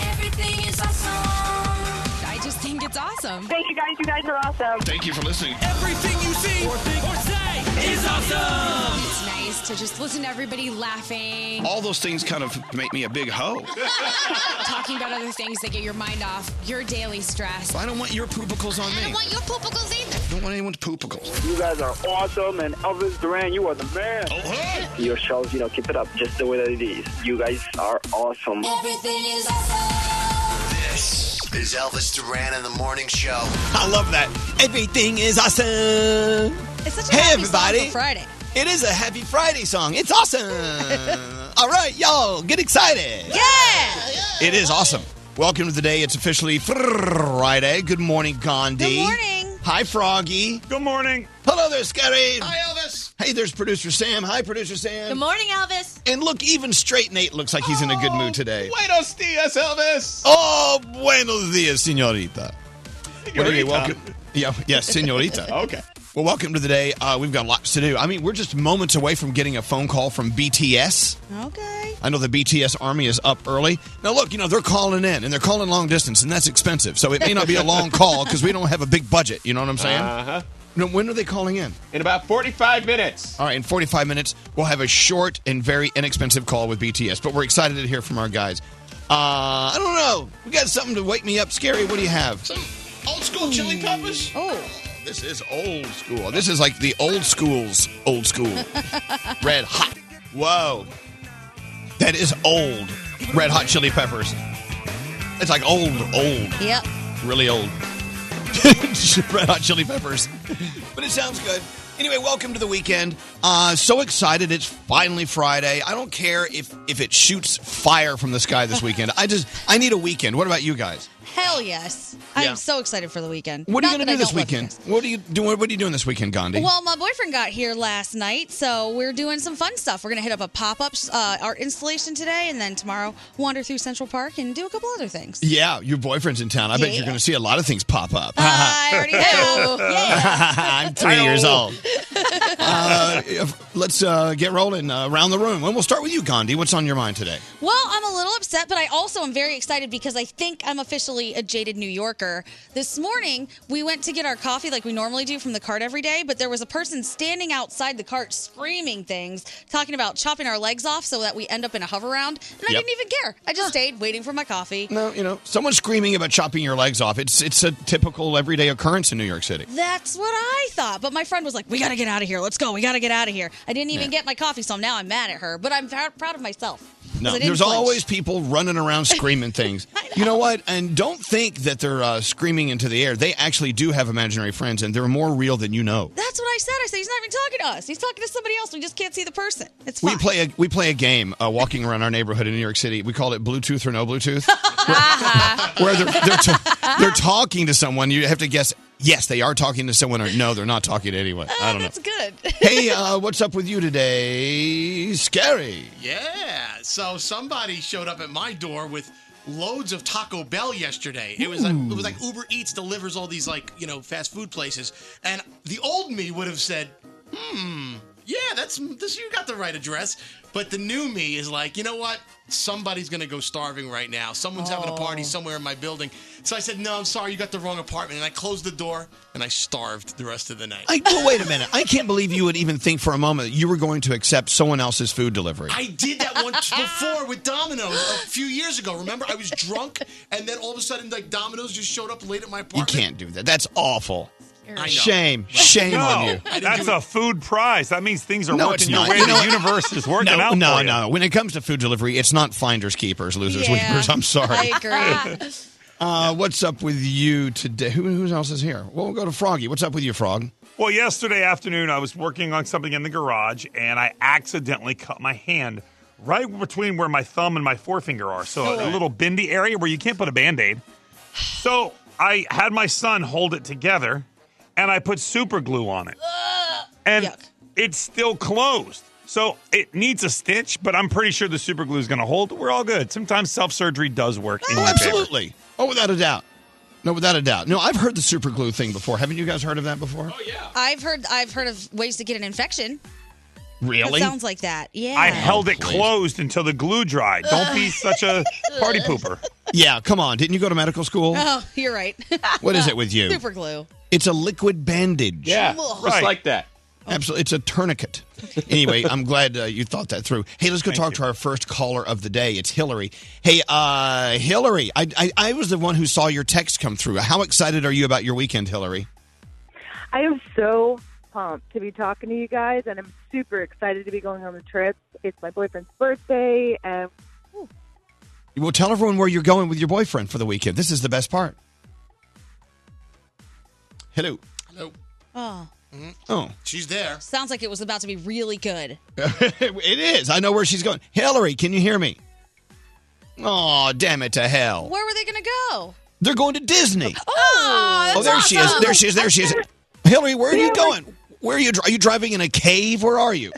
Everything is awesome. I just think it's awesome. Thank you guys. You guys are awesome. Thank you for listening. Everything you see or think or say is awesome. It's nice to just listen to everybody laughing, All those things kind of make me a big hoe. talking about other things that get your mind off your daily stress. I don't want your poopicles on me. your poopicles either. I don't want anyone's poopicles. You guys are awesome, and Elvis Duran, you are the man. Oh, hey! Your shows, you know, keep it up just the way that it is. You guys are awesome. Everything is awesome. This is Elvis Duran in the morning show. I love that. Everything is awesome. It's such a Hey, happy song everybody. for Friday. It is a Happy Friday song. It's awesome. All right, y'all, get excited. Yeah. It is awesome. Welcome to the day. It's officially Friday. Good morning, Gandhi. Good morning. Hi, Froggy. Good morning. Hello there, Scary. Hi, Elvis! Hey, there's producer Sam. Hi, producer Sam. Good morning, Elvis. and look, even straight Nate looks like he's in a good mood today. Oh, Buenos dias, Elvis. Oh, buenos dias, senorita. Well, anyway, Senorita. welcome. Yeah, yes, senorita. Okay. Well, welcome to the day. Uh, we've got lots to do. I mean, we're just moments away from getting a phone call from BTS. Oh, Okay. I know the BTS army is up early. Now, look, you know, they're calling in and they're calling long distance, and that's expensive. So it may not be a long call because we don't have a big budget. You know what I'm saying? Uh huh. No, when are they calling in? In about 45 minutes. All right, in 45 minutes, we'll have a short and very inexpensive call with BTS, but we're excited to hear from our guys. Uh, I don't know. We got something to wake me up. Scary, what do you have? Some old school chili peppers? Oh, This is old school. This is like the old school's old school. Red hot. Whoa. That is old. Red hot chili peppers. It's like old, old, yep. really old. Red hot chili peppers. But it sounds good. Anyway, welcome to the weekend. Uh, so excited. It's finally Friday. I don't care if, if it shoots fire from the sky this weekend. I just, I need a weekend. What about you guys? Hell yes. I Yeah. am so excited for the weekend. What are you Not going that to I do this don't love you weekend? guys. What are you doing? What are you doing this weekend, Gandhi? Well, my boyfriend got here last night, so we're doing some fun stuff. We're going to hit up a pop up uh, art installation today, and then tomorrow wander through Central Park and do a couple other things. Yeah, your boyfriend's in town. I bet Yeah. you're going to see a lot of things pop up. I already know. Yeah. I'm three years old. Uh, if- let's uh, get rolling uh, around the room. And we'll start with you, Gandhi. What's on your mind today? Well, I'm a little upset, but I also am very excited because I think I'm officially a jaded New Yorker. This morning, we went to get our coffee like we normally do from the cart every day, but there was a person standing outside the cart screaming things, talking about chopping our legs off so that we end up in a hover round. And I Yep. didn't even care. I just stayed waiting for my coffee. No, you know, someone screaming about chopping your legs off. It's it's a typical everyday occurrence in New York City. That's what I thought. But my friend was like, we got to get out of here. Let's go. We got to get out of here. I didn't even Yeah. get my coffee, so now I'm mad at her, but I'm proud proud of myself. 'Cause I No, didn't there's flinch. always people running around screaming things. You know what? And don't think that they're uh, screaming into the air. They actually do have imaginary friends, and they're more real than you know. That's what I said. I said he's not even talking to us. He's talking to somebody else. We just can't see the person. It's fine. We play a we play a game uh, walking around our neighborhood in New York City. We call it Bluetooth or no Bluetooth, Uh-huh. where, where they're they're, ta- they're talking to someone. You have to guess. Yes, they are talking to someone, or no, they're not talking to anyone. I don't know. That's good. Hey, uh, what's up with you today? Scary. Yeah. So somebody showed up at my door with loads of Taco Bell yesterday. It was like it was like Uber Eats delivers all these like, you know, fast food places. And the old me would have said, "Hmm, yeah, that's this you got the right address." But the new me is like, "You know what? Somebody's going to go starving right now. Someone's having a Oh. party somewhere in my building." So I said, "No, I'm sorry. You got the wrong apartment." And I closed the door and I starved the rest of the night. I, well, wait a minute. I can't believe you would even think for a moment that you were going to accept someone else's food delivery. I did that once before with Domino's a few years ago. Remember, I was drunk, and then all of a sudden, like Domino's just showed up late at my you apartment. can't do that. That's awful. I know. Shame. Shame on you. that's a food prize. That means things are No, it's working your not. way. You know- the universe is working No, out no, for you. no. When it comes to food delivery, it's not finders, keepers, losers, Yeah. weepers. I'm sorry. I agree. Uh, what's up with you today? Who, who else is here? Well, we'll go to Froggy. What's up with you, Frog? Well, yesterday afternoon, I was working on something in the garage, and I accidentally cut my hand right between where my thumb and my forefinger are. So a little bendy area where you can't put a band aid. So I had my son hold it together, and I put super glue on it, and Yuck. it's still closed. So it needs a stitch, but I'm pretty sure the super glue is going to hold. We're all good. Sometimes self surgery does work. in Oh, your favor. absolutely. Oh, without a doubt. No, without a doubt. No, I've heard the super Oh, glue thing before. Haven't you guys heard of that before? I've heard I've heard of ways to get an infection. It sounds like that. Yeah. I held it closed until the glue dried. Don't be such a party pooper. Yeah, come on. Didn't you go to medical school? Oh, you're right. What is it with you? Super glue. It's a liquid bandage. Yeah, Ugh. just like that. Absolutely. It's a tourniquet. anyway, I'm glad uh, you thought that through. Hey, let's go talk to our first caller of the day. It's Hillary. Hey, uh, Hillary, I, I, I was the one who saw your text come through. How excited are you about your weekend, Hillary? I am so pumped to be talking to you guys, and I'm super excited to be going on the trip. It's my boyfriend's birthday, and Well, tell everyone where you're going with your boyfriend for the weekend. This is the best part. Hello. Hello. Oh, Oh, She's there. sounds like it was about to be really good. it is. I know where she's going. Hillary, can you hear me? Oh, damn it to hell. Where were they going to go? They're going to Disney. Oh, Oh, there she is. There she is. There she is. Hillary, where are you Yeah, we're- going? Where are you? dri- Are you driving in a cave? Where are you?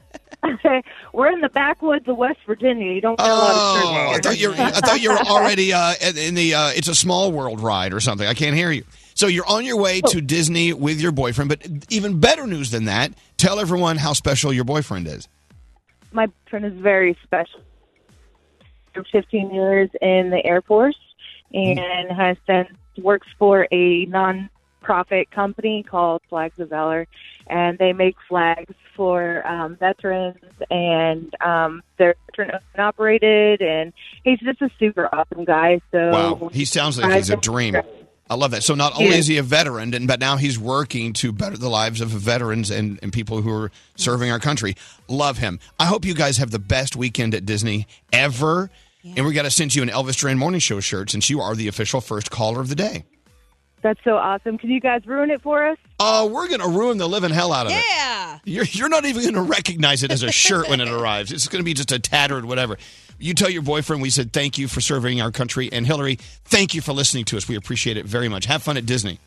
we're in the backwoods of West Virginia. You don't get a lot of Oh, I church thought you. were- I thought you were already uh, in- in the. Uh, it's a small world ride or something. I can't hear you. So you're on your way to Disney with your boyfriend. But even better news than that, tell everyone how special your boyfriend is. My boyfriend is very special. For 15 years in the Air Force, Mm-hmm. and has since works for a non-profit company called Flags of Valor, and they make flags for um, veterans, and um, they're veteran operated, and he's just a super awesome guy. So Wow, he sounds like he's a dream. I love that. So not only is he a veteran, and but now he's working to better the lives of veterans and, and people who are serving our country. Love him. I hope you guys have the best weekend at Disney ever. And we got to send you an Elvis Duran Morning Show shirt since you are the official first caller of the day. That's so awesome. Can you guys ruin it for us? Uh, we're going to ruin the living hell out of it. Yeah. You're, you're not even going to recognize it as a shirt when it arrives. It's going to be just a tattered whatever. You tell your boyfriend we said thank you for serving our country. And Hillary, thank you for listening to us. We appreciate it very much. Have fun at Disney.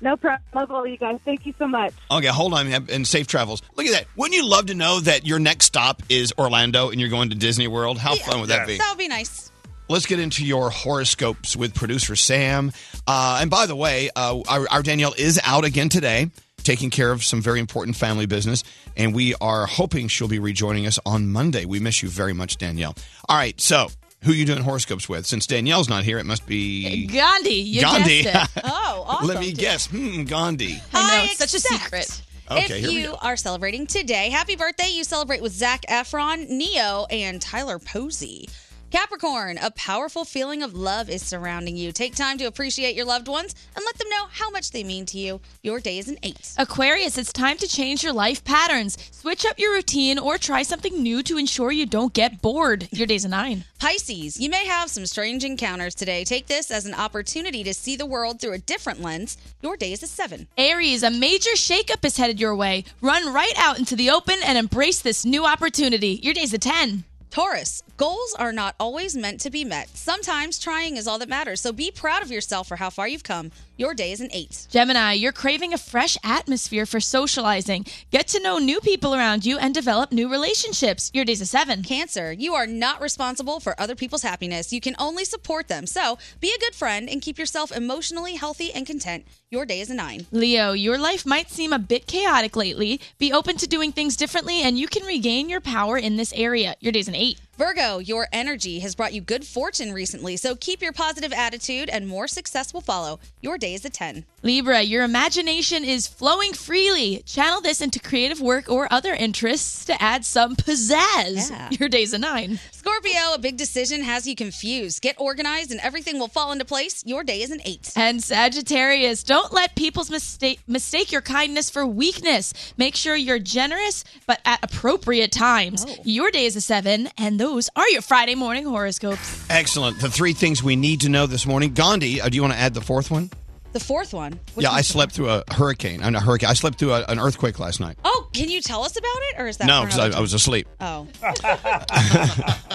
No problem. Love all you guys. Thank you so much. Okay, hold on, man, and safe travels. Look at that. Wouldn't you love to know that your next stop is Orlando and you're going to Disney World? How fun would that be? That would be nice. Let's get into your horoscopes with producer Sam. Uh, and by the way, uh, our, our Danielle is out again today, taking care of some very important family business. And we are hoping she'll be rejoining us on Monday. We miss you very much, Danielle. All right, so who you doing horoscopes with? Since Danielle's not here, it must be. Gandhi. You Gandhi. guessed it. Oh, awesome. Let me guess. Hmm, Gandhi. I know. I It's such a accept. secret. Okay, here if we you go. are celebrating today, happy birthday. You celebrate with Zach Efron, Neo, and Tyler Posey. Capricorn, a powerful feeling of love is surrounding you. Take time to appreciate your loved ones and let them know how much they mean to you. Your day is an eight. Aquarius, it's time to change your life patterns. Switch up your routine or try something new to ensure you don't get bored. Your day's a nine. Pisces, you may have some strange encounters today. Take this as an opportunity to see the world through a different lens. Your day is a seven. Aries, a major shakeup is headed your way. Run right out into the open and embrace this new opportunity. Your day's a 10. Taurus, goals are not always meant to be met. Sometimes trying is all that matters. So be proud of yourself for how far you've come. Your day is an eight. Gemini, you're craving a fresh atmosphere for socializing. Get to know new people around you and develop new relationships. Your day's a 7. Cancer, you are not responsible for other people's happiness. You can only support them. So be a good friend and keep yourself emotionally healthy and content. Your day is a nine. Leo, your life might seem a bit chaotic lately. Be open to doing things differently and you can regain your power in this area. Your day's an 8. Virgo, your energy has brought you good fortune recently. So keep your positive attitude and more success will follow. Your day is a 10. Libra, your imagination is flowing freely. Channel this into creative work or other interests to add some pizzazz. Yeah. Your day's a nine. Scorpio, a big decision has you confused. Get organized and everything will fall into place. Your day is an eight. And Sagittarius, don't let people's mistake mistake your kindness for weakness. Make sure you're generous but at appropriate times. Your day is a seven, and those are your Friday morning horoscopes. Excellent. The three things we need to know this morning. Gandhi, uh, do you want to add the fourth one? The fourth one. which yeah, I one's the slept through a hurricane. I'm not hurricane. I slept through a, an earthquake last night. fourth? Oh, can you tell us about it, or is that no, for because another I, I was asleep. time? Oh.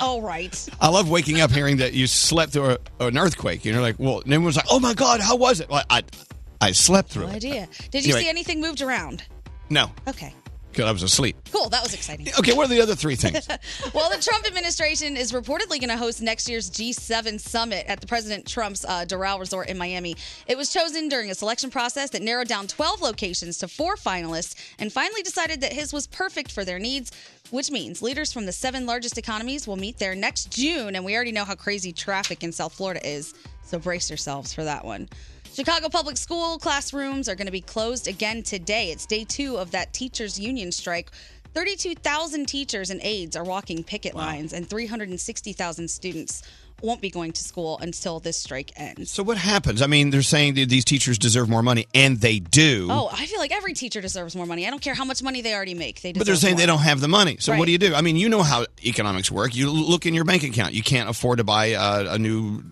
All right. I love waking up hearing that you slept through a, an earthquake. And you're like, well, and everyone's like, oh my God, how was it? Well, I, I slept through No it. idea. Did you Anyway. see anything moved around? No. Okay. because I was asleep. Cool, that was exciting. Okay, what are the other three things? well, the Trump administration is reportedly going to host next year's G7 summit at the President Trump's uh, Doral Resort in Miami. It was chosen during a selection process that narrowed down 12 locations to four finalists and finally decided that his was perfect for their needs, which means leaders from the seven largest economies will meet there next June. And we already know how crazy traffic in South Florida is, so brace yourselves for that one. Chicago Public School classrooms are going to be closed again today. It's day two of that teachers' union strike. 32,000 teachers and aides are walking picket lines, and 360,000 students won't be going to school until this strike ends. so what happens? I mean, they're saying that these teachers deserve more money, and they do. Oh, I feel like every teacher deserves more money. I don't care how much money they already make. They deserve But they're saying they more. don't have the money. So Right. what do you do? I mean, you know how economics work. You l- look in your bank account. You can't afford to buy uh, a new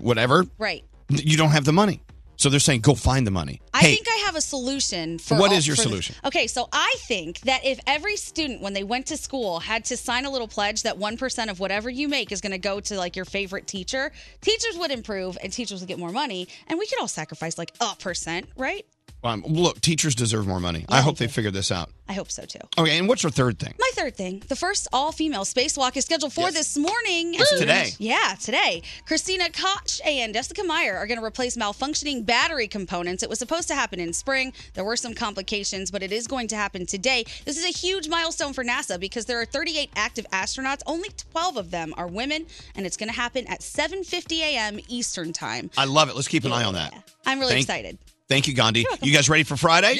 whatever. Right. You don't have the money. So they're saying go find the money. I hey, think I have a solution for What all- is your for this- solution? Okay, so I think that if every student, when they went to school, had to sign a little pledge that one percent of whatever you make is going to go to like your favorite teacher, teachers would improve and teachers would get more money, and we could all sacrifice like a percent, right? um, look, teachers deserve more money. I hope they figure this out. I hope so too. Okay, and what's your third thing? My third thing, the first all-female spacewalk is scheduled for this morning. It's today. Yeah, today. Christina Koch and Jessica Meyer are going to replace malfunctioning battery components. It was supposed to happen in spring. There were some complications, but it is going to happen today. This is a huge milestone for NASA because there are 38 active astronauts. Only 12 of them are women, and it's going to happen at 7:50 a.m. Eastern Time. I love it. Let's keep an eye on that. I'm really Thank- excited. Thank you, Gandhi. You guys ready for Friday?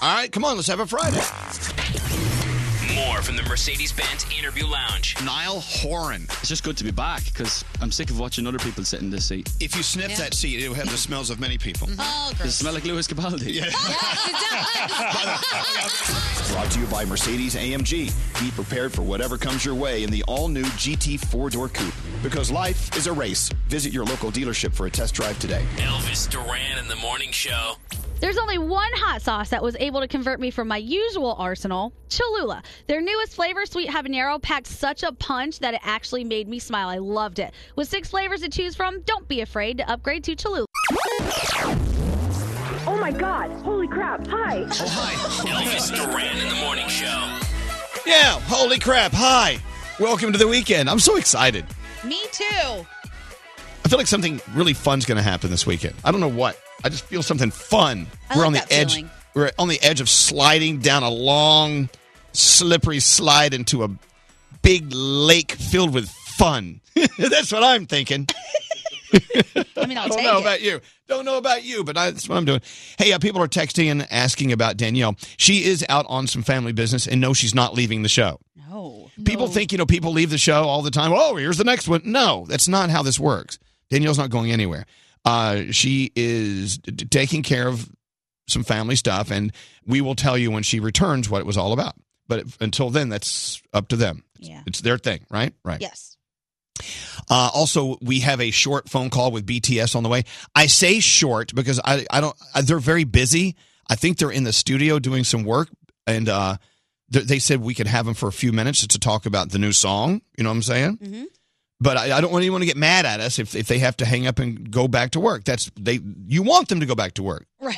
All right, come on, let's have a Friday. More from the Mercedes Benz interview lounge. Niall Horan. It's just good to be back because I'm sick of watching other people sit in this seat. If you sniff that seat, it'll have the smells of many people. Oh, Does it smell like Lewis Capaldi? Brought to you by Mercedes AMG. Be prepared for whatever comes your way in the all new GT four door coupe. Because life is a race. Visit your local dealership for a test drive today. Elvis Duran in the morning show. There's only one hot sauce that was able to convert me from my usual arsenal, Cholula. Their newest flavor, sweet habanero, packed such a punch that it actually made me smile. I loved it. With six flavors to choose from, don't be afraid to upgrade to Cholula. Oh my God! Holy crap! Hi. Oh hi. Elvis Duran in the morning show. Yeah, holy crap. Hi. Welcome to the weekend. I'm so excited. Me too. I feel like something really fun's going to happen this weekend. I don't know what. I just feel something fun. I we're like on the that edge. feeling. We're on the edge of sliding down a long, slippery slide into a big lake filled with fun. That's what I'm thinking. I mean, I'll don't take know it. about you. Don't know about you, but I, that's what I'm doing. Hey, uh, people are texting and asking about Danielle. She is out on some family business, and no, she's not leaving the show. No. People think, you know, people leave the show all the time. Oh, here's the next one. No, that's not how this works. Danielle's not going anywhere. Uh, she is d- taking care of some family stuff, and we will tell you when she returns what it was all about. But until then, that's up to them. Yeah. It's their thing, right? Right. Yes. Uh, also, we have a short phone call with BTS on the way. I say short because I, I don't. I, they're very busy. I think they're in the studio doing some work, and uh, th- they said we could have them for a few minutes to talk about the new song. You know what I'm saying? Mhm. But I, I don't want anyone to get mad at us if, if they have to hang up and go back to work. That's they. You want them to go back to work, Right.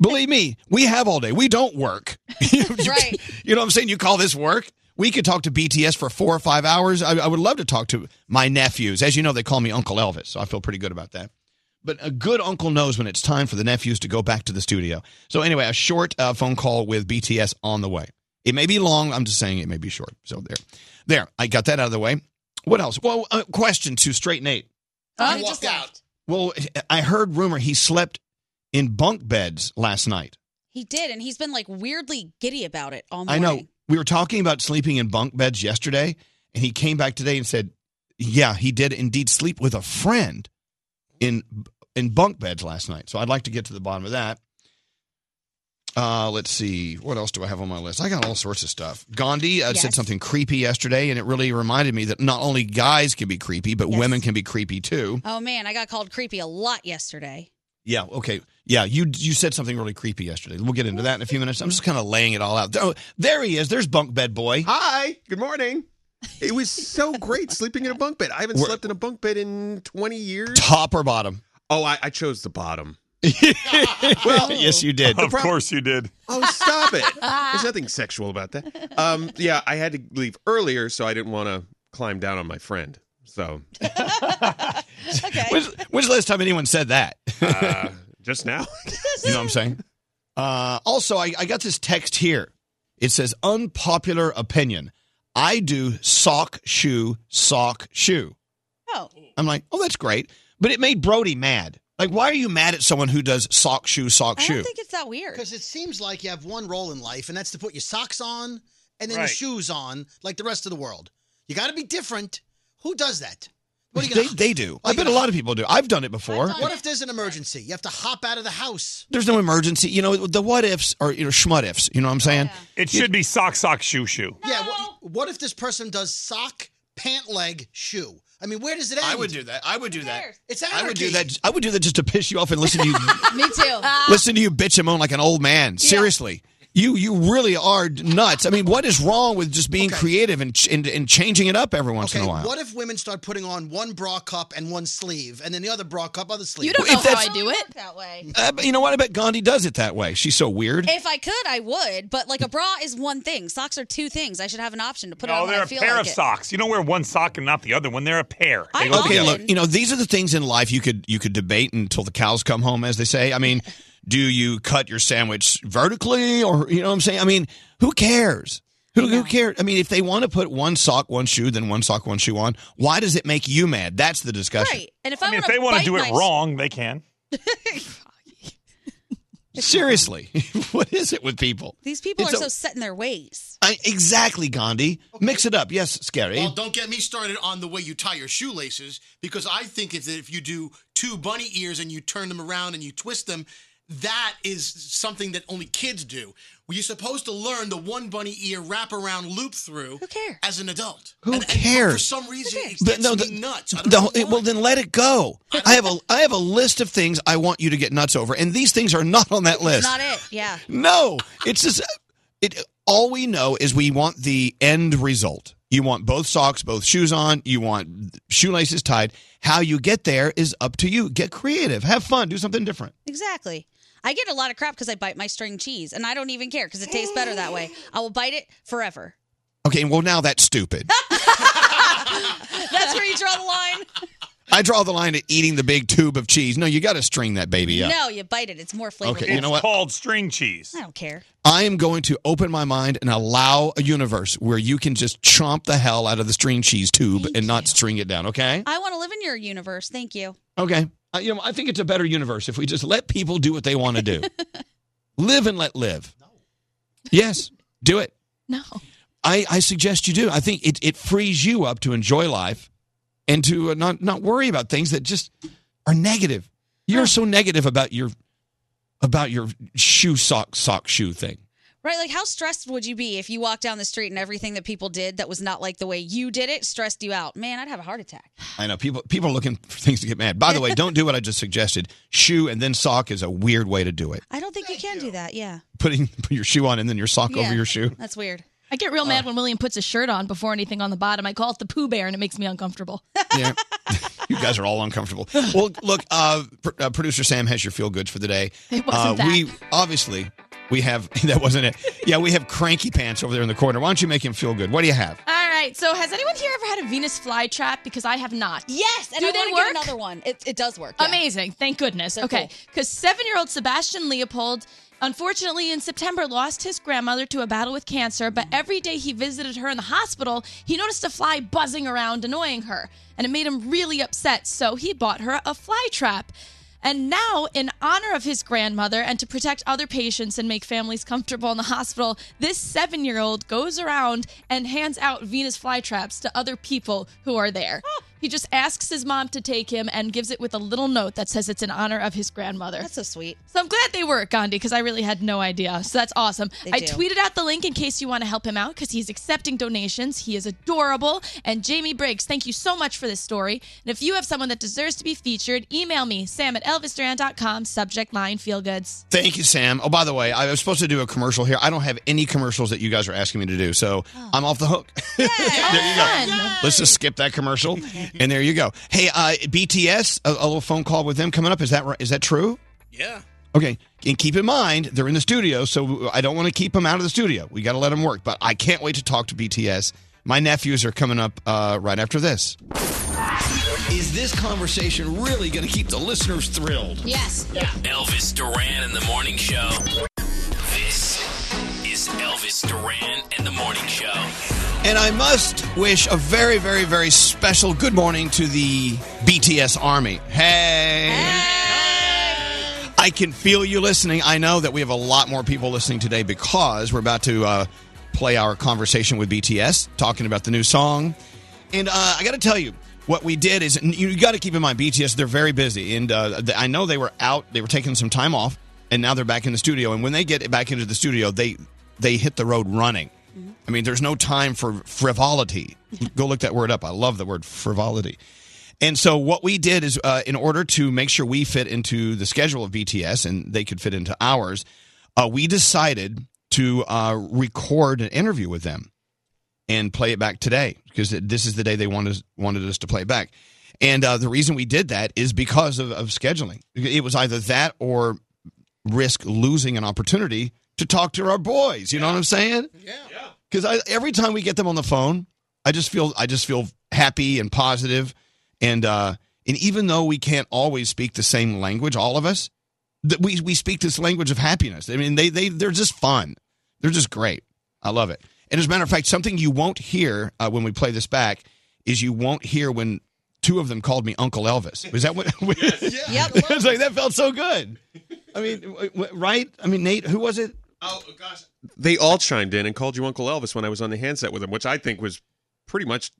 Believe me, we have all day. We don't work. right. You know what I'm saying? You call this work? We could talk to BTS for four or five hours. I, I would love to talk to my nephews. As you know, they call me Uncle Elvis, so I feel pretty good about that. But a good uncle knows when it's time for the nephews to go back to the studio. So anyway, a short uh, phone call with BTS on the way. It may be long. I'm just saying it may be short. So there, there. I got that out of the way. What else? Well, uh, question to Straight Nate. Oh, he just left. Well, I heard rumor he slept in bunk beds last night. He did, and he's been like weirdly giddy about it all I morning. know. We were talking about sleeping in bunk beds yesterday, and he came back today and said, "Yeah, he did indeed sleep with a friend in in bunk beds last night." So I'd like to get to the bottom of that. Uh, let's see. What else do I have on my list? I got all sorts of stuff. Gandhi uh, said Yes. something creepy yesterday, and it really reminded me that not only guys can be creepy, but women can be creepy too. Oh man, I got called creepy a lot yesterday. Yeah. Okay. Yeah. You you said something really creepy yesterday. We'll get into that in a few minutes. I'm just kind of laying it all out. Oh, there he is. There's bunk bed boy. Hi. Good morning. It was so great sleeping in a bunk bed. I haven't We're- slept in a bunk bed in 20 years. Top or bottom? Oh, I, I chose the bottom. well, yes, you did. Of course you did. Oh, stop it. There's nothing sexual about that. Um, yeah, I had to leave earlier, so I didn't want to climb down on my friend. So When's, when's the last time anyone said that? uh, just now. You know what I'm saying? Uh, also, I, I got this text here. It says unpopular opinion. I do sock, shoe, sock, shoe. Oh. I'm like, oh, that's great. But it made Brody mad. Like, why are you mad at someone who does sock, shoe, sock, shoe? it's that weird. Because Oh, it seems like you have one role in life, and that's to put your socks on and then Right. the shoes on, like the rest of the world. You got to be different. Who does that? What are you they, gonna? they do. Are I you bet a gonna- lot of people do. I've done it before. What if there's an emergency? You have to hop out of the house. There's no emergency. You know, the what ifs are you know, schmut ifs. You know what I'm saying? It should be sock, sock, shoe, shoe. Yeah. What, what if this person does sock, pant leg, shoe? I mean, where does it end? I would do that. I would do that. It's anarchy. I would do that. I would do that just to piss you off and listen to you Me too. Ah. listen to you bitch and moan like an old man. Seriously. You you really are nuts. I mean, what is wrong with just being creative and, ch- and and changing it up every once Okay, in a while? what if women start putting on one bra cup and one sleeve, and then the other bra cup, other sleeve? You don't Well, know if how that's- I do it. That way. Uh, but you know what? I bet Gandhi does it that way. She's so weird. If I could, I would. But like a bra is one thing. Socks are two things. I should have an option to put it on no, when they're I a feel pair like of it. socks. You don't wear one sock and not the other one. They're a pair. They go okay, together. look, you know, these are the things in life you could you could debate until the cows come home, as they say. I mean, do you cut your sandwich vertically, or you know what I'm saying? I mean, who cares? Who, who cares? I mean, if they want to put one sock, one shoe, then one sock, one shoe on, why does it make you mad? That's the discussion. Right. And if I, I mean, if wanna they want to bite do my- it wrong, they can. Seriously, what is it with people? These people It's are a- so set in their ways. I, exactly, Gandhi. Mix it up. Yes, scary. Well, don't get me started on the way you tie your shoelaces because I think if, if you do two bunny ears and you turn them around and you twist them, that is something that only kids do. Well, you're supposed to learn the one bunny ear wrap around loop through Who cares? as an adult. Who and, And for cares? some reason, it But gets no, me the- nuts. I the whole- well, then let it go. I have a I have a list of things I want you to get nuts over, and these things are not on that That's list. not it. Yeah. No, it's just it. All we know is we want the end result. You want both socks, both shoes on. You want shoelaces tied. How you get there is up to you. Get creative. Have fun. Do something different. Exactly. I get a lot of crap because I bite my string cheese, and I don't even care because it tastes better that way. I will bite it forever. Okay. Well, now that's stupid. That's where you draw the line. I draw the line at eating the big tube of cheese. No, you got to string that baby up. No, you bite it. It's more flavorful. Okay, you know what? Called string cheese. I don't care. I am going to open my mind and allow a universe where you can just chomp the hell out of the string cheese tube and not string it down. Okay. I want to live in your universe. Thank you. Okay. I, you know, I think it's a better universe if we just let people do what they want to do. live and let live. Yes, do it. No. I, I suggest you do. I think it, it frees you up to enjoy life and to uh, not, not worry about things that just are negative. You're so negative about your about your shoe sock sock shoe thing. Right? Like, how stressed would you be if you walked down the street and everything that people did that was not like the way you did it stressed you out? Man, I'd have a heart attack. I know people people are looking for things to get mad. By the way, don't do what I just suggested. Shoe and then sock is a weird way to do it. I don't think you can do that. Yeah. Putting put your shoe on and then your sock Yeah. over your shoe. Uh. That's weird. I get real mad when William puts a shirt on before anything on the bottom. I call it the Pooh Bear, and it makes me uncomfortable. Yeah. you guys are all uncomfortable. Well, look, uh, pr- uh, producer Sam has your feel goods for the day. It uh, wasn't that. We obviously we have that wasn't it. Yeah, we have cranky pants over there in the corner. Why don't you make him feel good? What do you have? All right. So, has anyone here ever had a Venus flytrap? Because I have not. Yes, and Do I they want to work? get another one. It, it does work. Amazing. Thank goodness. They're okay. Because seven year old Sebastian Leopold, unfortunately, in September, lost his grandmother to a battle with cancer. But every day he visited her in the hospital, he noticed a fly buzzing around, annoying her. And it made him really upset. So he bought her a fly trap. And now, in honor of his grandmother and to protect other patients and make families comfortable in the hospital, this seven year old goes around and hands out Venus flytraps to other people who are there. He just asks his mom to take him and gives it with a little note that says it's in honor of his grandmother. That's so sweet. So I'm glad they work, Gandhi, because I really had no idea. So that's awesome. They I do. tweeted out the link in case you want to help him out because he's accepting donations. He is adorable. And Jamie Briggs, thank you so much for this story. And if you have someone that deserves to be featured, email me, sam at elvisduran.com, subject line feel goods. Thank you, Sam. Oh, by the way, I was supposed to do a commercial here. I don't have any commercials that you guys are asking me to do, so Oh. I'm off the hook. there you go. Let's just skip that commercial, and there you go. Hey, uh, BTS, a, a little phone call with them coming up. Is that ri- is that true? Yeah. Okay. And keep in mind, they're in the studio, so I don't want to keep them out of the studio. We got to let them work. But I can't wait to talk to BTS. My nephews are coming up uh, right after this. Is this conversation really going to keep the listeners thrilled? Yes. Elvis Duran and the Morning Show. This is Elvis Duran and the Morning Show. And I must wish a very, very, very special good morning to the BTS Army. Hey. I can feel you listening. I know that we have a lot more people listening today because we're about to uh, play our conversation with BTS, talking about the new song. And uh, I got to tell you, what we did is and you got to keep in mind BTS. They're very busy, and uh, th- I know they were out. They were taking some time off, and now they're back in the studio. And when they get back into the studio, they they hit the road running. I mean, there's no time for frivolity. Go look that word up. I love the word frivolity. And so what we did is, uh, in order to make sure we fit into the schedule of BTS and they could fit into ours, uh, we decided to uh, record an interview with them and play it back today because this is the day they wanted us, wanted us to play it back. And uh, the reason we did that is because of, of scheduling. It was either that or risk losing an opportunity to talk to our boys. You know what I'm saying? Yeah. Because every time we get them on the phone, I just feel I just feel happy and positive, and uh, and even though we can't always speak the same language, all of us, that we we speak this language of happiness. I mean, they they they're just fun. They're just great. I love it. And as a matter of fact, something you won't hear uh, when we play this back is you won't hear when two of them called me Uncle Elvis. Was that what? yeah. Yep. it's like that felt so good. I mean, w- w- right? I mean, Nate, who was it? They all chimed in and called you Uncle Elvis when I was on the handset with him, which I think was pretty much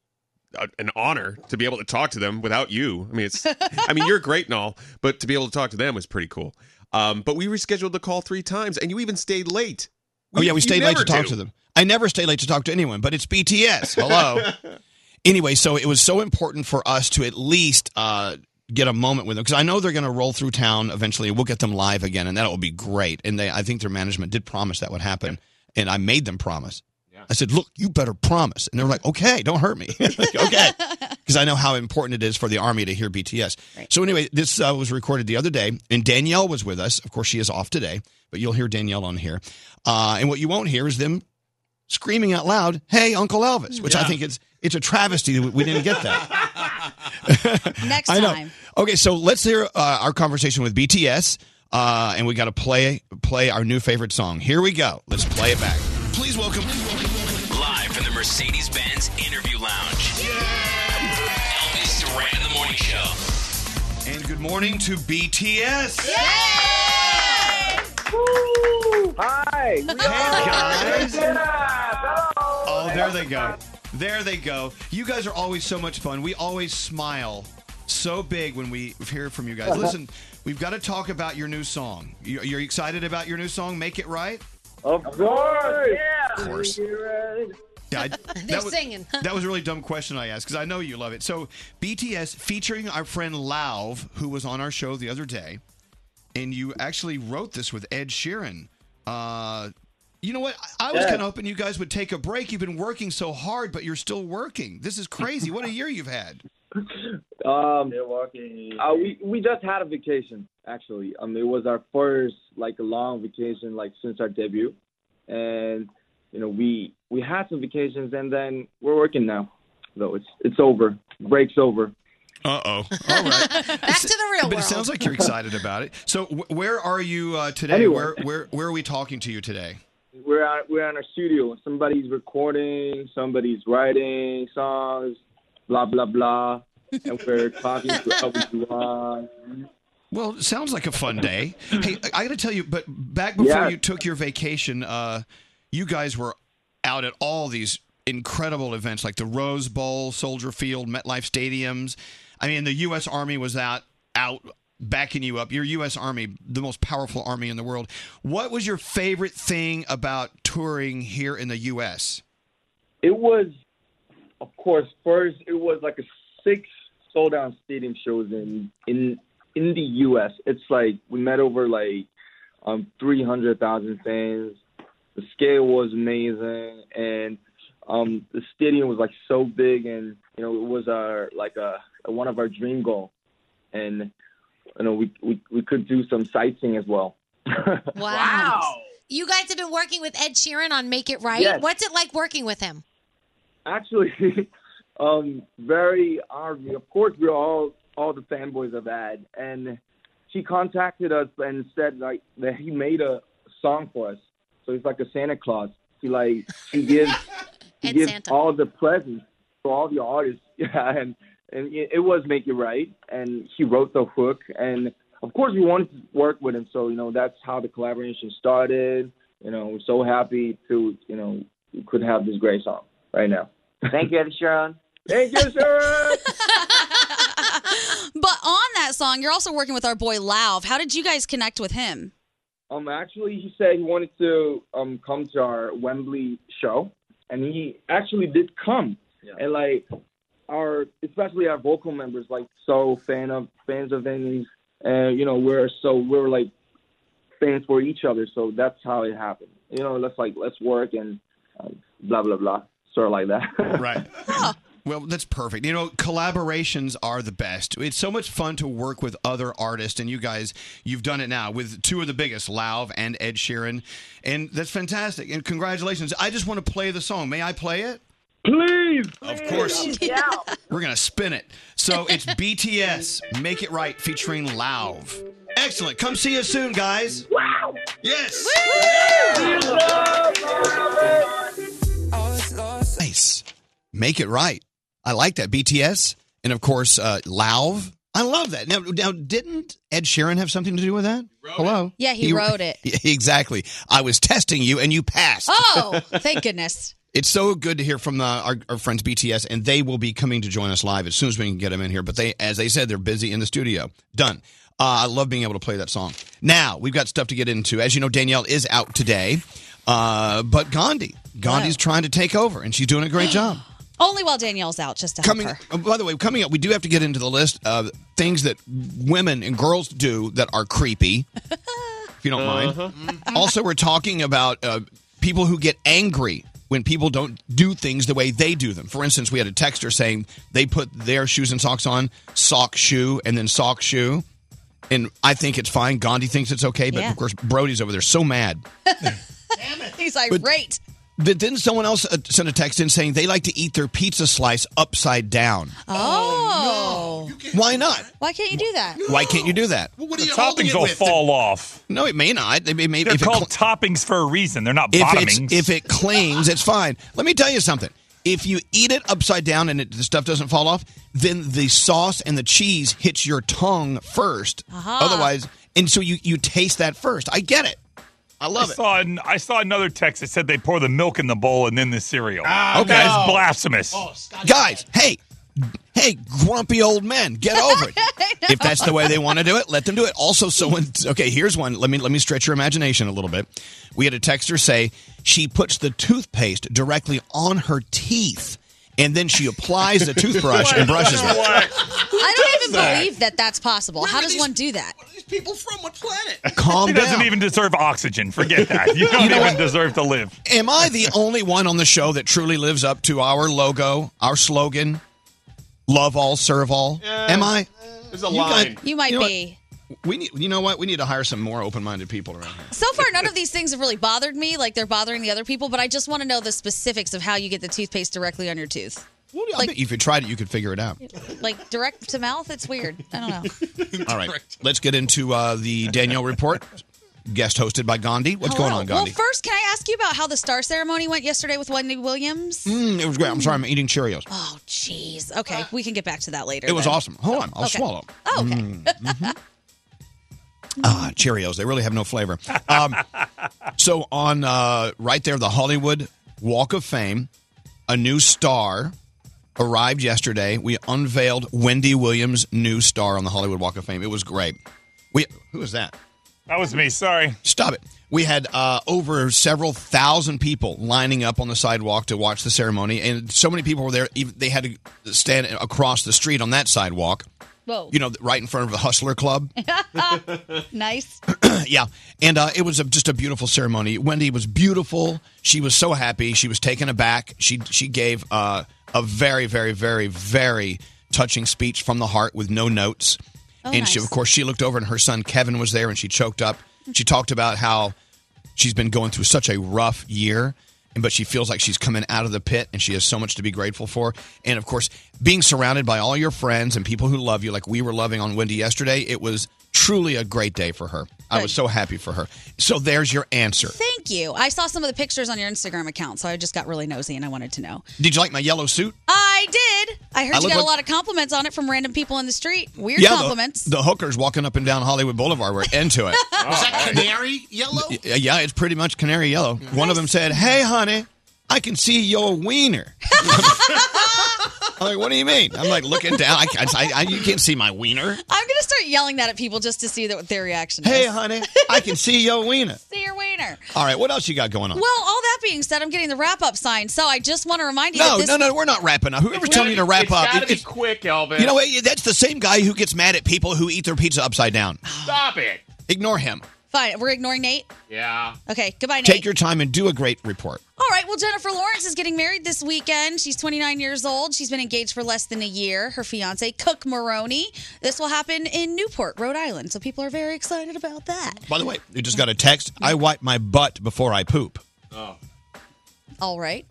a, an honor to be able to talk to them without you. I mean, it's I mean you're great and all, but to be able to talk to them was pretty cool. Um, but we rescheduled the call three times, and you even stayed late. Oh yeah, we You stayed late never to talk do. to them. I never stay late to talk to anyone, but it's BTS. Hello. anyway, so it was so important for us to at least uh, get a moment with them because I know they're going to roll through town eventually. We'll get them live again, and that will be great. And they, I think their management did promise that would happen, and I made them promise. I said, "Look, you better promise," and they were like, "Okay, don't hurt me." Like, okay, because I know how important it is for the army to hear BTS. So anyway, this uh, was recorded the other day, and Danielle was with us. Of course, she is off today, but you'll hear Danielle on here. Uh, and what you won't hear is them screaming out loud, "Hey, Uncle Elvis," which I Yeah. think it's it's a travesty that we didn't get that. Next I know. time. Okay, so let's hear uh, our conversation with BTS, uh, and we got to play play our new favorite song. Here we go. Let's play it back. Please welcome live from the Mercedes Benz Interview Lounge. Elvis Duran and the Morning Show. And good morning to BTS. Hi. guys. Oh, there they go. There they go. You guys are always so much fun. We always smile so big when we hear from you guys. Listen, we've got to talk about your new song. You- You're excited about your new song, Make It Right? Of course. Yeah. Of course. Yeah, I- They're that was, singing. that was a really dumb question I asked because I know you love it. So BTS featuring our friend Lauv, who was on our show the other day, and you actually wrote this with Ed Sheeran. Uh, you know what? I, I was Yeah. kind of hoping you guys would take a break. You've been working so hard, but you're still working. This is crazy. what a year you've had. Um, Milwaukee. Uh, we we just had a vacation actually. Um, it was our first like long vacation like since our debut, and you know we we had some vacations and then we're working now. So it's it's over. Break's over. Uh oh. All right. Back to the real But it world. sounds like you're excited about it. So wh- where are you uh, today? Anyway. Where where where are we talking to you today? We're out, we're in our studio. Somebody's recording. Somebody's writing songs. Blah blah blah. And we're talking to Elvis Duran. Well, it sounds like a fun day. hey, I- I got to tell you, but back before Yeah. you took your vacation, uh, you guys were out at all these incredible events like the Rose Bowl, Soldier Field, MetLife stadiums. I mean, the U.S. Army was out, out backing you up. Your U.S. Army, the most powerful army in the world. What was your favorite thing about touring here in the U.S.? It was, of course, first it was like a six sold out stadium shows in in in the U.S. It's like we met over like um three hundred thousand fans. The scale was amazing, and um the stadium was like so big, and you know it was our like a one of our dream goal, and you know, we, we, we could do some sightseeing as well. Wow. You guys have been working with Ed Sheeran on Make It Right. Yes. What's it like working with him? Actually, um, very honored. Of course, we're all all the fanboys of Ed, and she contacted us and said like that he made a song for us. So he's like a Santa Claus. He like he gives he Ed gives Santa. all the presents to all the artists. Yeah, and and it it was Make It Right, and he wrote the hook. And of course, we wanted to work with him, so you know that's how the collaboration started. You know, we're so happy to you know we could have this great song right now. Thank you, Ed Sheeran. Thank you, Sharon. But on that song, you're also working with our boy Lauv. How did you guys connect with him? Um, actually, he said he wanted to um come to our Wembley show, and he actually did come. And like our, especially our vocal members, like so fan of fans of Vinny's, and you know we're so we're like fans for each other. So that's how it happened. You know, let's like let's work and um, blah blah blah, sort of like that. right. Well, that's perfect. You know, collaborations are the best. It's so much fun to work with other artists, and you guys, you've done it now with two of the biggest, Lauv and Ed Sheeran, and that's fantastic. And congratulations! I just want to play the song. May I play it? Please. Of course. We're gonna spin it. So it's BTS, Make It Right, featuring Lauv. Excellent. Come see us soon, guys. Wow. Yes. Nice. Make it right. I like that. BTS and of course uh, Lauv. I love that. Now, now, didn't Ed Sheeran have something to do with that? Hello. Yeah, he wrote it. Exactly. I was testing you, and you passed. Oh, thank goodness. It's so good to hear from uh, our, our friends BTS, and they will be coming to join us live as soon as we can get them in here. But they, as they said, they're busy in the studio. Done. Uh, I love being able to play that song. Now we've got stuff to get into. As you know, Danielle is out today, uh, but Gandhi, Gandhi's trying to take over, and she's doing a great job. Only while Danielle's out, just to help Coming, her. uh, by the way, coming up, we do have to get into the list of things that women and girls do that are creepy, if you don't mind. Also, we're talking about uh, people who get angry when people don't do things the way they do them. For instance, we had a texter saying they put their shoes and socks on sock shoe and then sock shoe. And I think it's fine. Gandhi thinks it's okay, but Yeah. of course Brody's over there so mad. He's But- irate. But then someone else uh, sent a text in saying they like to eat their pizza slice upside down. Oh. Why not? Why can't you do that? Why can't you do that? what are the you holding toppings it will with? fall off. No, it may not. They may, may, They're if it called toppings for a reason. They're not If, bottomings. it's, if it clings, it's fine. Let me tell you something. If you eat it upside down and it, the stuff doesn't fall off, then the sauce and the cheese hits your tongue 1st Aha. Otherwise, and so you, you taste that first. I get it. I love I it. Saw an, I saw another text that said they pour the milk in the bowl and then the cereal. Ah, That is no. blasphemous. Guys, hey, hey, grumpy old men, get over it. if that's the way they want to do it, let them do it. Also, someone okay, here's one. Let me let me stretch your imagination a little bit. We had a texter say she puts the toothpaste directly on her teeth, and then she applies the toothbrush and brushes with it. I don't even that? believe that that's possible. How does one do that? People from what planet? Calm he doesn't down. even deserve oxygen. Forget that. You don't You know even what? deserve to live. Am I the only one on the show that truly lives up to our logo, our slogan, "Love all, serve all"? Am I? There's a You line. got- You might know be. what? We need. You know what? We need to hire some more open-minded people around here. So far, none of these things have really bothered me. Like they're bothering the other people, but I just want to know the specifics of how you get the toothpaste directly on your tooth. I bet if you tried it, you could figure it out. Like direct to mouth? It's weird. I don't know. All right, let's get into uh, the Danielle report. Guest hosted by Gandhi. What's going Hello. on, Gandhi? Well, first, can I ask you about how the star ceremony went yesterday with Wendy Williams? Mm, it was great. I'm sorry, I'm eating Cheerios. Oh, jeez. Okay, we can get back to that later. It was then. awesome. Hold on, I'll Okay. swallow. Oh, okay. Mm. Ah, Cheerios. They really have no flavor. Um, so on uh, right there, the Hollywood Walk of Fame, a new star arrived yesterday. We unveiled Wendy Williams' new star on the Hollywood Walk of Fame. It was great. We who was that? That was me. Sorry. Stop it. We had uh, over several thousand people lining up on the sidewalk to watch the ceremony, and so many people were there. Even they had to stand across the street on that sidewalk. Whoa. You know, right in front of the Hustler Club. nice. yeah. And uh, it was a, just a beautiful ceremony. Wendy was beautiful. She was so happy. She was taken aback. She she gave uh, a very very very very touching speech from the heart with no notes. Oh, and she, nice. of course, she looked over and her son Kevin was there and she choked up. She talked about how she's been going through such a rough year. and But she feels like she's coming out of the pit and she has so much to be grateful for. And of course, being surrounded by all your friends and people who love you, like we were loving on Wendy yesterday, it was truly a great day for her. I was so happy for her. So there's your answer. Thank you. I saw some of the pictures on your Instagram account, so I just got really nosy and I wanted to know. Did you like my yellow suit? I did. I heard I you look got a like- lot of compliments on it from random people in the street. Weird the- compliments. The, hookers walking up and down Hollywood Boulevard were into it. Canary yellow. Yeah, yeah, it's pretty much canary yellow. One of them said, "Hey, honey, I can see your wiener." I'm like, "What do you mean?" I'm like looking down. I, can't- I, I- you can't see my wiener. I'm gonna start yelling that at people just to see what their reaction is. Hey, honey, I can see your wiener. See your wiener. All right, what else you got going on? Well, all that being said, I'm getting the wrap up sign, so I just want to remind you no, that this no, no, we're not wrapping up. Whoever's telling you to wrap up, it- it's- quick, Elvis. you know what? That's the same guy who gets mad at people who eat their pizza upside down. Stop it. Ignore him. Fine, we're ignoring Nate. Yeah. Okay, goodbye, Nate. Take your time and do a great report. All right, well, Jennifer Lawrence is getting married this weekend. She's 29 years old. She's been engaged for less than a year. Her fiance, Cook Maroney. This will happen in Newport, Rhode Island. So people are very excited about that. By the way, we just got a text. I wipe my butt before I poop. Oh. All right.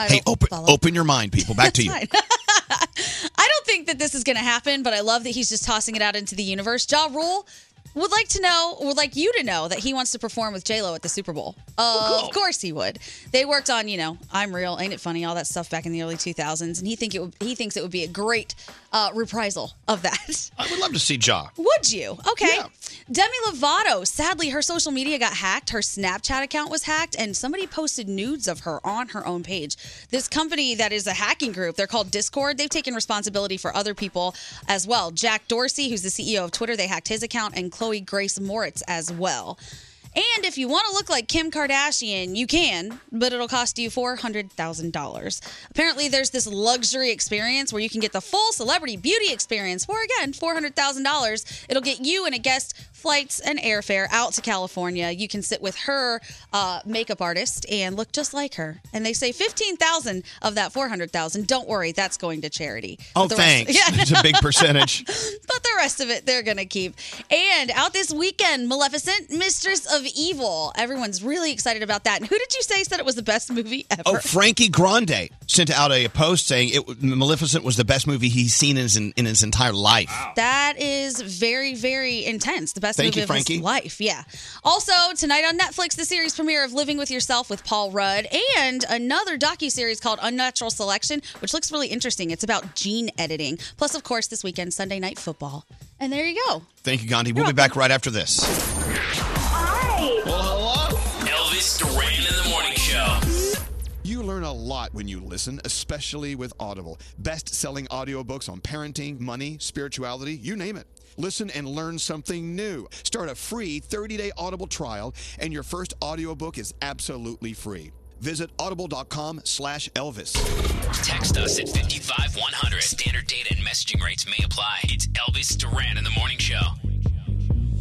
I Hey, don't open follow. open your mind, people. Back to you. Fine. I don't think that this is going to happen, but I love that he's just tossing it out into the universe. Ja Rule would like to know, would like you to know that he wants to perform with J Lo at the Super Bowl. Uh, Of course he would. They worked on, you know, I'm real, ain't it funny, all that stuff back in the early 2000s, and he think it would, he thinks it would be a great uh, reprisal of that. I would love to see Ja. Would you? Okay. Demi Lovato, sadly, her social media got hacked. Her Snapchat account was hacked, and somebody posted nudes of her on her own page. This company that is a hacking group, they're called Discord. They've taken responsibility for other people as well. Jack Dorsey, who's the CEO of Twitter, they hacked his account, and Chloe Grace Moritz as well. And if you want to look like Kim Kardashian, you can, but it'll cost you $400,000. Apparently, there's this luxury experience where you can get the full celebrity beauty experience for, again, $400,000. It'll get you and a guest flights and airfare out to California. You can sit with her uh, makeup artist and look just like her. And they say 15000 of that 400000 don't worry, that's going to charity. Oh, But the rest- thanks. Yeah. It's a big percentage. But the rest of it they're going to keep. And out this weekend, Maleficent, Mistress of Evil. Everyone's really excited about that. And who did you say said it was the best movie ever? Oh, Frankie Grande sent out a post saying it Maleficent was the best movie he's seen in his, in his entire life. That is very, very intense. The best Thank movie you, of his Frankie. life. Yeah. Also, tonight on Netflix, the series premiere of Living with Yourself with Paul Rudd and another docu-series called Unnatural Selection, which looks really interesting. It's about gene editing. Plus, of course, this weekend, Sunday Night Football. And there you go. Thank you, Gandhi. We'll be back right after this. Elvis Duran in the morning show. You learn a lot when you listen, especially with Audible. Best selling audiobooks on parenting, money, spirituality, you name it. Listen and learn something new. Start a free 30 day Audible trial, and your first audiobook is absolutely free. Visit audible.com slash Elvis. Text us at 55100. Standard data and messaging rates may apply. It's Elvis Duran in the morning show.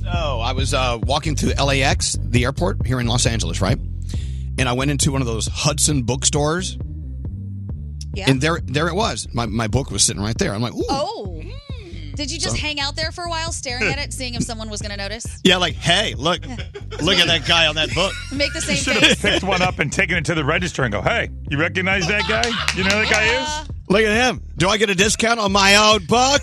So I was uh, walking through LAX, the airport here in Los Angeles, right? And I went into one of those Hudson bookstores, Yeah. and there there it was. My, my book was sitting right there. I'm like, ooh. Oh. Did you just So- hang out there for a while, staring at it, seeing if someone was going to notice? Yeah, like, hey, look, look at that guy on that book. Make the same Should face. have picked one up and taken it to the register and go, hey, you recognize that guy? You know who that guy is? Look at him. Do I get a discount on my own book?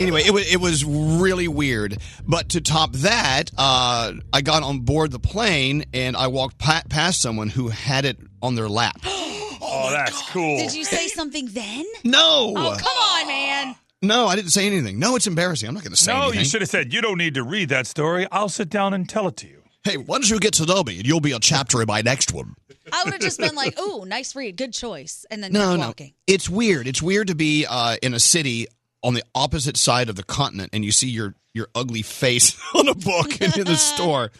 anyway, it was it was really weird. But to top that, uh, I got on board the plane and I walked pa- past someone who had it on their lap. oh, that's cool. Did you say something then? No. Oh, come on, man. No, I didn't say anything. No, it's embarrassing. I'm not going to say No, anything. you should have said, you don't need to read that story. I'll sit down and tell it to you. Hey, once you get to know me, you'll be a chapter in my next one. I would have just been like, ooh, nice read, good choice. And then No, kept no. walking. It's weird. It's weird to be uh, in a city on the opposite side of the continent and you see your your ugly face on a book in the store.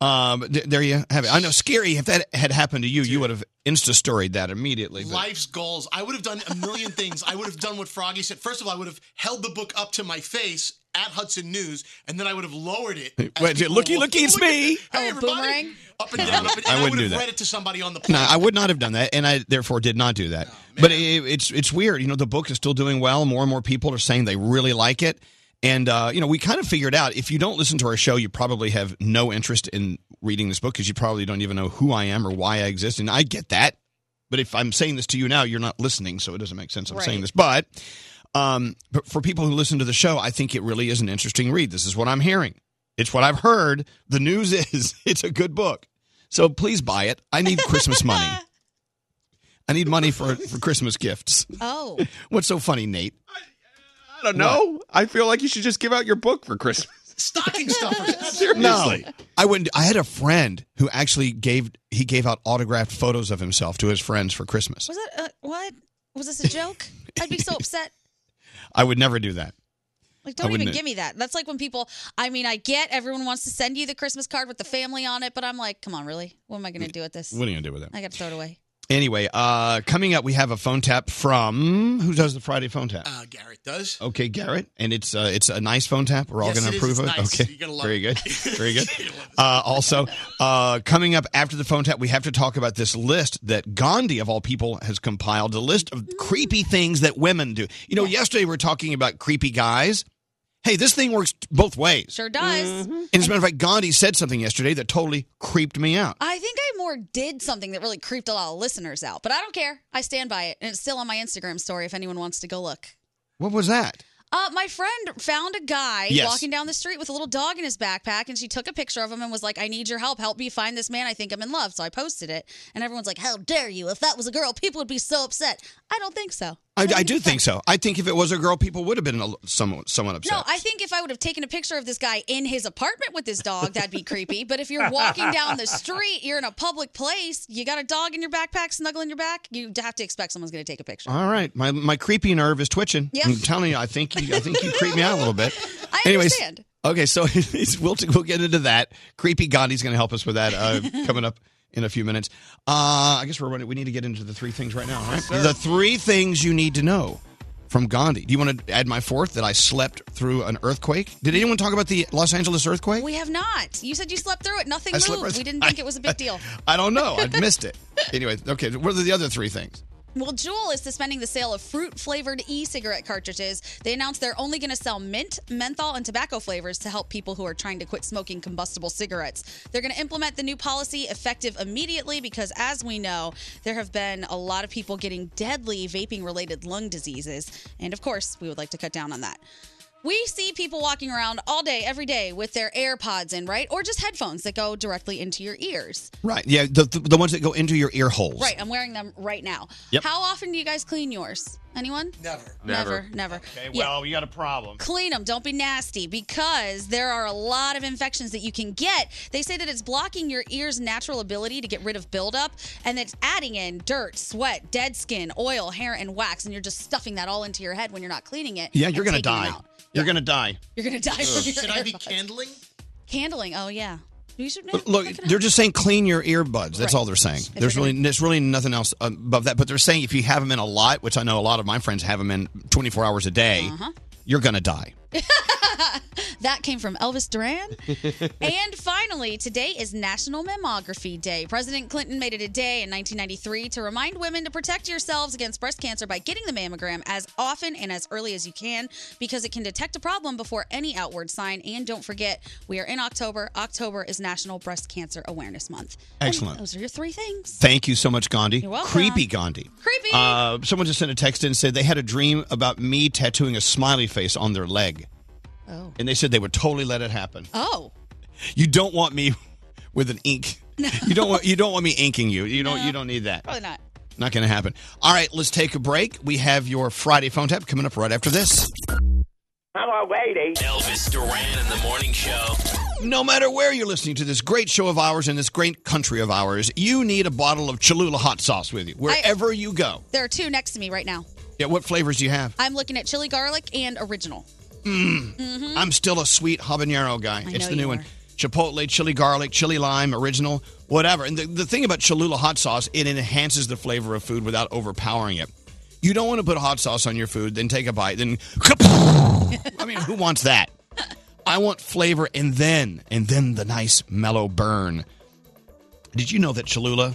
Um, th- there you have it. I know, scary. If that had happened to you, you would have insta storied that immediately. But Life's goals. I would have done a million things. I would have done what Froggy said. First of all, I would have held the book up to my face at Hudson News, and then I would have lowered it. as Wait, people looky, were walking. looky, it's Look at- me. Oh, Hey, everybody. Up and down. Up and, and I I, wouldn't would do have that. read it to somebody on the plane. no, I would not have done that, and I therefore did not do that. but it, it's it's weird. You know, the book is still doing well. More and more people are saying they really like it, And, uh, you know, we kind of figured out if you don't listen to our show, you probably have no interest in reading this book because you probably don't even know who I am or why I exist. And I get that. But if I'm saying this to you now, you're not listening, so it doesn't make sense I'm saying Right. this. But, um, but for people who listen to the show, I think it really is an interesting read. This is what I'm hearing. It's what I've heard. The news is it's a good book. So please buy it. I need Christmas money. I need money for, for Christmas gifts. Oh. What's so funny, Nate? I don't know. I feel like you should just give out your book for Christmas. Stocking stuffers. No, I wouldn't. I had a friend who actually gave he gave out autographed photos of himself to his friends for Christmas. Was that uh, what? Was this a joke? I'd be so upset. I would never do that. Like, I don't even wouldn't- give me that. That's like when people. I mean, I get everyone wants to send you the Christmas card with the family on it, but I'm like, come on, really? What am I going to do with this? What are you gonna do with it? I got to throw it away. Anyway, uh, coming up, we have a phone tap from who does the Friday phone tap? Uh, Garrett does. Okay, Garrett, and it's uh, it's a nice phone tap. We're all Yes, going it to is. approve It's it. nice. Okay, You're gonna love very it. good, very good. Uh, also, uh, coming up after the phone tap, we have to talk about this list that Gandhi, of all people, has compiled—a list of creepy things that women do. You know, yesterday we were talking about creepy guys. Hey, this thing works both ways. Sure does. And as a matter of fact, Gandhi said something yesterday that totally creeped me out. I think I more did something that really creeped a lot of listeners out, but I don't care. I stand by it, and it's still on my Instagram story if anyone wants to go look. What was that? Uh, my friend found a guy Yes. walking down the street with a little dog in his backpack, and she took a picture of him and was like, "I need your help. Help me find this man. I think I'm in love." So I posted it, and everyone's like, "How dare you? If that was a girl, people would be so upset." I don't think so. I, I do think so. I think if it was a girl, people would have been a, somewhat, somewhat upset. No, I think if I would have taken a picture of this guy in his apartment with his dog, that'd be creepy. But if you're walking down the street, you're in a public place, you got a dog in your backpack, snuggling your back, you have to expect someone's going to take a picture. All right, my my creepy nerve is twitching. Yeah. I'm telling you, I think you, I think you creep me out a little bit. I Anyways, understand. Okay, so it's- we'll we'll get into that. Creepy Gandhi's going to help us with that uh, coming up in a few minutes. Uh, I guess we're running. We need to get into the three things right now. All right, sir. the three things you need to know from Gandhi. Do you want to add my fourth that I slept through an earthquake? Did anyone talk about the Los Angeles earthquake? We have not. You said you slept through it. Nothing I slept moved. right- We didn't think it was a big deal. I don't know. I missed it. Anyway, okay. What are the other three things? Well, Juul is suspending the sale of fruit flavored e cigarette cartridges. They announced they're only going to sell mint, menthol, and tobacco flavors to help people who are trying to quit smoking combustible cigarettes. They're going to implement the new policy effective immediately because, as we know, there have been a lot of people getting deadly vaping related lung diseases. And of course, we would like to cut down on that. We see people walking around all day, every day with their AirPods in, right? Or just headphones that go directly into your ears. Right. Yeah. The the, the ones that go into your ear holes. Right, I'm wearing them right now. Yep. How often do you guys clean yours? Anyone? Never. Never, never. Okay, Yeah. well, we got a problem. Clean them. Don't be nasty because there are a lot of infections that you can get. They say that it's blocking your ear's natural ability to get rid of buildup and it's adding in dirt, sweat, dead skin, oil, hair, and wax. And you're just stuffing that all into your head when you're not cleaning it. Yeah, you're and gonna taking them die. out. You're gonna die. You're going to die from Ugh. your Should I be AirPods. candling? Candling. Oh, yeah. You should Look, they're just saying clean your earbuds. Right. That's all they're saying. If There's they're really there's really nothing else above that. But they're saying if you have them in a lot, which I know a lot of my friends have them in 24 hours a day, Uh-huh. you're gonna die. That came from Elvis Duran. and finally, today is National Mammography Day. President Clinton made it a day in 1993 to remind women to protect yourselves against breast cancer by getting the mammogram as often and as early as you can because it can detect a problem before any outward sign. And don't forget, we are in October. October is National Breast Cancer Awareness Month. And Excellent. those are your three things. Thank you so much, Gandhi. You're welcome. Creepy Gandhi. Creepy. Uh, someone just sent a text in and said they had a dream about me tattooing a smiley face on their leg, Oh. and they said they would totally let it happen. Oh. You don't want me with an ink. You don't want you don't want me inking you. You don't you don't need that. Probably not. Not going to happen. All right, let's take a break. We have your Friday phone tap coming up right after this. Hello, lady. Elvis Duran in the morning show. No matter where you're listening to this great show of ours in this great country of ours, you need a bottle of Cholula hot sauce with you wherever you go. There are two next to me right now. Yeah, what flavors do you have? I'm looking at chili garlic and original. Mm. Mhm. I'm still a sweet habanero guy. I it's know the new you one. Chipotle, chili garlic, chili lime, original, whatever. And the, the thing about Cholula hot sauce, it enhances the flavor of food without overpowering it. You don't want to put hot sauce on your food, then take a bite, then. I mean, who wants that? I want flavor and then, and then the nice mellow burn. Did you know that Cholula,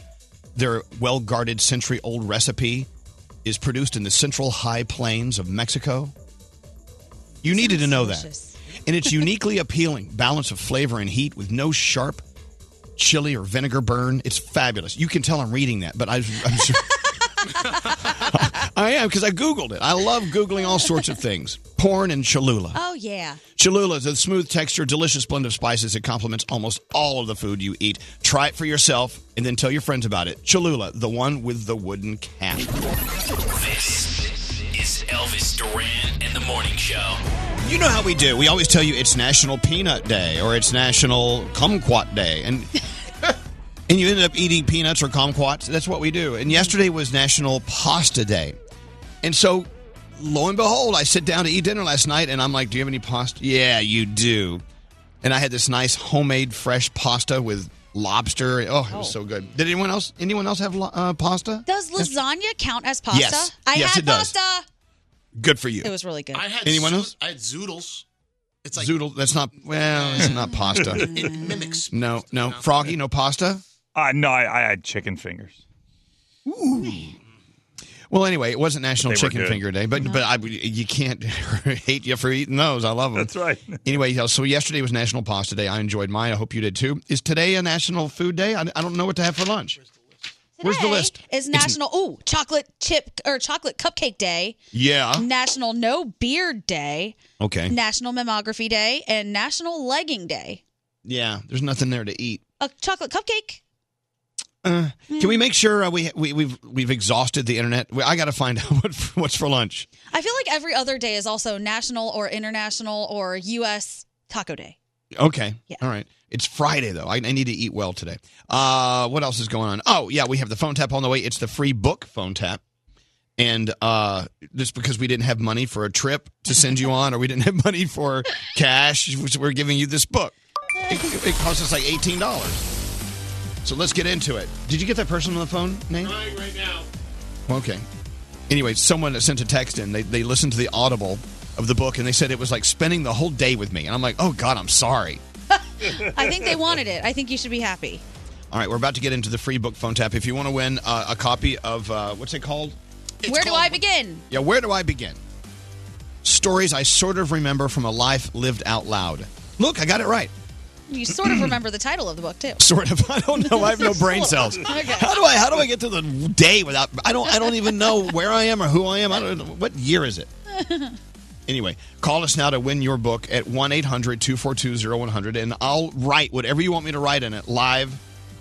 their well guarded century old recipe, is produced in the central high plains of Mexico? You needed to know that. And it's uniquely appealing balance of flavor and heat with no sharp chili or vinegar burn. It's fabulous. You can tell I'm reading that, but I, I'm sure. I am because I Googled it. I love Googling all sorts of things. Porn and Cholula. Oh yeah. Cholula is a smooth texture, delicious blend of spices that complements almost all of the food you eat. Try it for yourself and then tell your friends about it. Cholula, the one with the wooden cap. This is Elvis Duran and the Morning Show. You know how we do. We always tell you it's National Peanut Day or it's National Kumquat Day. And and you ended up eating peanuts or kumquats. That's what we do. And yesterday was National Pasta Day. And so, lo and behold, I sit down to eat dinner last night and I'm like, Do you have any pasta? Yeah, you do. And I had this nice homemade fresh pasta with lobster. Oh, it was so good. Did anyone else anyone else have lo- uh, pasta? Does lasagna count as pasta? Yes. I Yes, had it does. pasta. Good for you. It was really good. I had Anyone zood- else? I had zoodles. It's like Zoodle. That's not well. It's not pasta. It mimics. No, no. Froggy, no pasta. Uh, no, I, I had chicken fingers. Well, anyway, it wasn't National They were Chicken good. Finger Day, but but I you can't hate you for eating those. I love them. That's right. Anyway, so yesterday was National Pasta Day. I enjoyed mine. I hope you did too. Is today a National Food Day? I, I don't know what to have for lunch. Where's the list? Is National Ooh Chocolate Chip or Chocolate Cupcake Day. Yeah. National No Beard Day. Okay. National Mammography Day and National Legging Day. Yeah. There's nothing there to eat. A chocolate cupcake. Uh, Can we make sure uh, we, we we've we've exhausted the internet? We- I got to find out what, what's for lunch. I feel like every other day is also national or international or U.S. Taco Day. Okay. All right. It's Friday though. I, I need to eat well today. Uh, what else is going on? Oh yeah, we have the phone tap on the way. It's the free book phone tap, and uh, just because we didn't have money for a trip to send you on, or we didn't have money for cash, which we're giving you this book. It, it costs us like eighteen dollars. So let's get into it. Did you get that person on the phone, Nate? right now. Okay. Anyway, someone that sent a text in, they, they listened to the audible of the book and they said it was like spending the whole day with me. And I'm like, oh God, I'm sorry. I think they wanted it. I think you should be happy. All right, we're about to get into the free book phone tap. If you want to win uh, a copy of uh, what's it called? Where do I begin? Yeah, where do I begin? Stories I sort of remember from a life lived out loud. Look, I got it right. You sort of remember the title of the book too. Sort of. I don't know. I have no brain cells. Okay. How do I? How do I get to the day without? I don't. I don't even know where I am or who I am. I don't. What year is it? Anyway, call us now to win your book at 1 800 242 0100, and I'll write whatever you want me to write in it live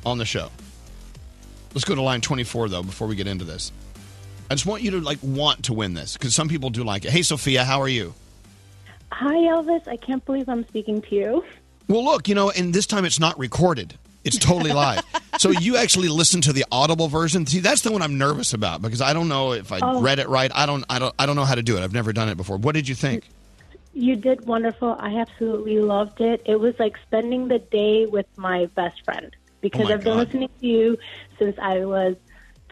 on the show. Let's go to line 24, though, before we get into this. I just want you to like want to win this because some people do like it. Hey, Sophia, how are you? Hi, Elvis. I can't believe I'm speaking to you. Well, look, you know, and this time it's not recorded. It's totally live. so you actually listen to the audible version. See, that's the one I'm nervous about because I don't know if I Oh. read it right. I don't I don't I don't know how to do it. I've never done it before. What did you think? You did wonderful. I absolutely loved it. It was like spending the day with my best friend because Oh my I've been God. listening to you since I was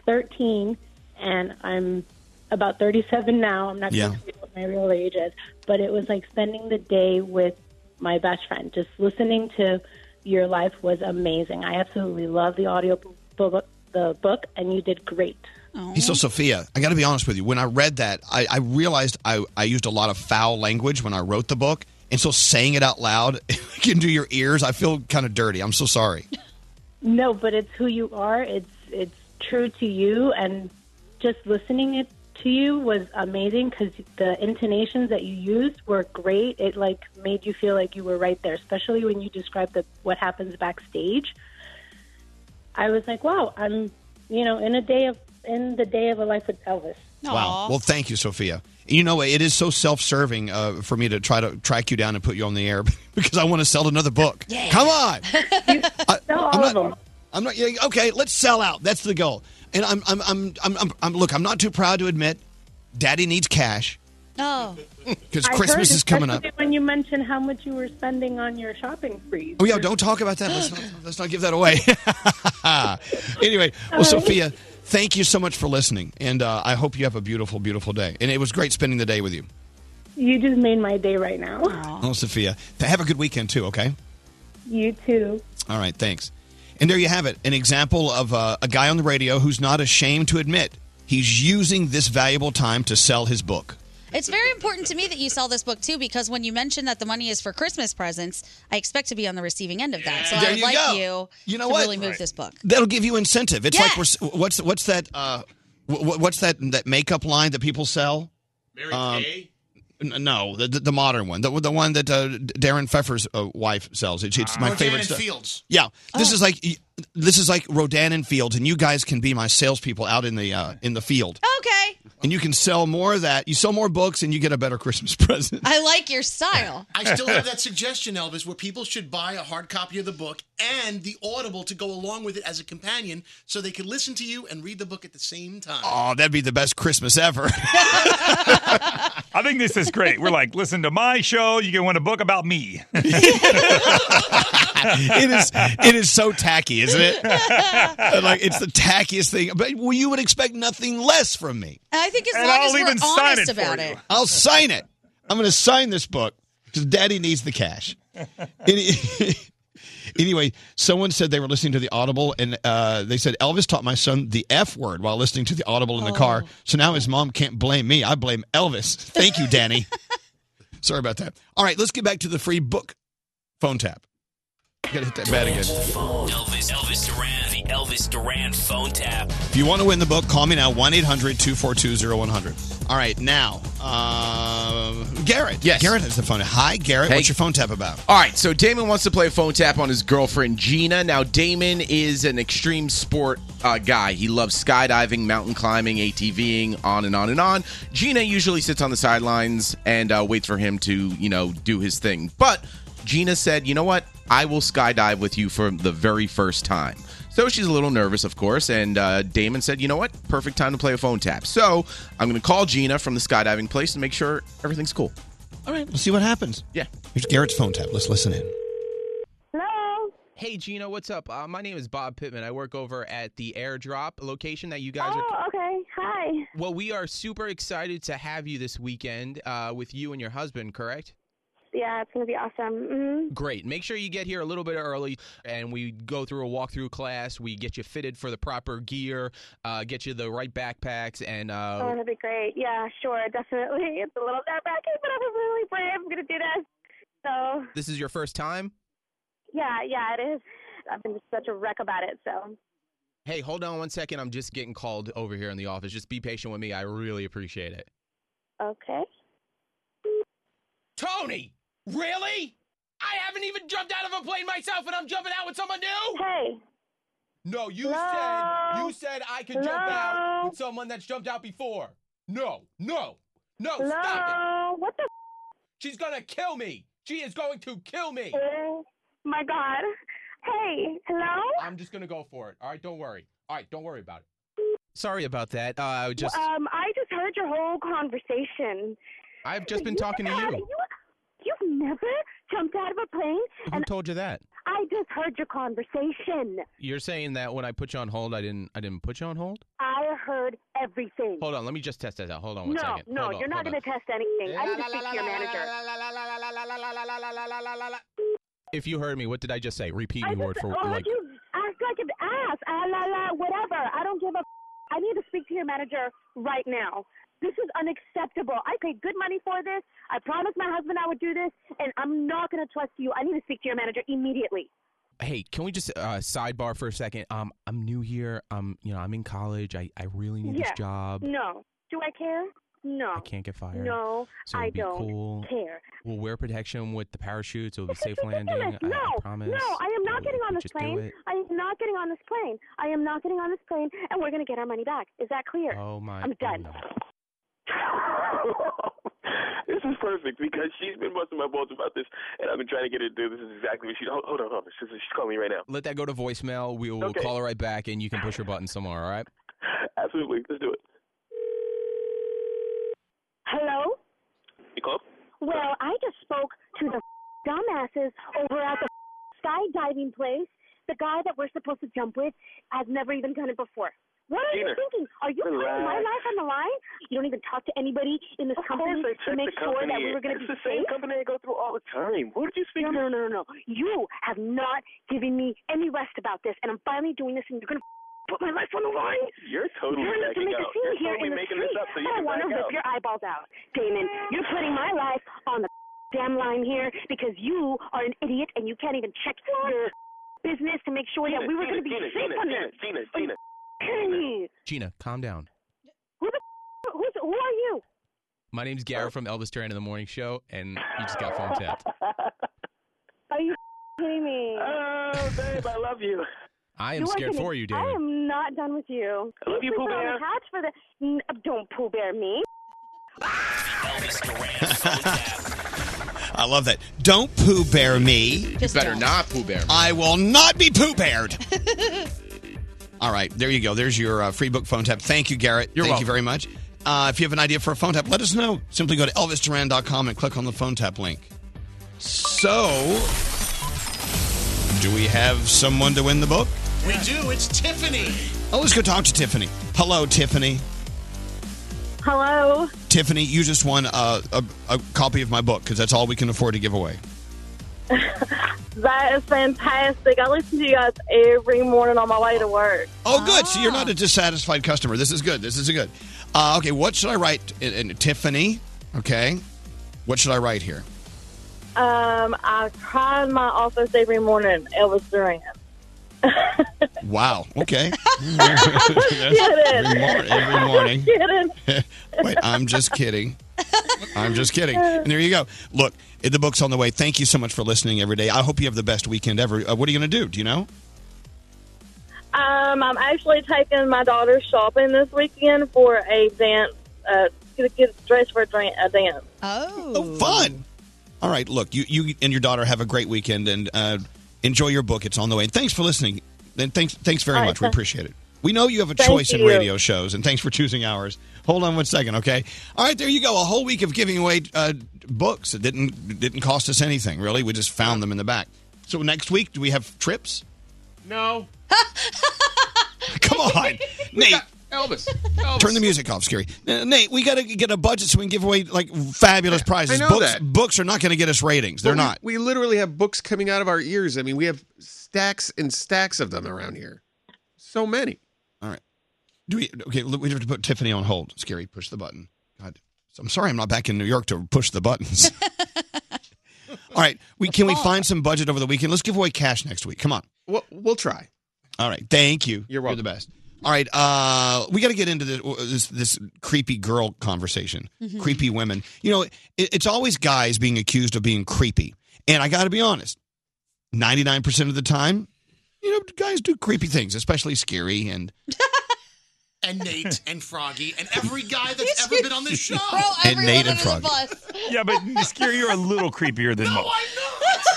13 and I'm about 37 now. I'm not Yeah. going to tell you what my real age is, but it was like spending the day with my best friend. Just listening to your life was amazing. I absolutely love the audio book, the book and you did great. Hey, so Sophia, I got to be honest with you. When I read that, I, I realized I, I used a lot of foul language when I wrote the book, and so saying it out loud into your ears, I feel kind of dirty. I'm so sorry. No, but it's who you are. It's it's true to you, and just listening it to you was amazing because the intonations that you used were great. It like made you feel like you were right there, especially when you described the, what happens backstage. I was like, wow, I'm you know in a day of in the day of a life with Elvis. Wow. Well, thank you, Sophia. You know, it is so self-serving uh, for me to try to track you down and put you on the air because I want to sell another book. Come on. I, am not, I'm not. yeah, Okay, let's sell out. That's the goal. And I'm, I'm, I'm, I'm, I'm, I'm look. I'm not too proud to admit, Daddy needs cash Oh, because I Christmas heard, is coming up. especially When you mentioned how much you were spending on your shopping freeze. Oh yeah, don't talk about that. Let's not, let's not give that away. anyway, well, All right. Sophia, thank you so much for listening, and uh, I hope you have a beautiful, beautiful day. And it was great spending the day with you. You just made my day right now. Oh, Sophia, th- have a good weekend too. Okay. You too. All right. Thanks. And there you have it, an example of uh, a guy on the radio who's not ashamed to admit he's using this valuable time to sell his book. It's very important to me that you sell this book too, because when you mentioned that the money is for Christmas presents, I expect to be on the receiving end of that. So There I would you like go. you, You know to what? really move Right. this book. That'll give you incentive. It's like we're, s- what's what's that uh wh- wh- what's that that makeup line that people sell? Mary Kay. No, the, the the modern one, the the one that uh, Darren Pfeffer's uh, wife sells. It's, it's my Rodan favorite and stuff. Fields. Yeah, this is like this is like Rodan and Fields, and you guys can be my salespeople out in the uh, in the Oh, field, Okay. and you can sell more of that. You sell more books, and you get a better Christmas present. I like your style. I still have that suggestion, Elvis, where people should buy a hard copy of the book and the Audible to go along with it as a companion so they can listen to you and read the book at the same time. Oh, that'd be the best Christmas ever. I think this is great. We're like, listen to my show. You can win a book about me. it is it is so tacky, isn't it? And, like it's the tackiest thing. But well, you would expect nothing less from me. I think as And long I'll as we're even honest sign it for about you. it. I'll sign it. I'm going to sign this book because Daddy needs the cash. Any- anyway, someone said they were listening to the Audible, and uh, they said Elvis taught my son the F word while listening to the Audible in the car. So now his mom can't blame me. I blame Elvis. Thank you, Danny. Sorry about that. All right, let's get back to the free book phone tap. Got to hit that bat again. Elvis, Elvis Duran, the Elvis Duran phone tap. If you want to win the book, call me now 1 800 242 0100. All right, now, uh, Garrett. Yes. Garrett has the phone. Hi, Garrett. Hey. What's your phone tap about? All right, so Damon wants to play phone tap on his girlfriend Gina. Now, Damon is an extreme sport uh, guy. He loves skydiving, mountain climbing, ATVing, on and on and on. Gina usually sits on the sidelines and uh, waits for him to, you know, do his thing. But Gina said, "You know what? I will skydive with you for the very first time." So she's a little nervous, of course, and uh, Damon said, "You know what? Perfect time to play a phone tap." So I'm going to call Gina from the skydiving place and make sure everything's cool. All right, we'll see what happens. Yeah. Here's Garrett's phone tap. Let's listen in. Hello. Hey, Gina, what's up? Uh, my name is Bob Pittman. I work over at the airdrop location that you guys are. Oh, okay. Hi. Well, we are super excited to have you this weekend uh, with you and your husband, correct? Yeah, it's gonna be awesome. hmm Great. Make sure you get here a little bit early, and we go through a walkthrough class. We get you fitted for the proper gear, uh, get you the right backpacks, and Oh. uh, that'd be great. Yeah, sure, definitely. It's a little nerve-wracking, but I'm really brave. I'm gonna do this. So this is your first time. yeah, yeah, it is. I've been such a wreck about it. So Hey, hold on one second. I'm just getting called over here in the office. Just be patient with me. I really appreciate it. okay. Tony, really? I haven't even jumped out of a plane myself, and I'm jumping out with someone new. Hey. No, you said you said I could jump out with someone that's jumped out before. No, no, no! Stop it! What the? She's gonna kill me. She is going to kill me. Oh my God. Hey. Hello. I'm just gonna go for it. All right, don't worry. All right, don't worry about it. Sorry about that. Uh, I just Um, I just heard your whole conversation. I've just been You talking to never- you. you. You've never jumped out of a plane, Who and told you that? I just heard your conversation. You're saying that when I put you on hold, I didn't. I didn't put you on hold. I heard everything. Hold on. Let me just test that out. Hold on one no, second. no, Hold on, you're not hold on. going to test anything. I need to speak to your manager. If you heard me, what did I just say? Repeat I me word just- for oh, like. you act like an ass. Ah, la, la, whatever. I don't give a. f- I need to speak to your manager right now. This is unacceptable. I paid good money for this. I promised my husband I would do this, and I'm not going to trust you. I need to speak to your manager immediately. Hey, can we just uh, sidebar for a second? Um, I'm new here. Um, you know, I'm in college. I I really need yeah. this job. No. Do I care? No. I can't get fired. No, So I it'd be don't cool. care. We'll wear protection with the parachutes. It'll be safe Dennis, landing. I, no, I promise. no, I am not getting on this just do plane. it. I am not getting on this plane. I am not getting on this plane, and we're gonna get our money back. Is that clear? Oh my. I'm done. This is perfect because she's been busting my balls about this, and I've been trying to get her to do this. Is exactly what she. Hold, hold on, hold on. She's, she's calling me right now. Let that go to voicemail. We will Okay. call her right back, and you can push her button somewhere. All right. Absolutely, let's do it. Hello. You call? Well, I just spoke to the dumbasses over at the skydiving place. The guy that we're supposed to jump with has never even done it before. What are Gina, you thinking? Are you putting relax. my life on the line? You don't even talk to anybody in this Of course I company to checked make the sure that company. we were going to It's be the same safe? company I go through all the time. Who did you speak no, to? No, no, no, no. You have not given me any rest about this, and I'm finally doing this, and you're going to put my life on the line? You're totally You're not backing to make out. a scene You're here totally in the making street. this up so you I can want to back rip out. your eyeballs out, Damon. You're putting my life on the damn line here because you are an idiot and you can't even check your business to make sure Tina, that we were Tina, going to be Tina, safe Tina, on Tina, this. Tina, Tina. Kidding me? Gina, calm down. Who the who's, who are you? My name's Garrett from Elvis Duran in the Morning Show, and you just got phone tapped. Are you kidding me? Oh, babe, I love you. I am are scared gonna- for you, I David. am not done with you. I love you, sleeping Pooh on the Bear. couch for the. N- don't Pooh Bear me. I love that. Don't poo bear me. You better not poo bear me. I will not be poo beared. All right, there you go. There's your uh, free book phone tap. Thank you, Garrett. Thank you very much. Uh, if you have an idea for a phone tap, let us know. Simply go to elvisduran.com and click on the phone tap link. So, do we have someone to win the book? We do. It's Tiffany. Oh, let's go talk to Tiffany. Hello, Tiffany. Hello. Tiffany, you just won a, a, a copy of my book because that's all we can afford to give away. That is fantastic. I listen to you guys every morning on my way to work. Oh, good. So you're not a dissatisfied customer. This is good. This is good. Uh, okay, what should I write? And- and Tiffany, okay. What should I write here? Um, I cry in my office every morning, Elvis Duran. Wow. Okay. Every, mor- every morning. Kidding. Wait, I'm just kidding. I'm just kidding. And there you go. Look, the book's on the way. Thank you so much for listening every day. I hope you have the best weekend ever. Uh, what are you going to do? Do you know? Um, I'm actually taking my daughter shopping this weekend for a dance. Uh, to get dressed for a dran- a dance. Oh. fun. All right. Look, you, you and your daughter have a great weekend and uh, enjoy your book. It's on the way. And thanks for listening. And thanks, thanks very All right, much. We thanks. appreciate it. We know you have a Thank choice in you. radio shows, and thanks for choosing ours. Hold on one second, okay? All right, there you go. A whole week of giving away uh, books. It didn't it didn't cost us anything, really. We just found them in the back. So next week, do we have trips? No. Come on, Nate. Elvis. Turn the music off, Scary. Uh, Nate, we got to get a budget so we can give away like fabulous prizes. I know books, that. books are not going to get us ratings. They're But we- not. We literally have books coming out of our ears. I mean, we have stacks and stacks of them around here. So many. All right. Do we? Okay, look, we have to put Tiffany on hold. Scary, push the button. God, so I'm sorry, I'm not back in New York to push the buttons. All right, we can we find some budget over the weekend? Let's give away cash next week. Come on. We'll, we'll try. All right. Thank you. You're welcome. You're the best. All right. Uh, we got to get into this, this this creepy girl conversation. Mhm. Creepy women. You know, it, it's always guys being accused of being creepy, and I got to be honest. Ninety nine percent of the time, you know, guys do creepy things, especially scary and And Nate and Froggy and every guy that's ever been on this show. And Nate everyone and under the Yeah, but Scary, you're a little creepier than most.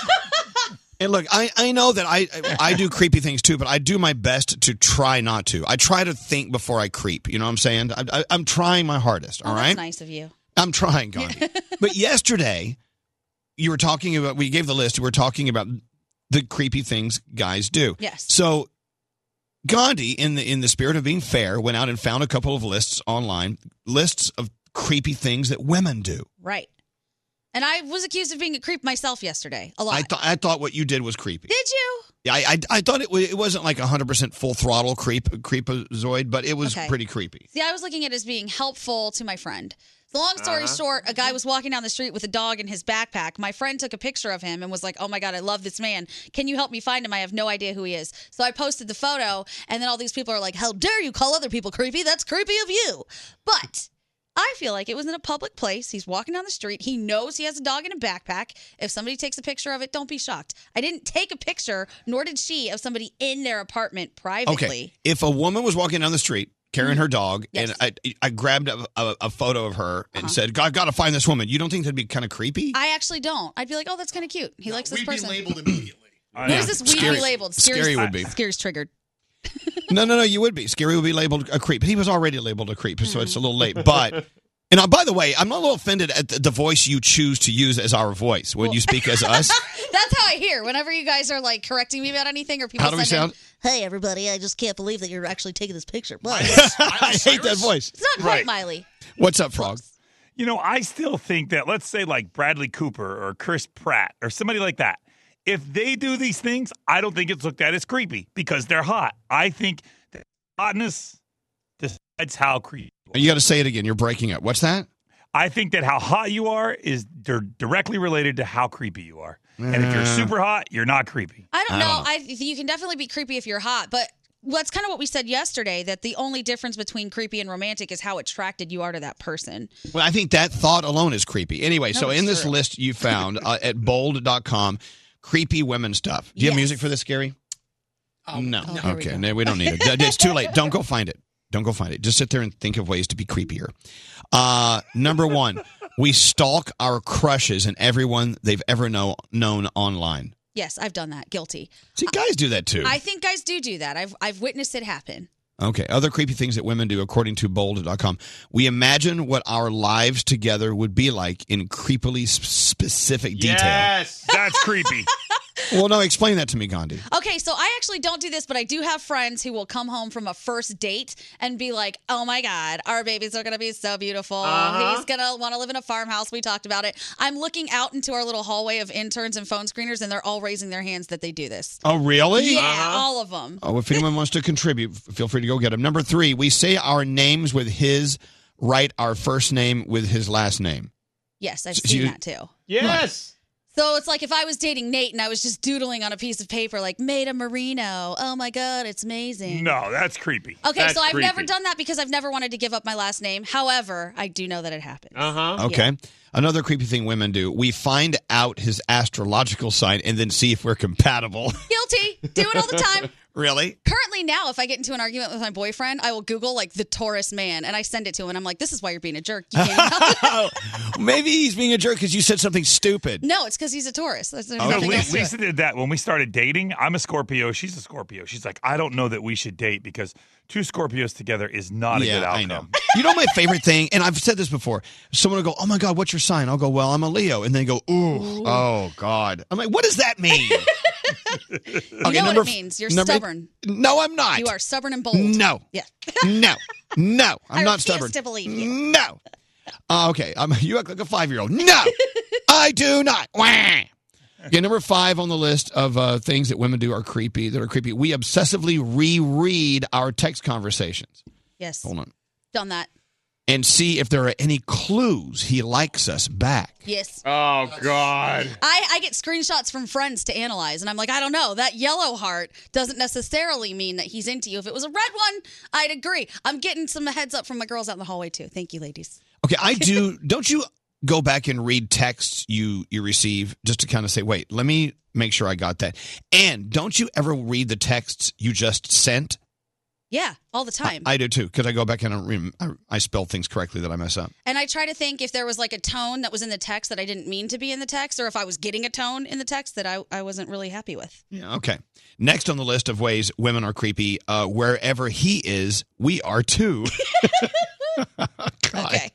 And look, I, I know that I I do creepy things too, but I do my best to try not to. I try to think before I creep. You know what I'm saying? I, I, I'm trying my hardest. All Oh, right. that's nice of you. I'm trying, Gandhi. but yesterday, you were talking about. We gave the list. We were talking about the creepy things guys do. Yes. So Gandhi, in the in the spirit of being fair, went out and found a couple of lists online, lists of creepy things that women do. Right. And I was accused of being a creep myself yesterday. A lot. I thought I thought what you did was creepy. Did you? Yeah, I, I, I thought it, wa- it wasn't like 100% full throttle creep creepazoid, but it was Okay. pretty creepy. See, I was looking at it as being helpful to my friend. The long story Uh-huh. short, a guy was walking down the street with a dog in his backpack. My friend took a picture of him and was like, "Oh my god, I love this man. Can you help me find him? I have no idea who he is." So I posted the photo, and then all these people are like, "How dare you call other people creepy? That's creepy of you." But I feel like it was in a public place. He's walking down the street. He knows he has a dog in a backpack. If somebody takes a picture of it, don't be shocked. I didn't take a picture, nor did she, of somebody in their apartment privately. Mm-hmm. Okay. If a woman was walking down the street carrying her dog and I, I grabbed a, a, a photo of her and Uh-huh. said, I've got to find this woman, you don't think that'd be kind of creepy? I actually don't. I'd be like, oh, that's kind of cute. He likes this person. Yeah. Where's this weed Scary- be labeled? Scary Scary's- would be. Scary's triggered. no, no, no, you would be. Scary would be labeled a creep. He was already labeled a creep, so it's a little late. But. And uh, by the way, I'm a little offended at the, the voice you choose to use as our voice when you speak as us. That's how I hear whenever you guys are like correcting me about anything or people. How do we send in, sound? hey, everybody! I just can't believe that you're actually taking this picture. But I hate that voice. it's not quite Miley. What's up, Frog? You know, I still think that, let's say, like Bradley Cooper or Chris Pratt or somebody like that, if they do these things, I don't think it's looked at as creepy because they're hot. I think that hotness decides how creepy. You got to say it again. You're breaking up. What's that? I think that how hot you are is dir- directly related to how creepy you are. And if you're Yeah. super hot, you're not creepy. I don't know. Oh. I you can definitely be creepy if you're hot, but well, that's kind of what we said yesterday. That the only difference between creepy and romantic is how attracted you are to that person. Well, I think that thought alone is creepy. Anyway, No, so it's in this true. list you found uh, at bold.com, creepy women stuff. Do you have music for this, Gary? no. oh, here we okay, go. no, we don't need it. It's too late. Don't go find it. Don't go find it. Just sit there and think of ways to be creepier. Uh, number one, we stalk our crushes and everyone they've ever know, known online. Yes, I've done that. Guilty. See, guys do that too. I think guys do do that. I've I've witnessed it happen. Okay, other creepy things that women do, according to bold.com. We imagine what our lives together would be like in creepily sp- specific detail. Yes, that's creepy. Well, no, explain that to me, Gandhi. Okay, so I actually don't do this, but I do have friends who will come home from a first date and be like, "Oh my god, our babies are gonna be so beautiful. Uh-huh. He's gonna want to live in a farmhouse." We talked about it. I'm looking out into our little hallway of interns and phone screeners, and they're all raising their hands that they do this. Oh, really? Yeah, all of them. Oh, if anyone wants to contribute, f- feel free to go get him. Number three, we say our names with his, write our first name with his last name. Yes, I've So seen you- that too. Yes. So it's like if I was dating Nate and I was just doodling on a piece of paper like Maida Marino. Oh my god, it's amazing. No, that's creepy. Okay, so I've never done that because I've never wanted to give up my last name. However, I do know that it happened. Uh Uh-huh. huh. Okay. Another creepy thing women do, we find out his astrological sign and then see if we're compatible. Guilty. Do it all the time. really? Currently now, if I get into an argument with my boyfriend, I will Google like the Taurus man and I send it to him and I'm like, this is why you're being a jerk. You can't even help it." Maybe he's being a jerk because you said something stupid. no, it's because he's a Taurus. Oh, That's there's You know, nothing else Lisa, to it. Lisa did that when we started dating. I'm a Scorpio. She's a Scorpio. She's like, I don't know that we should date because two Scorpios together is not a Yeah, good I outcome. You know my favorite thing, and I've said this before. Someone will go, "Oh my God, what's your sign?" I'll go, "Well, I'm a Leo," and they go, "Ooh, oh God." I'm like, "What does that mean?" You know what it means. You're stubborn. No, I'm not. You are stubborn and bold. No. Yeah. no, no, I'm I not refuse stubborn. Mm. to believe you. No. Uh, okay, I'm, you act like a five year old. No, I do not. Wah. Okay, number five on the list of uh, things that women do are creepy. That are creepy. We obsessively reread our text conversations. Yes. Hold on. Done that. And see if there are any clues he likes us back. Yes. Oh God. I, I get screenshots from friends to analyze, and I'm like, I don't know. That yellow heart doesn't necessarily mean that he's into you. If it was a red one, I'd agree. I'm getting some heads up from my girls out in the hallway, too. Thank you, ladies. Okay, I do. don't you go back and read texts you you receive just to kind of say, wait, let me make sure I got that. And don't you ever read the texts you just sent? Yeah, all the time. I do too because I go back and I, rem- I I spell things correctly that I mess up. and I try to think if there was like a tone that was in the text that I didn't mean to be in the text, or if I was getting a tone in the text that I, I wasn't really happy with. Yeah, okay. Next on the list of ways women are creepy, uh, wherever he is, we are too. Okay.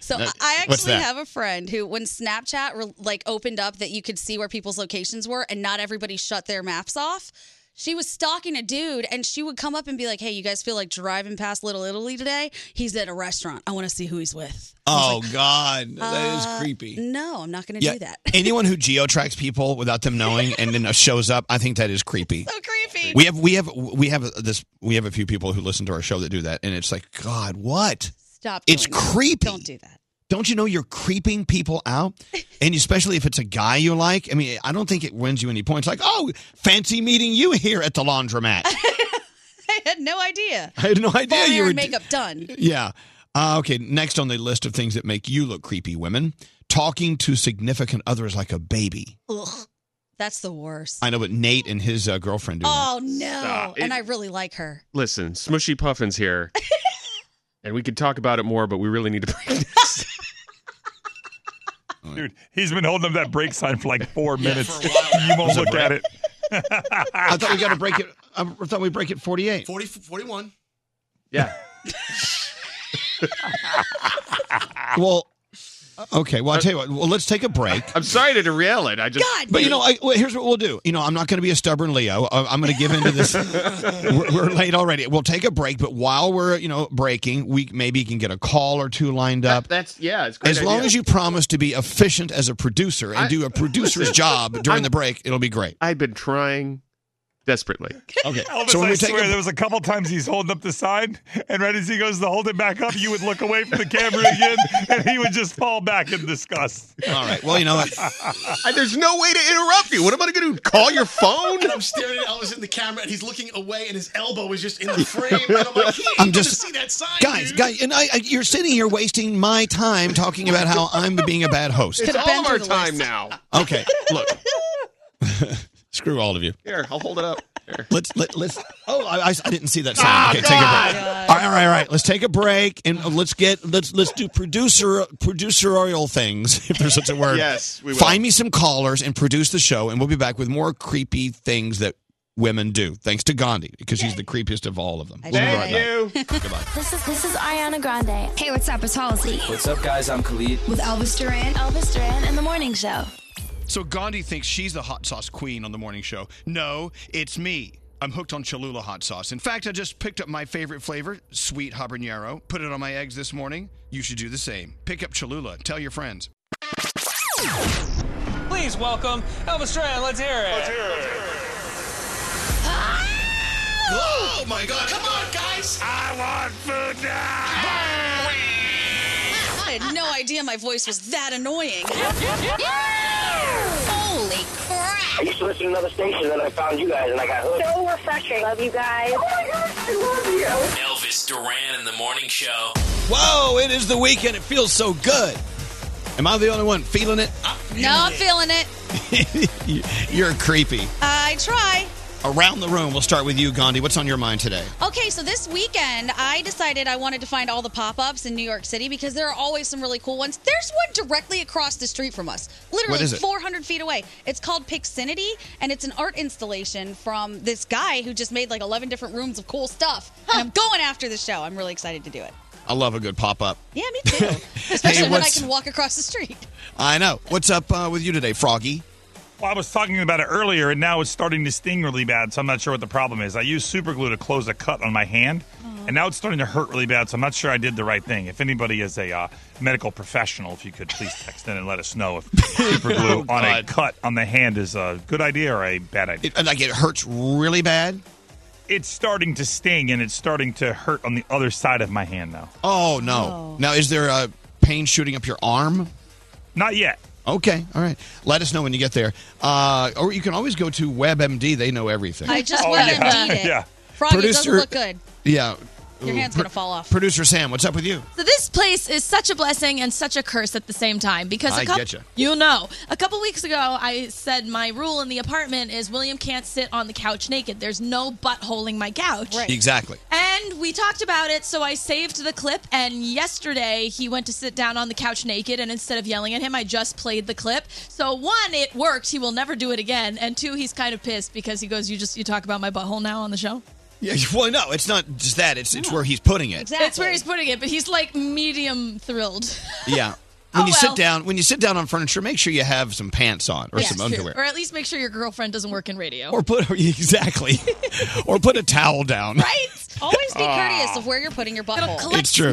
So Now, I- I what's actually that? have a friend who, when Snapchat re- like opened up that you could see where people's locations were, and not everybody shut their maps off. She was stalking a dude, and she would come up and be like, "Hey, you guys feel like driving past Little Italy today? He's at a restaurant. I want to see who he's with." Oh God, that is Uh, No, I'm not going to do that. anyone who geotracks people without them knowing and then shows up, I think that is creepy. So creepy. We have we have we have this we have a few people who listen to our show that do that, and it's like God, what? Stop. It's doing that. creepy. Don't do that. Don't you know you're creeping people out? And especially if it's a guy you like. I mean, I don't think it wins you any points. Like, oh, fancy meeting you here at the laundromat. I had no idea. I had no idea Bone you hair were and makeup done. Yeah. Uh, okay. Next on the list of things that make you look creepy, women talking to significant others like a baby. Ugh, that's the worst. I know, but Nate and his uh, girlfriend do that. Oh no! Stop. And It- I really like her. Listen, Smushy Puffins here. and we could talk about it more, but we really need to break Dude, he's been holding up that brake sign for like four minutes. you Is won't it look brake? at it. I thought we got to break it. I thought we break it 48. 40, 41. Yeah. Well, okay. Well, I'll tell you what. Well, let's take a break. I'm sorry to yell it. I just. But you know, I, well, here's what we'll do. You know, I'm not going to be a stubborn Leo. I- I'm going to give in to this. we're, we're late already. We'll take a break, but while we're you know breaking, we maybe can get a call or two lined up. That's yeah. It's a great As long idea. as you promise to be efficient as a producer and I- do a producer's Listen, job during I'm- the break, it'll be great. I've been trying. desperately. Okay. Elvis, I swear, there was a couple times he's holding up the sign, and right as he goes to hold it back up, you would look away from the camera again, and he would just fall back in disgust. All right. Well, you know what? There's no way to interrupt you. What am I going to do? Call your phone? And I'm staring at Elvis in the camera, and he's looking away, and his elbow is just in the frame. And I'm like, he ain't gonna see that sign, guys, dude. guys, and I, I, you're sitting here wasting my time talking about how I'm being a bad host. It's all of our time now. Okay, look. Screw all of you. Here, I'll hold it up. Here. Let's let, let's. Oh, I, I- I didn't see that sign. Ah, okay, take a break. God. All right, all right, all right. Let's take a break and let's get let's let's do producer producerial things if there's such a word. Yes, we will. Find me some callers and produce the show, and we'll be back with more creepy things that women do. Thanks to Gandhi because she's the creepiest of all of them. We'll be right back. Goodbye. This is this is Ariana Grande. Hey, what's up? It's Halsey What's up, guys? I'm Khalid. with Elvis Duran. Elvis Duran and the Morning Show. So Gandhi thinks she's the hot sauce queen on the morning show. No, it's me. I'm hooked on Cholula hot sauce. In fact, I just picked up my favorite flavor, sweet habanero, put it on my eggs this morning. You should do the same. Pick up Cholula. Tell your friends. Please welcome Elvis Duran. Let's hear it. Let's hear it. Oh my God! Come on, guys! I want food now. I had no idea my voice was that annoying. Holy crap! I used to listen to another station, and then I found you guys, and I got hooked. So refreshing. Love you guys. Oh my gosh, I love you. Elvis Duran in the morning show. Whoa! It is the weekend. It feels so good. Am I the only one feeling it? No, I'm feeling it. You're creepy. I try. Around the room, we'll start with you, Gandhi. What's on your mind today? Okay, so this weekend I decided I wanted to find all the pop ups in New York City because there are always some really cool ones. There's one directly across the street from us, literally What is it? 400 feet away. It's called Pixinity, and it's an art installation from this guy who just made like 11 different rooms of cool stuff. And I'm going after the show. I'm really excited to do it. I love a good pop up. Yeah, me too. Especially when I what's- can walk across the street. I know. What's up uh, with you today, Froggy? Well, I was talking about it earlier, and now it's starting to sting really bad, so I'm not sure what the problem is. I used super glue to close a cut on my hand, and now it's starting to hurt really bad, so I'm not sure I did the right thing. If anybody is a uh, medical professional, if you could please text in and let us know if super glue Oh, on a cut on the hand is a good idea or a bad idea. like it hurts really bad? It's starting to sting, and it's starting to hurt on the other side of my hand now. Oh no! Now, is there a pain shooting up your arm? Not yet. Okay, all right. Let us know when you get there, uh, or you can always go to WebMD. They know everything. I Oh, just went and beat it. Froggy Producer- doesn't look good. Yeah. Your hand's Pro- gonna fall off. Producer Sam, what's up with you? So this place is such a blessing and such a curse at the same time because a I couple, getcha. you know, a couple weeks ago I said my rule in the apartment is William can't sit on the couch naked. There's no buttholing my couch. Exactly. And we talked about it, so I saved the clip. And yesterday, he went to sit down on the couch naked, and instead of yelling at him, I just played the clip. So one, it worked. He will never do it again. And two, he's kind of pissed because he goes, "You just you talk about my butthole now on the show." Yeah. Well, no, it's not just that. It's it's where he's putting it. That's where he's putting it, but he's like medium thrilled. Yeah. When Oh, you well. sit down, when you sit down on furniture, make sure you have some pants on or Yeah. some True. underwear. Or at least make sure your girlfriend doesn't work in radio. Or put exactly, or put a towel down. Right? Always be Ah. courteous of where you're putting your butthole. It's true.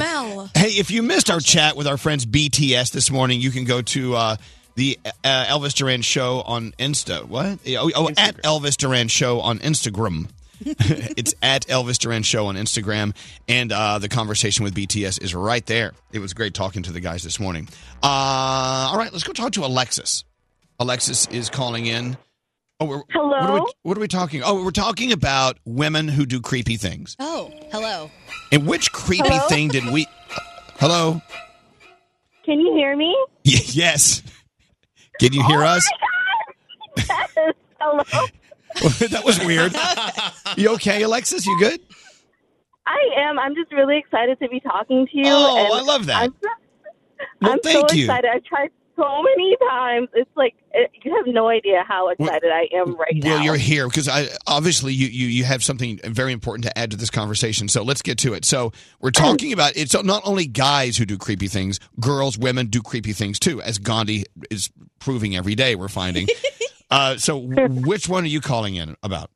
Hey, if you missed our chat with our friends BTS this morning, you can go to uh, the uh, Elvis Duran Show on Insta. What? Yeah, Oh, oh, at Elvis Duran Show on Instagram. it's at Elvis Duran Show on Instagram, and uh, the conversation with BTS is right there. It was great talking to the guys this morning. Uh, all right, let's go talk to Alexis. Alexis is calling in. Oh, we're, Hello. What are, we, what are we talking? Oh, we're talking about women who do creepy things. Oh, hello. And which creepy Hello? thing did we? Hello. Can you hear me? Y- yes. Can you hear us? Hello. that was weird. You okay, Alexis? You good? I am. I'm just really excited to be talking to you. Oh, and I love that. I'm, Well, I'm thank so you. excited. I've tried so many times. It's like it, you have no idea how excited I am right Well, now. you're here because I obviously you, you you have something very important to add to this conversation. So let's get to it. So we're talking about it's not only guys who do creepy things, girls, women do creepy things too, as Gandhi is proving every day. We're finding. uh, so which one are you calling in about?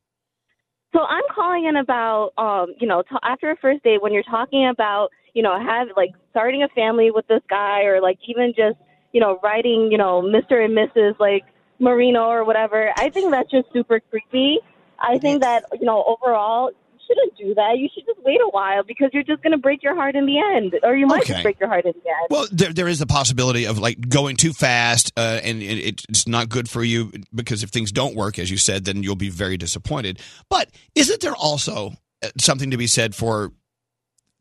So I'm calling in about, um, you know, t- after a first date when you're talking about, you know, have like starting a family with this guy or like even just, you know, writing, you know, Mr. and Mrs. like Marino or whatever. I think that's just super creepy. I think that, you know, overall, you shouldn't do that. You should just wait a while because you're just going to break your heart in the end, or you might Okay. just break your heart in the end. Well, there, there is the possibility of like going too fast, uh, and it, it- it's not good for you because if things don't work, as you said, then you'll be very disappointed. But isn't there also uh, something to be said for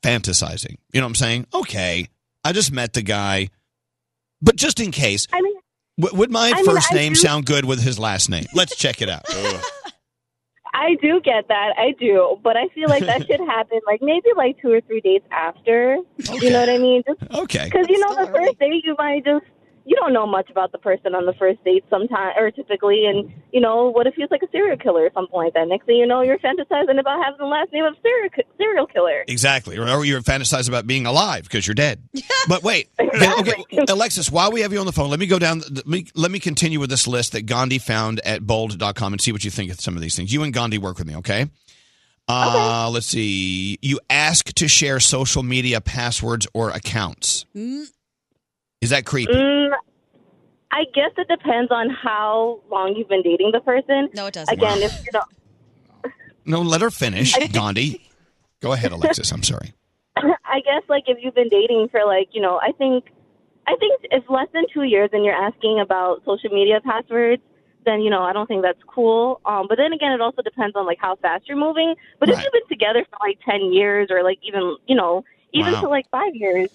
fantasizing? You know what I'm saying? Okay, I just met the guy, but just in case, I mean, w- would my I mean, first I name do- sound good with his last name? Let's check it out. I do get that. I do. But I feel like that should happen, like, maybe like two or three days after. You know what I mean? Just Okay. Because you know, the first date you might just you don't know much about the person on the first date sometimes or typically, and you know what if he's like a serial killer or something like that. Next thing you know, you're fantasizing about having the last name of serial ki- serial killer. Exactly. Or you fantasize about being alive because you're dead. But wait, okay, Alexis, while we have you on the phone, let me go down. Let me, let me continue with this list that Gandhi found at bold.com and see what you think of some of these things. You and Gandhi work with me, okay? Uh, Let's see. You ask to share social media passwords or accounts. Is that creepy? Mm, I guess it depends on how long you've been dating the person. No, it doesn't. Again, Wow. if you don't. No, let her finish, Gandhi. Go ahead, Alexis. I'm sorry. I guess like if you've been dating for like you know, I think, I think if less than two years and you're asking about social media passwords, then you know I don't think that's cool. Um, but then again, it also depends on like how fast you're moving. But if you've been together for like ten years or like even you know even Wow. to like five years,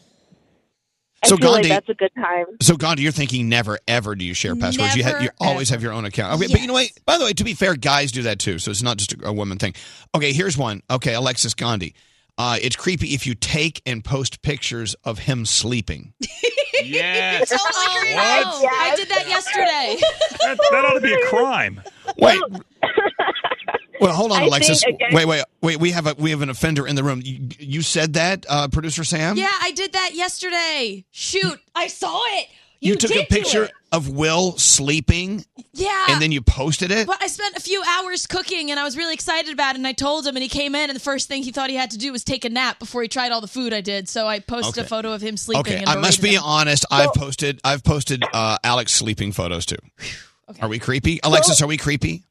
So, I feel Gandhi- like that's a good time. So, Gandhi, you're thinking never, ever do you share passwords. you ha- you Never, always have your own account. Okay, but you know what? By the way, to be fair, guys do that too. So it's not just a, a woman thing. Okay, here's one. Okay, Alexis Gandhi. Uh, it's creepy if you take and post pictures of him sleeping. Yes. Totally What? agree. I did that yesterday. That, that ought to be a crime. Wait. Well, hold on, I think, Alexis. again- wait, wait, wait. We have a we have an offender in the room. You, you said that, uh, producer Sam. Yeah, I did that yesterday. Shoot, I saw it. You, took a did do picture it. of Will sleeping, Yeah. and then you posted it. Well, I spent a few hours cooking and I was really excited about it. And I told him, and he came in, and the first thing he thought he had to do was take a nap before he tried all the food I did. So I posted Okay. a photo of him sleeping. Okay, and I must berated him. be honest. I've posted I've posted uh, Alex sleeping photos too. Are we creepy, Alexis? Are we creepy?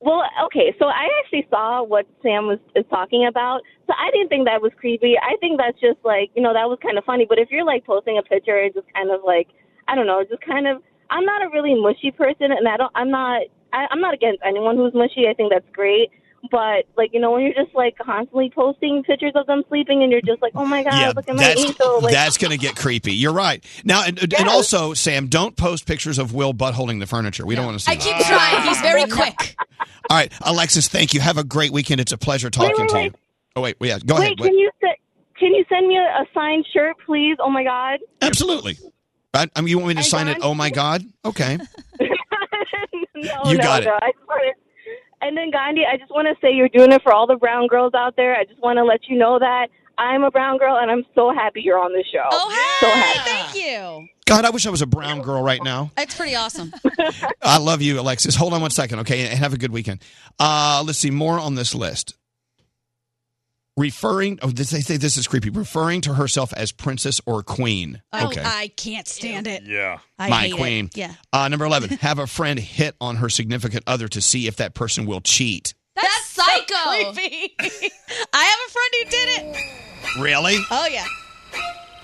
Well, okay, so I actually saw what Sam was is talking about. So I didn't think that was creepy. I think that's just like, you know, that was kind of funny. But if you're like posting a picture and just kind of like, I don't know, just kind of, I'm not a really mushy person, and I don't, I'm not, I, I'm not against anyone who's mushy. I think that's great. But like, you know, when you're just like constantly posting pictures of them sleeping, and you're just like, oh my god, look at my that's ego. Like, that's gonna get creepy. You're right. Now and, and also, Sam, don't post pictures of Will butt holding the furniture. We don't want to see. I that. keep trying. He's very quick. All right, Alexis, thank you. Have a great weekend. It's a pleasure talking wait, to wait. you. Oh wait, yeah, go wait, ahead. can you se- can you send me a, a signed shirt, please? Oh my god. Absolutely. I, I mean, you want me to sign it? Oh my God. Okay. no, no, You got it. no. I just wanna, and then Gandhi, I just want to say you're doing it for all the brown girls out there. I just want to let you know that I'm a brown girl, and I'm so happy you're on the show. Oh, hey, so happy. Thank you. God, I wish I was a brown girl right now. That's Ah. pretty awesome. I love you, Alexis. Hold on one second, okay? And have a good weekend. Uh, let's see more on this list. Referring, oh, this, they say this is creepy. Referring to herself as princess or queen. Oh, okay. I can't stand it. Yeah. I My hate it. queen. Yeah. Uh, number 11, have a friend hit on her significant other to see if that person will cheat. That's psycho. creepy. I have a friend who did it. Really? Oh yeah.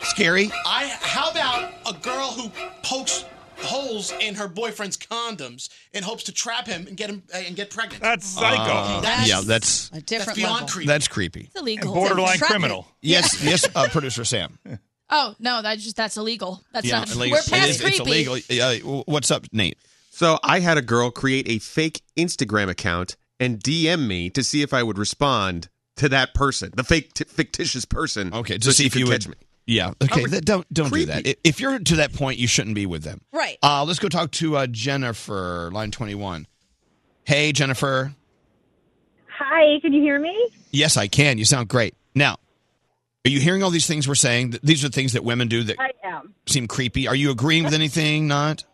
Scary? I how about a girl who pokes holes in her boyfriend's condoms in hopes to trap him and get him uh, and get pregnant? That's Uh, yeah, that's a different that's beyond level. creepy. That's creepy. It's illegal. borderline criminal. Yes, yes, uh, producer Sam. Oh no, that's just that's illegal. That's yeah, not. illegal. We're past it is, creepy. It's illegal. Yeah, what's up, Nate? So I had a girl create a fake Instagram account and DM me to see if I would respond to that person, the fake t- fictitious person. Okay, to see if you would- catch me. Yeah. Okay. that- don't don't do that. I- If you're to that point, you shouldn't be with them. Right. Uh, let's go talk to uh, Jennifer, line twenty-one. Hey, Jennifer. Hi, can you hear me? Yes, I can. You sound great. Now, are you hearing all these things we're saying? Th- These are things that women do that I am. seem creepy. Are you agreeing with anything? Not.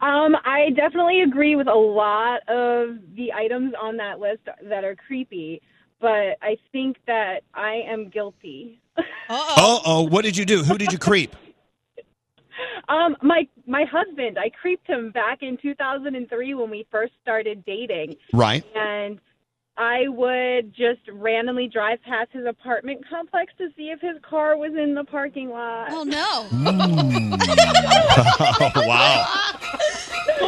Um, I definitely agree with a lot of the items on that list that are creepy, but I think that I am guilty. Oh, oh. What did you do? Who did you creep? Um, my my husband, I creeped him back in 2003 when we first started dating. Right. And I would just randomly drive past his apartment complex to see if his car was in the parking lot. Oh no. wow.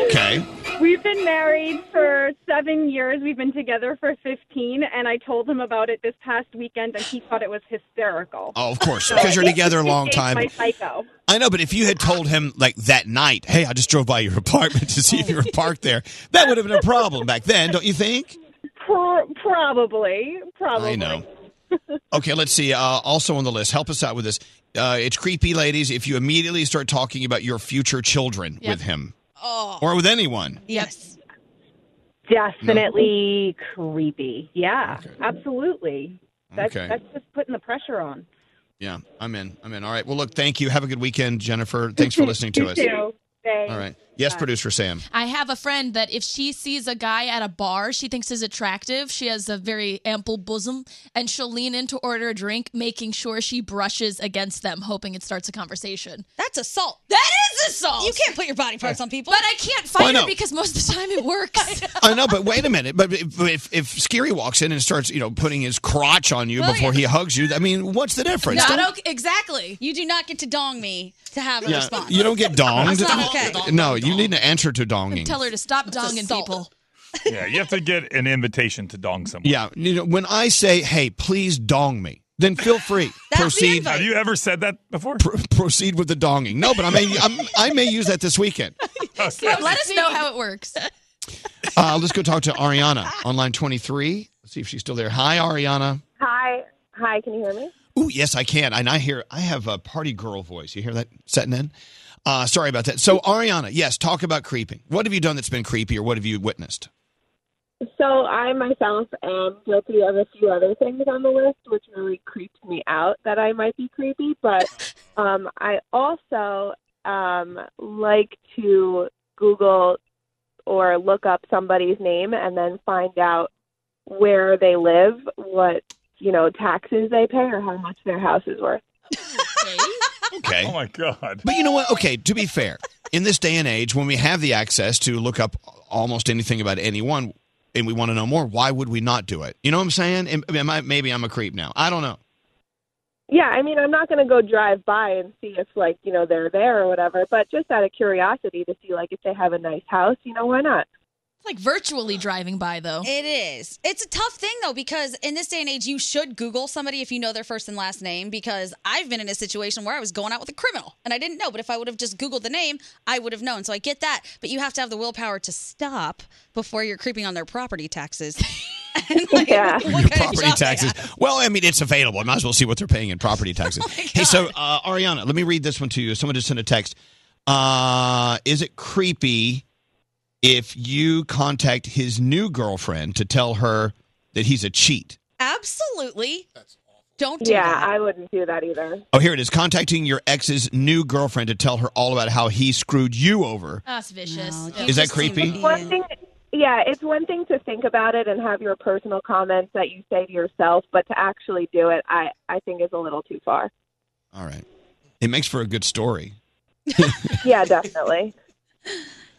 Okay. We've been married for seven years. We've been together for 15, and I told him about it this past weekend, and he thought it was hysterical. Oh, of course, So because you're I think together a he long is time. My psycho. I know, but if you had told him like that night, "Hey, I just drove by your apartment to see if you were parked there," that would have been a problem back then, don't you think? Pro- probably, probably. I know. Okay, let's see. Uh, also on the list, help us out with this. Uh, it's creepy, ladies. If you immediately start talking about your future children Yep. with him Oh. or with anyone, Yes. Definitely creepy. Yeah, absolutely. That's, Okay. that's just putting the pressure on. yeah, I'm in. I'm in. All right. Well, look, thank you. Have a good weekend, Jennifer. Thanks for listening to You us. too. Thanks. All right. Yes, producer Sam. I have a friend that if she sees a guy at a bar she thinks is attractive, she has a very ample bosom, and she'll lean in to order a drink, making sure she brushes against them, hoping it starts a conversation. That's assault. That is assault. You can't put your body parts on people. But I can't Why fight her not? because most of the time it works. I know, but wait a minute. But if, if, if Scary walks in and starts, you know, putting his crotch on you Oh, before yeah. he hugs you, I mean, what's the difference? Don't- okay. Exactly. You do not get to dong me to have a yeah, response. you don't get donged. That's not okay. No, you need an answer to donging. her to stop donging people. yeah, you have to get an invitation to dong someone. Yeah, you know, when I say, "Hey, please dong me," then feel free. proceed. Have you ever said that before? proceed with the donging. No, but I may I'm, I may use that this weekend. So let us know how it works. Uh, let's go talk to Ariana on line 23. Let's see if she's still there. Hi, Ariana. Hi. Hi, can you hear me? Ooh, yes, I can. And I hear I have a party girl voice. You hear that setting in? Uh, sorry about that. So, Ariana, yes, talk about creeping. What have you done that's been creepy, or what have you witnessed? So I myself am guilty of a few other things on the list, which really creeped me out that I might be creepy. But um, I also um, like to Google or look up somebody's name and then find out where they live, what you know taxes they pay, or how much their house is worth. Okay. Oh my god. But you know what? Okay, to be fair, in this day and age when we have the access to look up almost anything about anyone and we want to know more, why would we not do it? You know what I'm saying? Am, am I, maybe I'm a creep now. I don't know. Yeah, I mean, I'm not going to go drive by and see if, like, you know, they're there or whatever, but just out of curiosity to see, like, if they have a nice house, you know, why not? It's like virtually driving by though. It is. It's a tough thing though because in this day and age, you should Google somebody if you know their first and last name. Because I've been in a situation where I was going out with a criminal and I didn't know, but if I would have just Googled the name, I would have known. So I get that, but you have to have the willpower to stop before you're creeping on their property taxes. And, like, what kind of property job they taxes. Well, I mean, it's available. I might as well see what they're paying in property taxes. hey, so uh, Ariana, let me read this one to you. Someone just sent a text. Uh, is it creepy if you contact his new girlfriend to tell her that he's a cheat? Absolutely. Don't do Yeah, that. I wouldn't do that either. Oh, here it is. Contacting your ex's new girlfriend to tell her all about how he screwed you over. That's vicious. Is that creepy? It's one thing, yeah, it's one thing to think about it and have your personal comments that you say to yourself, but to actually do it, I, I think is a little too far. All right. It makes for a good story. Yeah, definitely.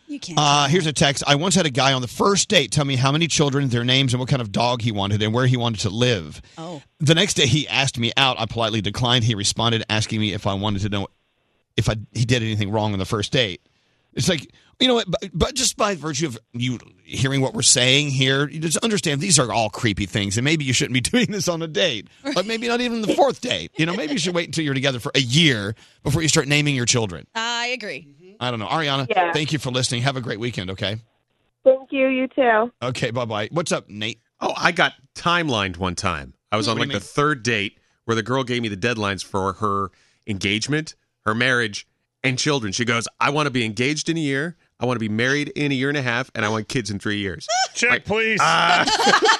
you can't. Uh, here's a text. I once had a guy on the first date tell me how many children, their names, and what kind of dog he wanted and where he wanted to live. Oh. The next day he asked me out. I politely declined. He responded asking me if I wanted to know if I he did anything wrong on the first date. It's like you know, what, but, but just by virtue of you hearing what we're saying here, you just understand these are all creepy things, and maybe you shouldn't be doing this on a date, or maybe not even the fourth date. You know, maybe you should wait until you're together for a year before you start naming your children. I agree. I don't know, Ariana. Yeah. Thank you for listening. Have a great weekend. Okay. Thank you, you too. Okay. Bye bye. What's up, Nate? Oh, I got timelined one time. I was on What do like you the third date where the girl gave me the deadlines for her engagement, her marriage, and children. She goes, I want to be engaged in a year. I want to be married in a year and a half, and I want kids in three years. Check, please. Uh,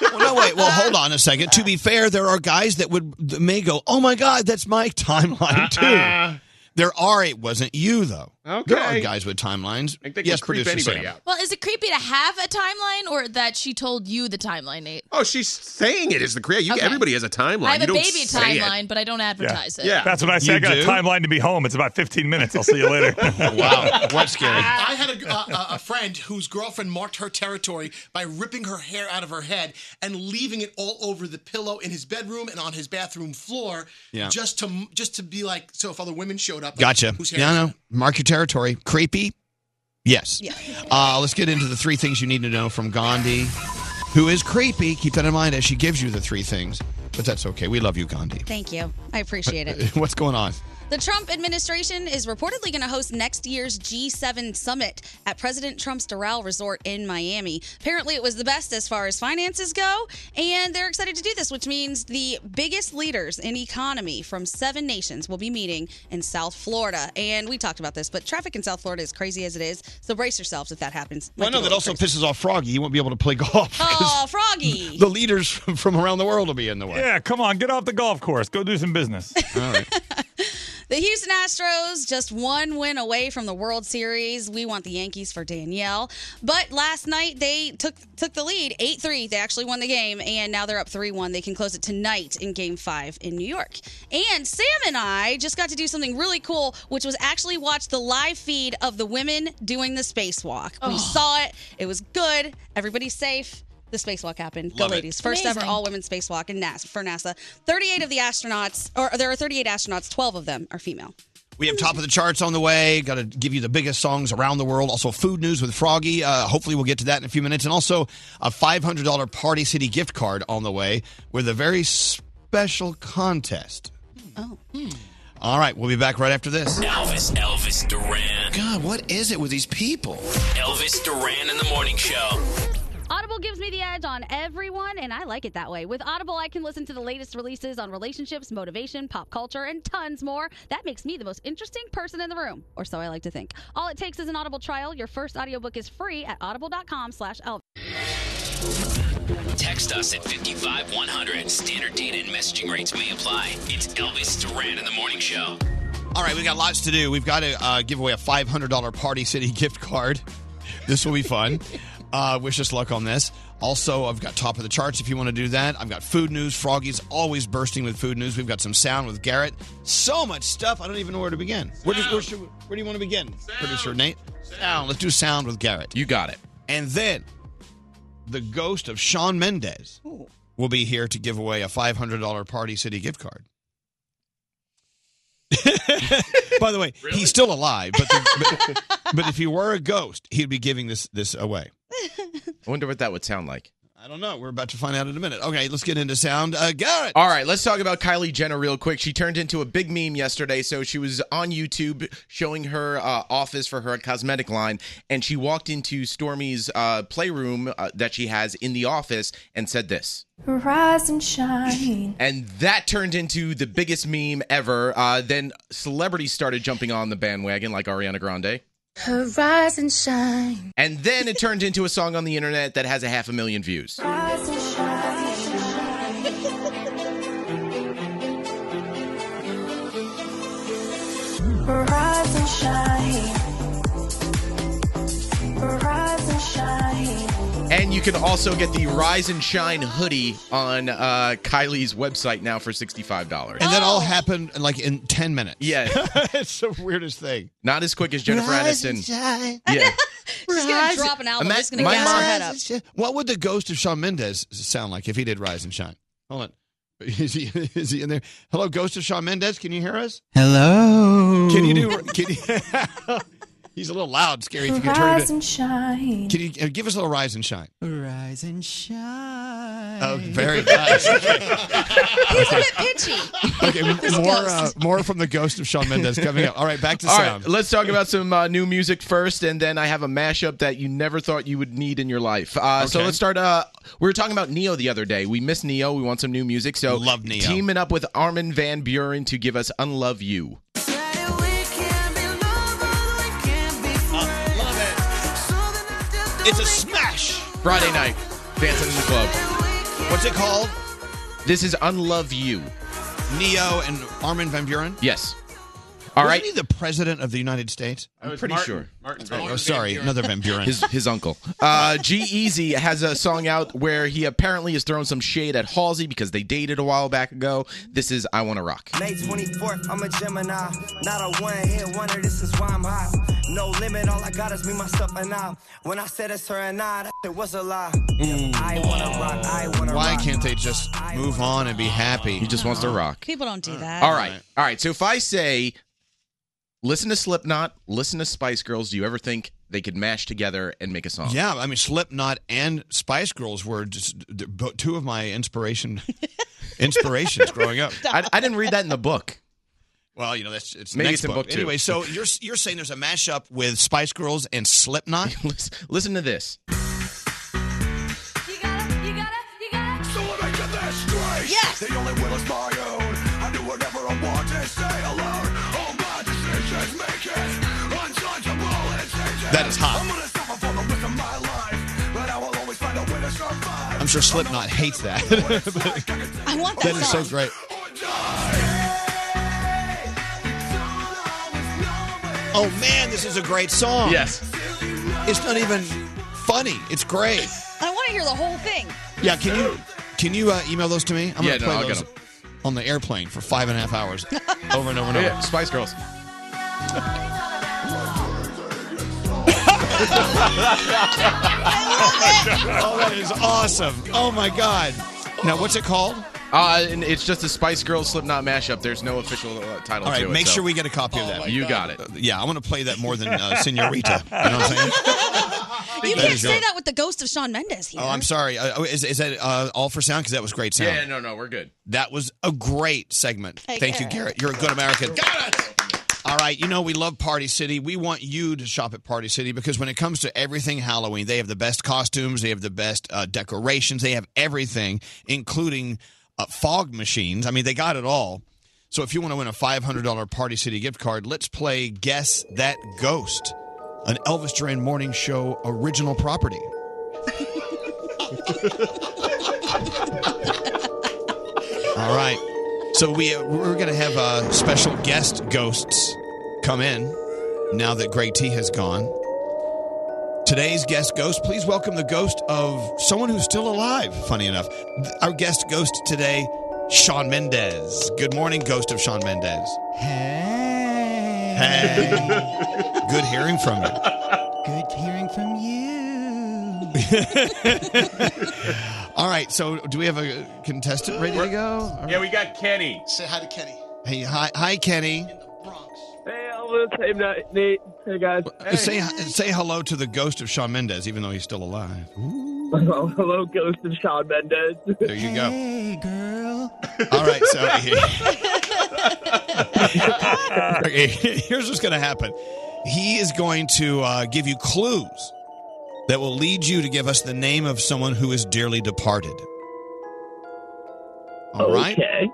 well, no, wait. Well, hold on a second. To be fair, there are guys that would that may go, "Oh my God, that's my timeline too." There are. It wasn't you though. Uh-huh. Okay. There are guys with timelines. they can yes, creep producer anybody Sam. out. Well, is it creepy to have a timeline or that she told you the timeline, Nate? Oh, she's saying it is the create. You, Okay. Everybody has a timeline. I have you a don't baby say it. timeline, but I don't advertise it. That's what I said. You I got do? a timeline to be home. It's about 15 minutes. I'll see you later. wow. What's scary? I had a, a, a friend whose girlfriend marked her territory by ripping her hair out of her head and leaving it all over the pillow in his bedroom and on his bathroom floor, Yeah. just to just to be like, so if other women showed up, like, Gotcha. Whose hair? No, no. Mark your territory. Creepy. Yes. Uh, let's get into the three things you need to know from Gandhi, who is creepy. Keep that in mind as she gives you the three things. But that's okay. We love you, Gandhi. Thank you. I appreciate it. What's going on? The Trump administration is reportedly going to host next year's G7 summit at President Trump's Doral Resort in Miami. Apparently, it was the best as far as finances go, and they're excited to do this, which means the biggest leaders in economy from seven nations will be meeting in South Florida. And we talked about this, but traffic in South Florida is crazy as it is, so brace yourselves if that happens. Well, I know that also pisses off Froggy. He won't be able to play golf. Oh, Froggy! The leaders from from around the world will be in the way. Yeah, come on, get off the golf course. Go do some business. All right. The Houston Astros just one win away from the World Series. We want the Yankees for Danielle. But last night they took took the lead 8-3. They actually won the game and now they're up 3-1. They can close it tonight in game 5 in New York. And Sam and I just got to do something really cool which was actually watch the live feed of the women doing the spacewalk. We Oh. saw it. It was good. Everybody's safe. The spacewalk happened. Love it. Go ladies. First Amazing. ever all women spacewalk in NASA for NASA. 38 of the astronauts, or there are 38 astronauts. 12 of them are female. We have top of the charts on the way. Got to give you the biggest songs around the world. Also, food news with Froggy. Uh, hopefully, we'll get to that in a few minutes. And also, a $500 Party City gift card on the way with a very special contest. Oh. All right, we'll be back right after this. Elvis, Elvis Duran. God, what is it with these people? Elvis Duran in the morning show. Audible gives me the edge on everyone, and I like it that way. With Audible, I can listen to the latest releases on relationships, motivation, pop culture, and tons more. That makes me the most interesting person in the room, or so I like to think. All it takes is an Audible trial. Your first audiobook is free at audible.com slash Elvis. Text us at 55100. Standard data and messaging rates may apply. It's Elvis Duran in the morning show. All right, we got lots to do. We've got to uh, give away a $500 Party City gift card. This will be fun. Uh, wish us luck on this. Also, I've got top of the charts if you want to do that. I've got food news. Froggy's always bursting with food news. We've got some sound with Garrett. So much stuff. I don't even know where to begin. Where do, where should, where do you want to begin, producer Nate? Sound. Let's do sound with Garrett. You got it. And then the ghost of Sean Mendez will be here to give away a $500 Party City gift card. By the way, he's still alive, but, the, but, but if he were a ghost, he'd be giving this this away. I wonder what that would sound like. I don't know. We're about to find out in a minute. Okay, let's get into sound. Uh, Garrett. All right, let's talk about Kylie Jenner real quick. She turned into a big meme yesterday. So she was on YouTube showing her uh, office for her cosmetic line, and she walked into Stormy's uh, playroom uh, that she has in the office and said this. Rise and shine. And that turned into the biggest meme ever. Uh, then celebrities started jumping on the bandwagon, like Ariana Grande. Rise and shine. And then it turned into a song on the internet that has a half a million views. Rise and shine. Rise and shine. Rise and shine. And you can also get the Rise and Shine hoodie on uh, Kylie's website now for $65. And that all happened like in 10 minutes. Oh. Yeah. it's the weirdest thing. Not as quick as Jennifer Rise and Aniston. Yeah. She's gonna drop an album. Ima- It's gonna my gas mom- her head up. What would the ghost of Sean Mendez sound like if he did Rise and Shine? Hold on. Is he, is he in there? Hello, ghost of Sean Mendez. Can you hear us? Hello. Can you do? Can you, he's a little loud, scary. If you could turn Rise it. and shine. Can you uh, give us a little rise and shine? Rise and shine. Oh, very nice. He's a bit pitchy. Okay, more uh, more from the ghost of Sean Mendez coming up. All right, back to All sound. right, let's talk about some uh, new music first, and then I have a mashup that you never thought you would need in your life. Uh, So Okay. let's start. Uh, we were talking about Neo the other day. We missed Neo. We want some new music. So love Neo. Teaming up with Armin van Buren to give us "Unlove You." It's a smash. Friday night, dancing in the club. What's it called? This is "Unlove You." Neo and Armin van Buren. Yes. All Wasn't right. he the president of the United States? I'm pretty sure. oh, sorry, another Van Buren. His, his uncle. Uh, G Easy has a song out where he apparently is throwing some shade at Halsey because they dated a while back ago. This is I Wanna Rock. May 24th, I'm a Gemini. Not a one hit wonder, this is why I'm hot. No limit, all I got is me, myself, and I. When I said it's her and I, that shit was a lie. Mm. I wanna rock, I wanna rock. Why can't they just move on and be happy? He just wants to rock. People don't do that. All right. All right. So if I say, listen to Slipknot, listen to Spice Girls, do you ever think they could mash together and make a song? Yeah, I mean Slipknot and Spice Girls were just they're bo- two of my inspiration inspirations growing up. I, I didn't read that in the book. Well, you know that's it's Maybe next it's in book two. Anyway, so you're you're saying there's a mashup with Spice Girls and Slipknot? Listen to this. So let me get this straight. Yes. The only will is my own. I do whatever I want to stay alone. All my decisions make it unchangeable and changes. That is hot. I'm gonna suffer for the rest of my life, but I will always find a way to survive. I'm sure Slipknot hates that. I want that That is so song. great. Oh man, this is a great song. Yes. It's not even funny. It's great. I want to hear the whole thing. Yeah, can you can you uh, email those to me? I'm Yeah, gonna no, play I'll get those on the airplane for five and a half hours, over and over and over. Yeah, Spice Girls. oh, that is awesome. Oh my god. Now what's it called? Uh, and it's just a Spice Girls Slipknot mashup. There's no official uh, title All to right, it. make so- sure we get a copy of Oh, that. Uh, You got it. Yeah, I want to play that more than uh, Senorita. You know what I'm saying? You That can't is say good. that with the ghost of Sean Mendes here. Oh, I'm sorry. Uh, oh, is, is that uh, all for sound? Because that was great sound. Yeah, no, no, we're good. That was a great segment. Hey, Thank you, Garrett. Garrett. You're a good American. Got it! All right, you know we love Party City. We want you to shop at Party City because when it comes to everything Halloween, they have the best costumes, they have the best uh, decorations, they have everything, including uh, fog machines. I mean, they got it all. So if you want to win a $500 Party City gift card, let's play Guess That Ghost, an Elvis Duran Morning Show original property. All right. So we uh, we're going to have uh, special guest ghosts come in now that Greg T has gone. Today's guest ghost, please welcome the ghost of someone who's still alive. Funny enough, Th- our guest ghost today, Sean Mendez. Good morning, ghost of Sean Mendez. Hey. Good hearing from you. Good hearing from you. All right. So, do we have a contestant ready to go? Yeah, we got Kenny. Say hi to Kenny. Hey, hi, hi, Kenny. Hey, Elvis. Hey, Na- Nate. Hey, guys. Hey. Say say hello to the ghost of Sean Mendez, even though he's still alive. hello, hello, Ghost of Sean Mendez. There you go. Hey, girl. All right, so okay, here's what's going to happen. He is going to uh, give you clues that will lead you to give us the name of someone who is dearly departed. All right. Okay.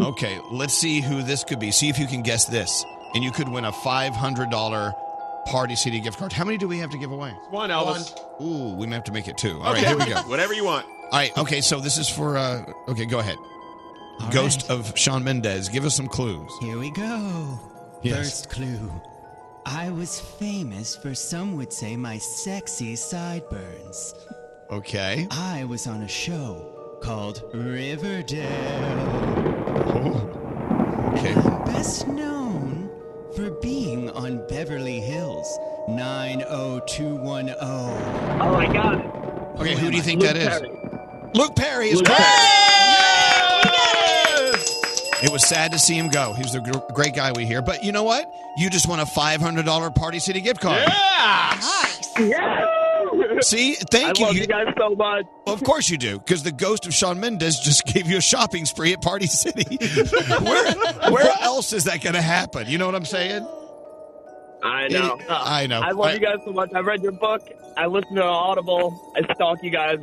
Okay. Let's see who this could be. See if you can guess this, and you could win a five hundred dollar party city gift card. How many do we have to give away? One, Elvis. Ooh, we may have to make it two. All right, Okay. here we go. Whatever you want. All right. Okay. So this is for. Uh, okay. Go ahead. Ghost of Sean Mendez. Give us some clues. Here we go. Yes. First clue. I was famous for some would say my sexy sideburns. Okay. I was on a show called Riverdale. Oh, Okay. Best known for being on Beverly Hills 90210. Oh, I got it. Okay, who do you think Luke that is? Perry. Luke Perry is Luke correct. Perry. It was sad to see him go. He was a gr- great guy we hear. But you know what? You just won a $500 Party City gift card. Yeah. See, thank I you. love you guys so much. of course you do, because the ghost of Sean Mendes just gave you a shopping spree at Party City. where, where else is that going to happen? You know what I'm saying? I know. It- I know. I love I- you guys so much. I've read your book. I listen to Audible. I stalk you guys.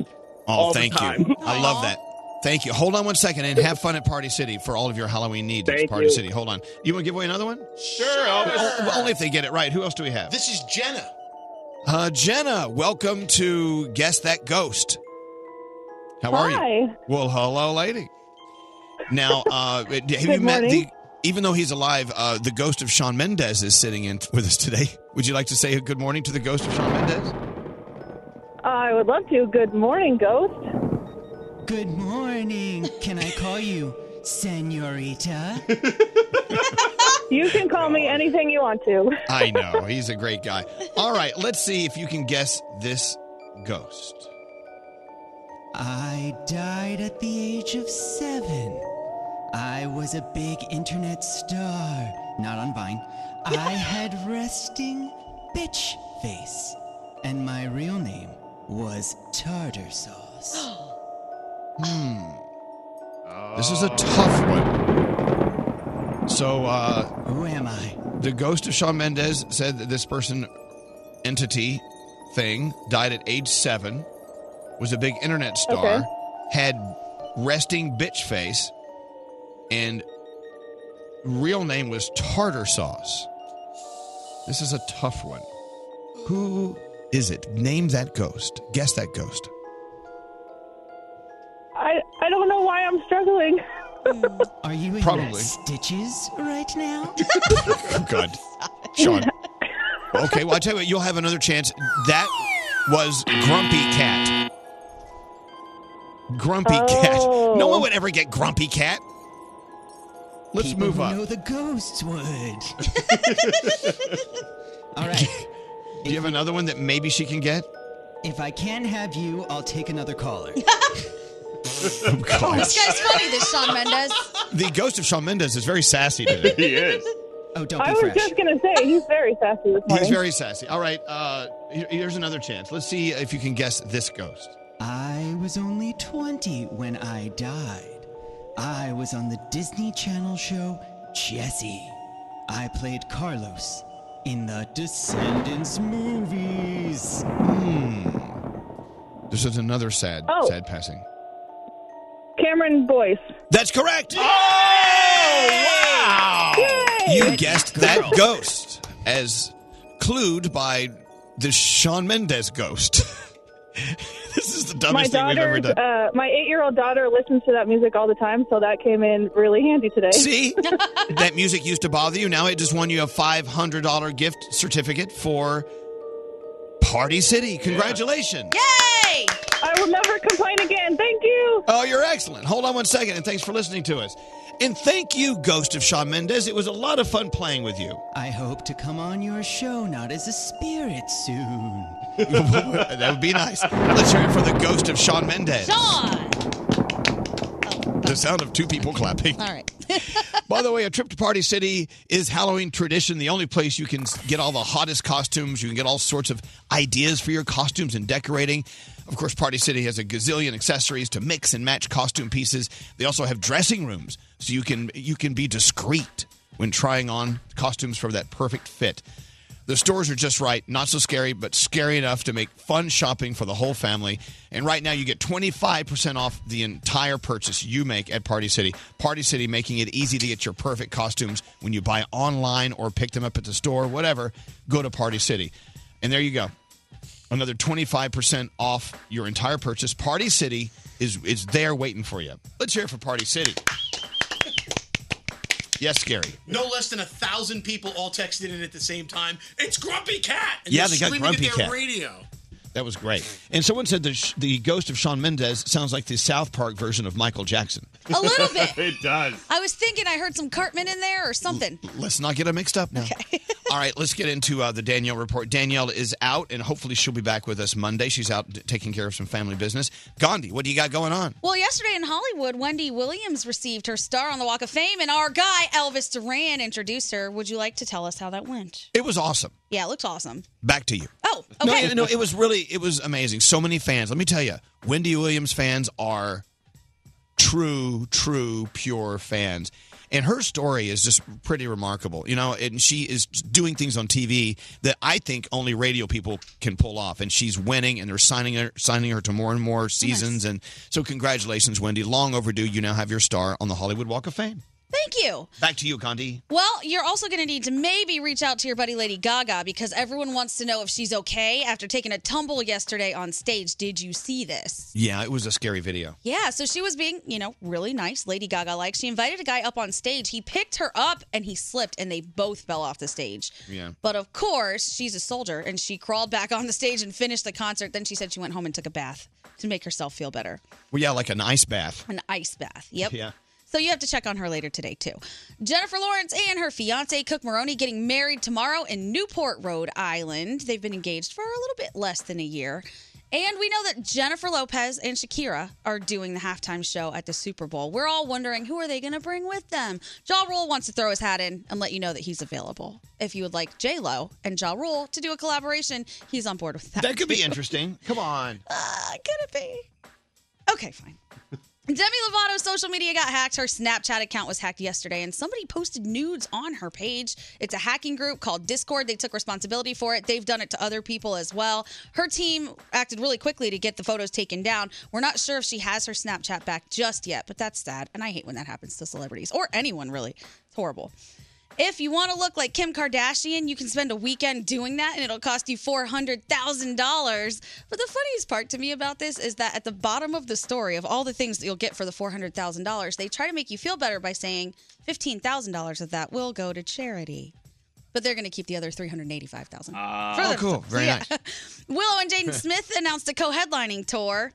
Oh, all thank the time. you. I love that. Thank you. Hold on one second and have fun at Party City for all of your Halloween needs. It's Thank Party you. City. Hold on. You want to give away another one? Sure, Oh, well, only if they get it right. Who else do we have? This is Oh, Jenna. Uh, Jenna, welcome to Guess That Ghost. How are you? Hi. Well, hello, lady. Now, uh, have you Good met the morning. Even though he's alive, uh, the ghost of Sean Mendez is sitting in with us today. Would you like to say a good morning to the ghost of Sean Mendez? Uh, I would love to. Good morning, Ghost. Good morning. Can I call you Senorita? You can call me anything you want to. I know. He's a great guy. All right, let's see if you can guess this ghost. I died at the age of seven. I was a big internet star, not on Vine. I had resting bitch face, and my real name was Tartar Sauce. Hmm. Hmm. This is a tough one. So, uh. Who am I? The ghost of Sean Mendez said that this person, entity, thing, died at age seven, was a big internet star, Okay. had resting bitch face, and real name was Tartar Sauce. This is a tough one. Who is it? Name that ghost. Guess that ghost. I I don't know why I'm struggling. Are you in Probably. stitches right now? Oh, God. Sean. Okay, well, I tell you what, you'll have another chance. That was Grumpy Cat. Grumpy Cat. Oh. No one would ever get Grumpy Cat. Let's People move who on. know the ghosts would. All right. Do you have another one that maybe she can Oh get? If I can have you, I'll take another caller. Oh, God. This guy's funny, this Sean Mendez. The ghost of Shawn Mendes is very sassy today. he is. Oh, don't I was just gonna say he's very sassy this morning. He's very sassy. All right, uh, here- here's another chance. Let's see if you can guess this ghost. I was only 20 when I died. I was on the Disney Channel show Jesse. I played Carlos in the Descendants movies. Hmm. This is another sad, Oh. sad passing. Cameron Boyce. That's correct. Oh, wow. You guessed that ghost as clued by the Sean Mendez ghost. this is the my dumbest thing we've ever daughter's, done. uh, my eight-year-old daughter listens to that music all the time, so that came in really handy today. See? uh, that music used to bother you. Now it just won you a $500 gift certificate for Party City. Congratulations. Yay! I will never complain again. Thank you. Oh, you're excellent. Hold on one second, and thanks for listening to us. And thank you, Ghost of Shawn Mendes. It was a lot of fun playing with you. I hope to come on your show not as a spirit soon. that would be nice. Let's hear it for the ghost of Sean Mendez. Sean! The sound of two people clapping. All right. By the way, a trip to Party City is Halloween tradition, the only place you can s- get all the hottest costumes. You can get all sorts of ideas for your costumes and decorating. Of course, Party City has a gazillion accessories to mix and match costume pieces. They also have dressing rooms so you can you can be discreet when trying on costumes for that perfect fit. The stores are just right, not so scary, but scary enough to make fun shopping for the whole family. And right now, you get 25% off the entire purchase you make at Party City. Party City making it easy to get your perfect costumes when you buy online or pick them up at the store, whatever. Go to Party City. And there you go. Another 25% off your entire purchase. Party City is, is there waiting for you. Let's hear it for Party City. Yes, Gary. No less than a thousand people all texted in at the same time. It's Grumpy Cat. And Yeah, they're they got screaming Grumpy at their Cat. radio. That was great. And someone said the, sh- the ghost of Sean Mendez sounds like the South Park version of Michael Jackson. A little bit. it does. I was thinking I heard some Cartman in there or something. Let's not get them mixed up now. All right, let's get into uh, the Danielle report. Danielle is out, and hopefully she'll be back with us Monday. She's out d- taking care of some family business. Gandhi, what do you got going on? Well, yesterday in Hollywood, Wendy Williams received her star on the Walk of Fame, and our guy, Elvis Duran, introduced her. Would you like to tell us how that went? It was awesome. Yeah, it looked awesome. Back to you. Oh, No, okay. No, no, it was really, it was amazing. So many fans. Let me tell you, Wendy Williams fans are true, true, pure fans. And her story is just pretty remarkable, you know. And she is doing things on TV that I think only radio people can pull off. And she's winning, and they're signing her, signing her to more and more seasons. And so, congratulations, Wendy! Long overdue. You now have your star on the Hollywood Walk of Fame. Thank you. Back to you, Condi. Well, you're also going to need to maybe reach out to your buddy Lady Gaga because everyone wants to know if she's okay after taking a tumble yesterday on stage. Did you see this? Yeah, it was a scary video. Yeah, so she was being, you know, really nice, Lady Gaga like. She invited a guy up on stage. He picked her up and he slipped and they both fell off the stage. Yeah. But of course, she's a soldier and she crawled back on the stage and finished the concert. Then she said she went home and took a bath to make herself feel better. Well, yeah, like an ice bath. An ice bath. Yep. Yeah. So you have to check on her later today too. Jennifer Lawrence and her fiance Cook Maroney getting married tomorrow in Newport, Rhode Island. They've been engaged for a little bit less than a year. And we know that Jennifer Lopez and Shakira are doing the halftime show at the Super Bowl. We're all wondering who are they going to bring with them? Ja Rule wants to throw his hat in and let you know that he's available. If you would like J Lo and Ja Rule to do a collaboration, he's on board with that. That could be too. interesting. Come on. Uh, could it be? Okay, fine. Demi Lovato's social media got hacked. Her Snapchat account was hacked yesterday, and somebody posted nudes on her page. It's a hacking group called Discord. They took responsibility for it. They've done it to other people as well. Her team acted really quickly to get the photos taken down. We're not sure if she has her Snapchat back just yet, but that's sad. And I hate when that happens to celebrities or anyone, really. It's horrible. If you want to look like Kim Kardashian, you can spend a weekend doing that and it'll cost you $400,000. But the funniest part to me about this is that at the bottom of the story of all the things that you'll get for the $400,000, they try to make you feel better by saying $15,000 of that will go to charity. But they're going to keep the other $385,000. for oh, themselves. cool. So, Very yeah. nice. Willow and Jaden Smith announced a co-headlining tour.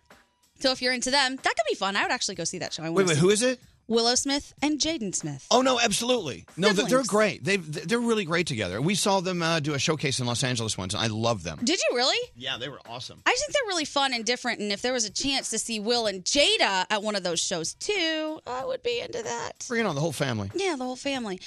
So if you're into them, that could be fun. I would actually go see that show. I Wait, wait, who is it? Willow Smith and Jaden Smith. Oh no, absolutely. No, they're, they're Siblings. great. They they're really great together. We saw them uh, do a showcase in Los Angeles once, and I love them. Did you really? Yeah, they were awesome. I just think they're really fun and different. And if there was a chance to see Will and Jada at one of those shows too, I would be into that. Bringing on the whole family. Yeah, the whole family.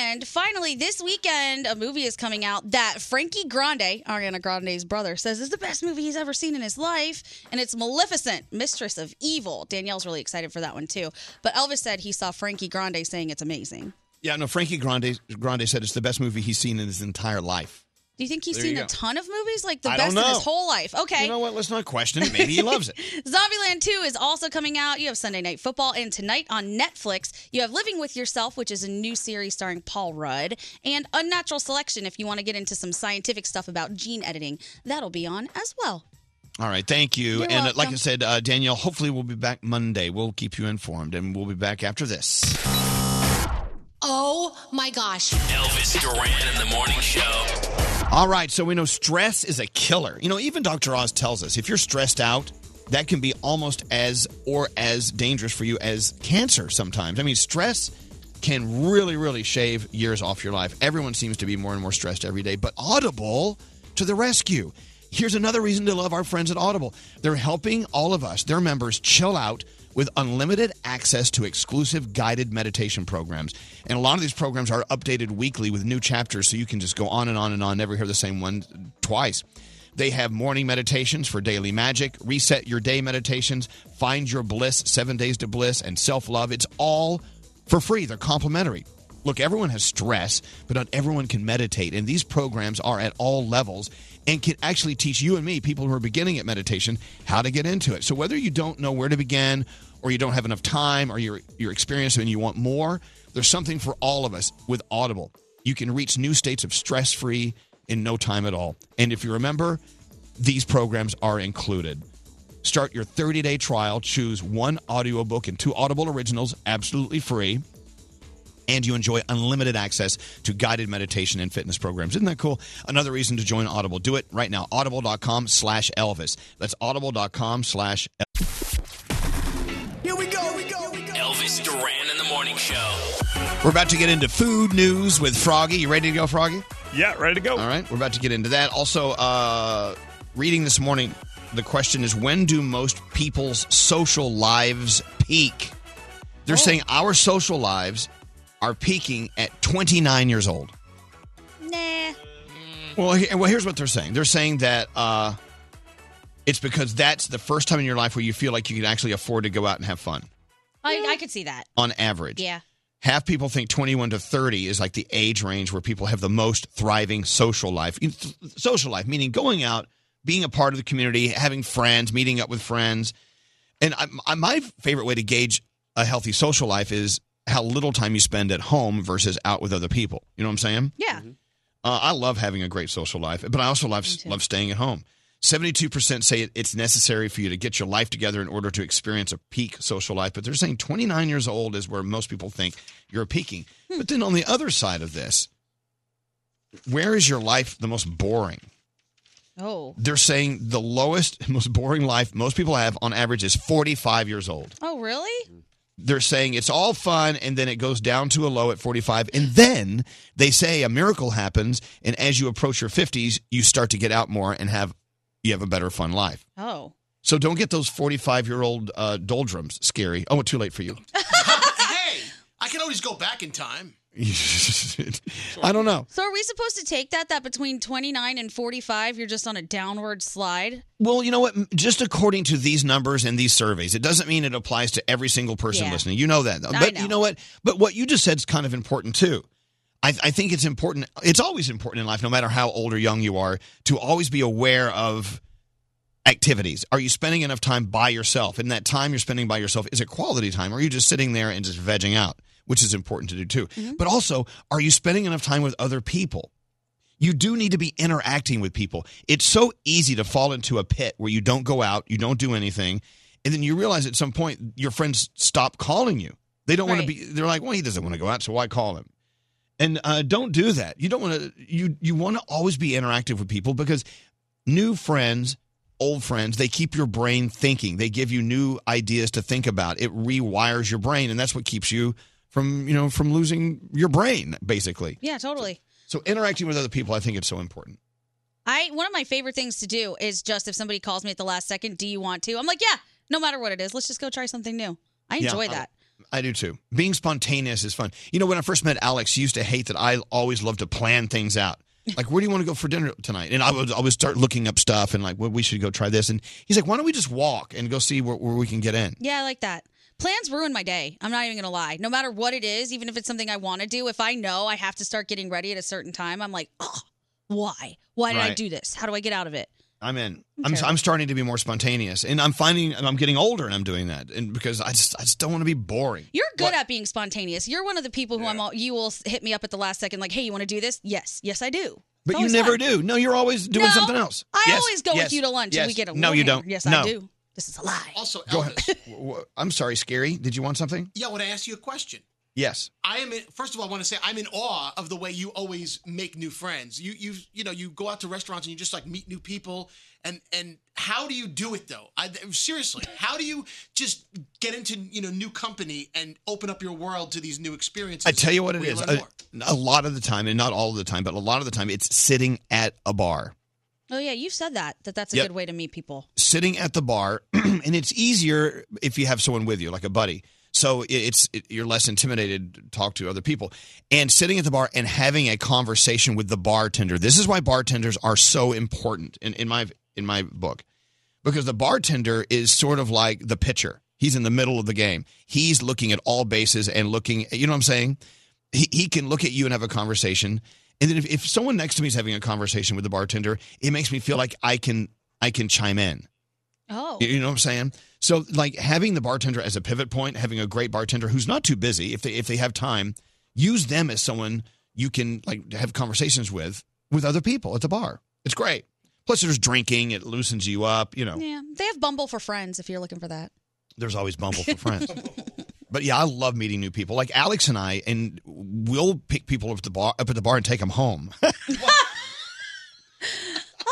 And finally, this weekend, a movie is coming out that Frankie Grande, Ariana Grande's brother, says is the best movie he's ever seen in his life. And it's Maleficent, Mistress of Evil. Danielle's really excited for that one too. But Elvis said he saw Frankie Grande saying it's amazing. Yeah, no. Frankie Grande Grande said it's the best movie he's seen in his entire life. Do you think he's There seen you a go. ton of movies? Like the I best don't of know. his whole life. Okay. You know what? Let's not question it. Maybe he loves it. Zombieland 2 is also coming out. You have Sunday Night Football, and tonight on Netflix, you have Living with Yourself, which is a new series starring Paul Rudd, and Unnatural Selection, if you want to get into some scientific stuff about gene editing. That'll be on as well. All right, thank you. You're and uh, like I welcome. said, uh, Danielle, hopefully we'll be back Monday. We'll keep you informed, and we'll be back after this. Oh my gosh. Elvis Duran in the morning show. All right, so we know stress is a killer. You know, even Dr. Oz tells us if you're stressed out, that can be almost as or as dangerous for you as cancer sometimes. I mean, stress can really, really shave years off your life. Everyone seems to be more and more stressed every day, but Audible to the rescue. Here's another reason to love our friends at Audible. They're helping all of us, their members, chill out with unlimited access to exclusive guided meditation programs. And a lot of these programs are updated weekly with new chapters, so you can just go on and on and on, never hear the same one twice. They have morning meditations for daily magic, reset your day meditations, find your bliss, seven days to bliss, and self love. It's all for free. They're complimentary. Look, everyone has stress, but not everyone can meditate. And these programs are at all levels and can actually teach you and me, people who are beginning at meditation, how to get into it. So whether you don't know where to begin, or you don't have enough time, or you're, you're experienced and you want more, there's something for all of us with Audible. You can reach new states of stress free in no time at all. And if you remember, these programs are included. Start your 30 day trial. Choose one audiobook and two Audible originals absolutely free. And you enjoy unlimited access to guided meditation and fitness programs. Isn't that cool? Another reason to join Audible. Do it right now. Audible.com slash Elvis. That's audible.com slash Elvis. Here we go. Here we go. Elvis Duran in the morning show. We're about to get into food news with Froggy. You ready to go, Froggy? Yeah, ready to go. All right, we're about to get into that. Also, uh, reading this morning, the question is when do most people's social lives peak? Oh. They're saying our social lives are peaking at 29 years old. Nah. Well, he- well, here's what they're saying. They're saying that uh, it's because that's the first time in your life where you feel like you can actually afford to go out and have fun I, I could see that. on average. Yeah. Half people think 21 to 30 is like the age range where people have the most thriving social life. You- th- Social life, meaning going out, being a part of the community, having friends, meeting up with friends. And I, I, my favorite way to gauge a healthy social life is how little time you spend at home versus out with other people. You know what I'm saying? Yeah. Uh, I love having a great social life, but I also love love staying at home. Seventy-two percent say it, it's necessary for you to get your life together in order to experience a peak social life, but they're saying twenty-nine years old is where most people think you're peaking. But then on the other side of this, where is your life the most boring? Oh. They're saying the lowest, most boring life most people have on average is forty-five years old. Oh, really? They're saying it's all fun, and then it goes down to a low at 45, and then they say a miracle happens, and as you approach your 50s, you start to get out more and have you have a better fun life. Oh. So don't get those 45 year old uh, doldrums. Scary. Oh, too late for you. hey, I can always go back in time. I don't know. So are we supposed to take that that between 29 and 45 you're just on a downward slide? Well, you know what? Just according to these numbers and these surveys, it doesn't mean it applies to every single person Yeah. listening. You know that. though. I But know. you know what? But what you just said is kind of important too. I, I think it's important. It's always important in life, no matter how old or young you are, to always be aware of activities. Are you spending enough time by yourself? And that time you're spending by yourself, is it quality time? Or are you just sitting there and just vegging out, which is important to do too? Mm-hmm. But also, are you spending enough time with other people? you do need to be interacting with people. It's so easy to fall into a pit where you don't go out, you don't do anything, and then you realize at some point your friends stop calling you. They don't want Right. to be. They're like, well, he doesn't want to go out, so why call him? And uh, don't do that. You don't want to. You you want to always be interactive with people because new friends, old friends, they keep your brain thinking. They give you new ideas to think about. It rewires your brain, and that's what keeps you from you know from losing your brain basically. Yeah, totally. So interacting with other people, I think it's so important. I one of my favorite things to do is just if somebody calls me at the last second, do you want to? I'm like, yeah, no matter what it is, let's just go try something new. I Yeah, enjoy that. I do too. Being spontaneous is fun. You know, when I first met Alex, she used to hate that I always loved to plan things out. Like, where do you want to go for dinner tonight? And I would always start looking up stuff and like, well, we should go try this. And he's like, why don't we just walk and go see where, where we can get in? Yeah, I like that. Plans ruin my day. I'm not even going to lie. No matter what it is, even if it's something I want to do, if I know I have to start getting ready at a certain time, I'm like, oh, why? Why did I Right. do this? How do I get out of it? I'm in. I'm I'm, terrible. I'm starting to be more spontaneous, and I'm finding I'm getting older, and I'm doing that, and because I just I just don't want to be boring. You're good at being spontaneous. You're one of the people who I'm all, you will hit me up at the last second, like, hey, you want to do this? Yes. Yes, I do. But you never do. No, you're always doing No, something else. I Yes, always go yes, with you to lunch yes. and we get a No, you little don't. hammered. Yes, No. I do. This is a lie. Also, Go ahead. W- w- I'm sorry, Scary. Did you want something? yeah, when I ask you a question, Yes. I am in, first of all, I want to say I'm in awe of the way you always make new friends. You you you know you go out to restaurants and you just like meet new people and and how do you do it though? I, seriously, how do you just get into you know new company and open up your world to these new experiences? I tell you what it where is. learn A, more? a lot of the time, and not all of the time, but a lot of the time, it's sitting at a bar. Oh, yeah. You've said that, that that's a Yep. good way to meet people. Sitting at the bar, and it's easier if you have someone with you, like a buddy. So it- it's it, you're less intimidated to talk to other people. And sitting at the bar and having a conversation with the bartender. This is why bartenders are so important in, in my in my book. because the bartender is sort of like the pitcher. He's in the middle of the game. He's looking at all bases and looking, you know what I'm saying? He, he can look at you and have a conversation. And then if, if someone next to me is having a conversation with the bartender, it makes me feel like I can I can chime in. Oh. You know what I'm saying? So like having the bartender as a pivot point, having a great bartender who's not too busy, if they if they have time, use them as someone you can like have conversations with with other people at the bar. It's great. Plus there's drinking, it loosens you up, you know. Yeah. They have Bumble for friends if you're looking for that. There's always Bumble for friends. but yeah, I love meeting new people. Like Alex and I, and we'll pick people up at the bar, up at the bar and take them home.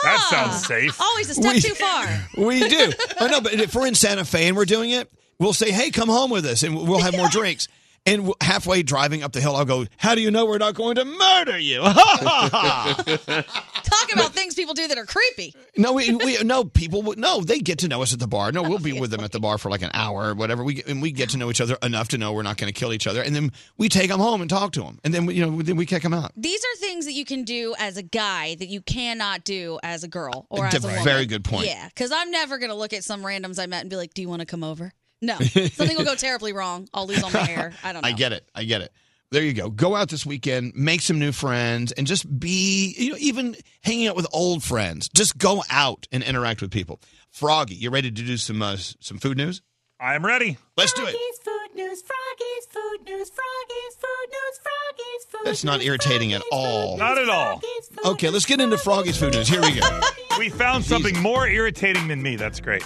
That sounds safe. Always a step We- too far. Ah. we do. I know, but if we're in Santa Fe and we're doing it, we'll say, "Hey, come home with us," and we'll have more drinks. And w- halfway driving up the hill, I'll go, "How do you know we're not going to murder you?" Talk about things people do that are creepy. no, we, we no people. would- No, they get to know us at the bar. No, we'll be with them at the bar for like an hour or whatever. We and we get to know each other enough to know we're not going to kill each other, and then we take them home and talk to them, and then we, you know then we kick them out. These are things that you can do as a guy that you cannot do as a girl or as a Right. woman. Very good point. Yeah, because I'm never gonna look at some randoms I met and be like, "Do you want to come over?" No, something will go terribly wrong. I'll lose all my hair. I don't know. I get it. I get it. There you go. Go out this weekend, make some new friends, and just be, you know, even hanging out with old friends. Just go out and interact with people. Froggy, you ready to do some uh, s- some food news? I'm ready. Let's do it. Froggy's food news. Froggy's food News Froggies Food News Froggies Food. That's not irritating at all. Not at all. Okay, let's get into Froggy's food news. Here we go. We found something more irritating than me. That's great.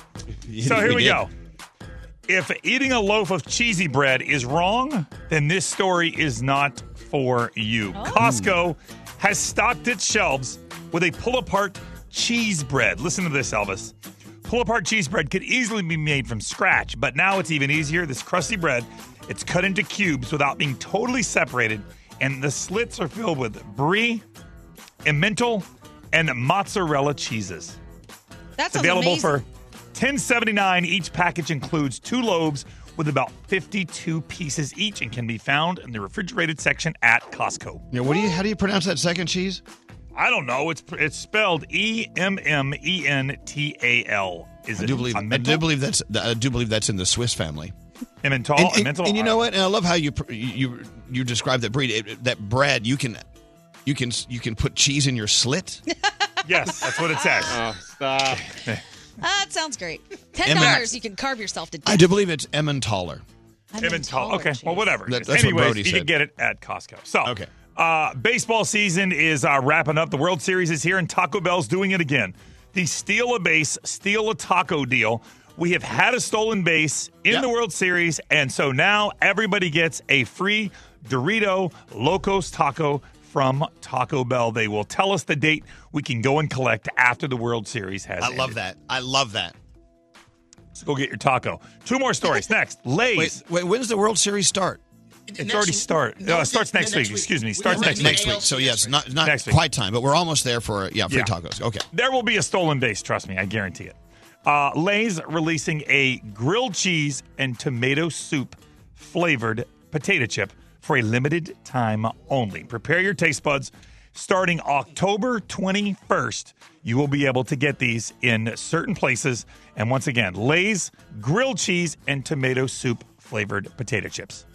Yeah, So here we we did. go. If eating a loaf of cheesy bread is wrong, then this story is not for you. Costco has stocked its shelves with a pull apart cheese bread. Listen to this, Elvis. Pull apart cheese bread could easily be made from scratch, but now it's even easier. This crusty bread, it's cut into cubes without being totally separated, and the slits are filled with brie, emmental, and mozzarella cheeses. That's It's available for 1079 each package includes two loaves with about 52 pieces each and can be found in the refrigerated section at Costco. Yeah, what do you? How do you pronounce that second cheese? I don't know. It's it's spelled E M M E N T A L. Is I it? do believe. a I mental? do believe that's. I do believe that's in the Swiss family. Emmental, and, and- Emmental, and you I know don't- what? And I love how you pr- you you describe that breed. It- that bread, you can you can you can put cheese in your slit. Yes, that's what it says. Oh, stop. Ah, it sounds great. Ten Emma- dollars, you can carve yourself to I death. do believe it's Emmentaler. Emmental. Okay, well, whatever. it That- is. that's what Anyways, Brody you can said. get it at Costco. So, okay. Uh, baseball season is uh, wrapping up. The World Series is here, and Taco Bell's doing it again. The steal a base, steal a taco deal. We have had a stolen base in the World Series, and so now everybody gets a free Dorito Locos Taco from Taco Bell. They will tell us the date we can go and collect after the World Series has. I love that. I love that. So go get your taco. Two more stories next. Lays. Wait, wait, when's the World Series start? It's already start. No, it starts next, week. Excuse me. Starts next, next week. So yes, not not quite time, but we're almost there for yeah free Yeah. tacos. Okay. There will be a stolen base. Trust me, I guarantee it. Uh, Lay's releasing a grilled cheese and tomato soup flavored potato chip for a limited time only. Prepare your taste buds. Starting October 21st, you will be able to get these in certain places. And once again, Lay's grilled cheese and tomato soup flavored potato chips.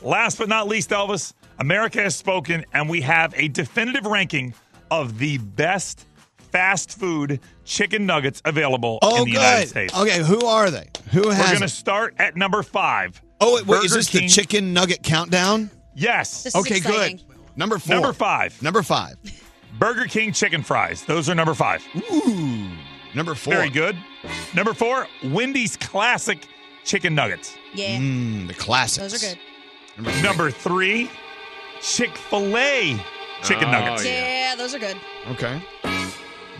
Last but not least, Elvis, America has spoken, and we have a definitive ranking of the best fast food chicken nuggets available Oh, in the United good. States. Okay, who are they? Who We're has? going to start at number five. Oh, wait, wait, is Burger this the King. chicken nugget countdown? Yes. This is Okay, good. exciting. Number four. Number five. Number five. Burger King chicken fries. Those are number five. Ooh. Number four. Very good. Number four, Wendy's classic chicken nuggets. Yeah. Mm, the classics. Those are good. Number three, Chick fil A chicken Oh, nuggets. Yeah, those are good. Okay.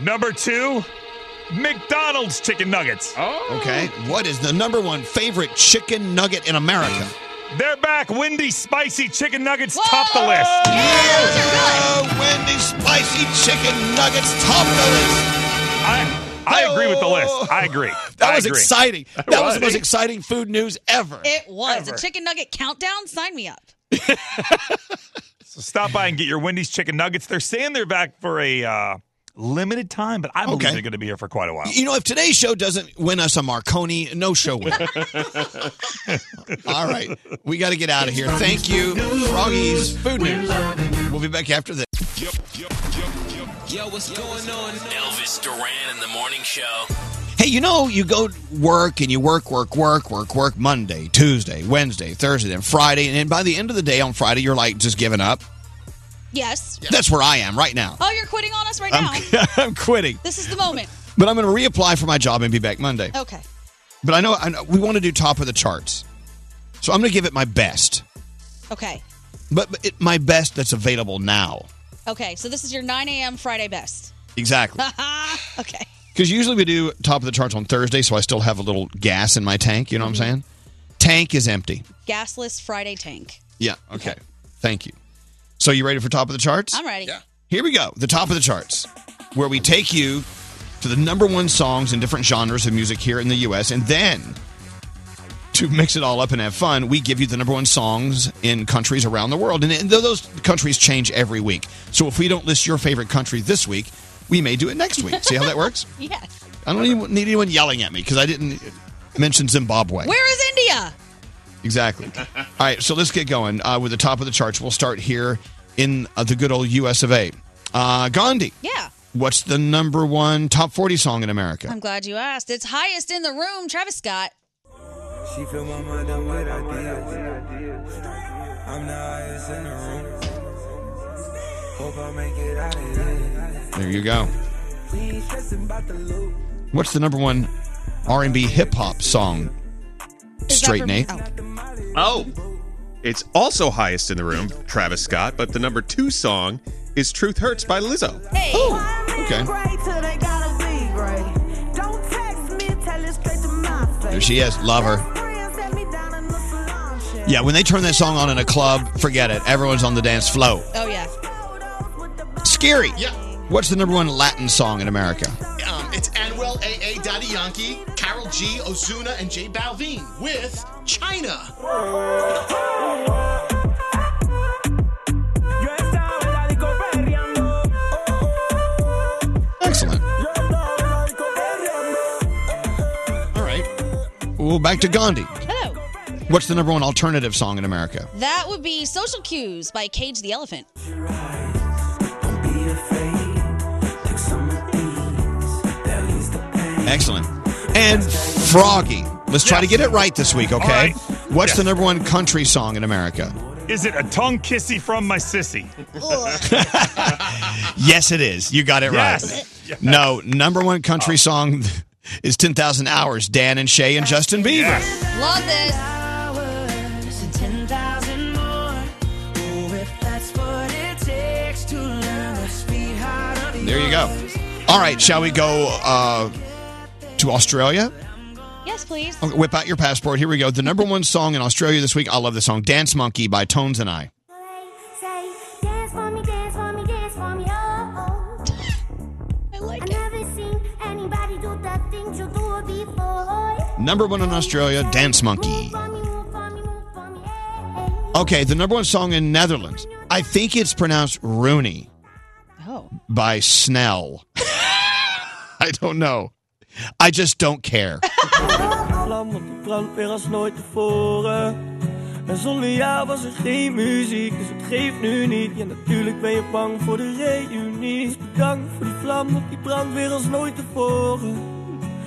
Number two, McDonald's chicken nuggets. Oh. Okay. What is the number one favorite chicken nugget in America? They're back. Wendy's spicy chicken nuggets top the list. Wendy's spicy chicken nuggets top the list. I, I agree with the list. I agree. That I was agree. exciting. That That was the was. most exciting food news ever. It was. Ever. A chicken nugget countdown? Sign me up. So stop by and get your Wendy's chicken nuggets. They're saying they're back for a uh, limited time, but I believe Okay. they're going to be here for quite a while. You know, if today's show doesn't win us a Marconi, no show win. All right. We got to get out of here. Thank you, Froggies Food News. We'll be back after this. Yo, what's going on? Elvis Duran in the morning show. Hey, you know, you go to work and you work, work, work, work, work Monday, Tuesday, Wednesday, Thursday, then Friday. And by the end of the day on Friday, you're like just giving up. Yes. That's where I am right now. Oh, you're quitting on us right now. I'm, I'm quitting, This is the moment. but I'm going to reapply for my job and be back Monday. Okay. But I know, I know we want to do top of the charts. So I'm going to give it my best, Okay. but but it, my best that's available now. Okay. So this is your 9 a.m. Friday best. Exactly. okay. Because usually we do top of the charts on Thursday, so I still have a little gas in my tank. You know what I'm Mm-hmm. saying? Tank is empty. Gasless Friday tank. Yeah. Okay. Thank you. So you ready for top of the charts? I'm ready. Yeah. Here we go. The top of the charts, where we take you to the number one songs in different genres of music here in the U.S. And then, to mix it all up and have fun, we give you the number one songs in countries around the world. And, and those countries change every week. So if we don't list your favorite country this week, we may do it next week. See how that works? Yes. I don't even need anyone yelling at me because I didn't mention Zimbabwe. Where is India? Exactly. All right, so let's get going uh, with the top of the charts. We'll start here in uh, the good old U.S. of A. Uh, Gandhi. Yeah. What's the number one top 40 song in America? I'm glad you asked. It's highest in the room, Travis Scott. She fill my mind up with ideas. I'm the highest in the room. Hope I make it out of here. There you go. Please stressing about the loop. What's the number one R&B hip hop song? Straight Nate. Oh. It's also highest in the room, Travis Scott, but the number two song is Truth Hurts by Lizzo. Hey. Okay. There she is. Love her. Yeah, when they turn that song on in a club, forget it. Everyone's on the dance floor. Oh yeah. Scary. Yeah. What's the number one Latin song in America? Um, it's Anuel AA Daddy Yankee, Carol G, Ozuna, and J Balvin with China. Excellent. All right. Well, back to Gandhi. Hello. What's the number one alternative song in America? That would be Social Cues by Cage the Elephant. Excellent. And Froggy. Let's try to get it right this week, okay? What's the number one country song in America? Is it a tongue kissy from my sissy? Yes, it is. You got it right. Yes. Yes. Oh. No, number one country song is 10,000 Hours, Dan and Shay and Justin Bieber. Love this. There you go. All right, shall we go uh, to Australia? Yes, please. Okay, whip out your passport. Here we go. The number one song in Australia this week. I love the song Dance Monkey by Tones and I. I like it. never seen anybody do that thing you do before. Number one in Australia, Dance Monkey. Okay, the number one song in Netherlands. I think it's pronounced Rooney. Oh. By Snell. I don't know. I just don't care. Vlam op de brand weer als nooit tevoren. En zonder jou was er geen muziek, dus het geeft nu niet. Ja, natuurlijk ben je bang voor de reunie. Dus bedankt voor die vlam, want die brand weer als nooit tevoren.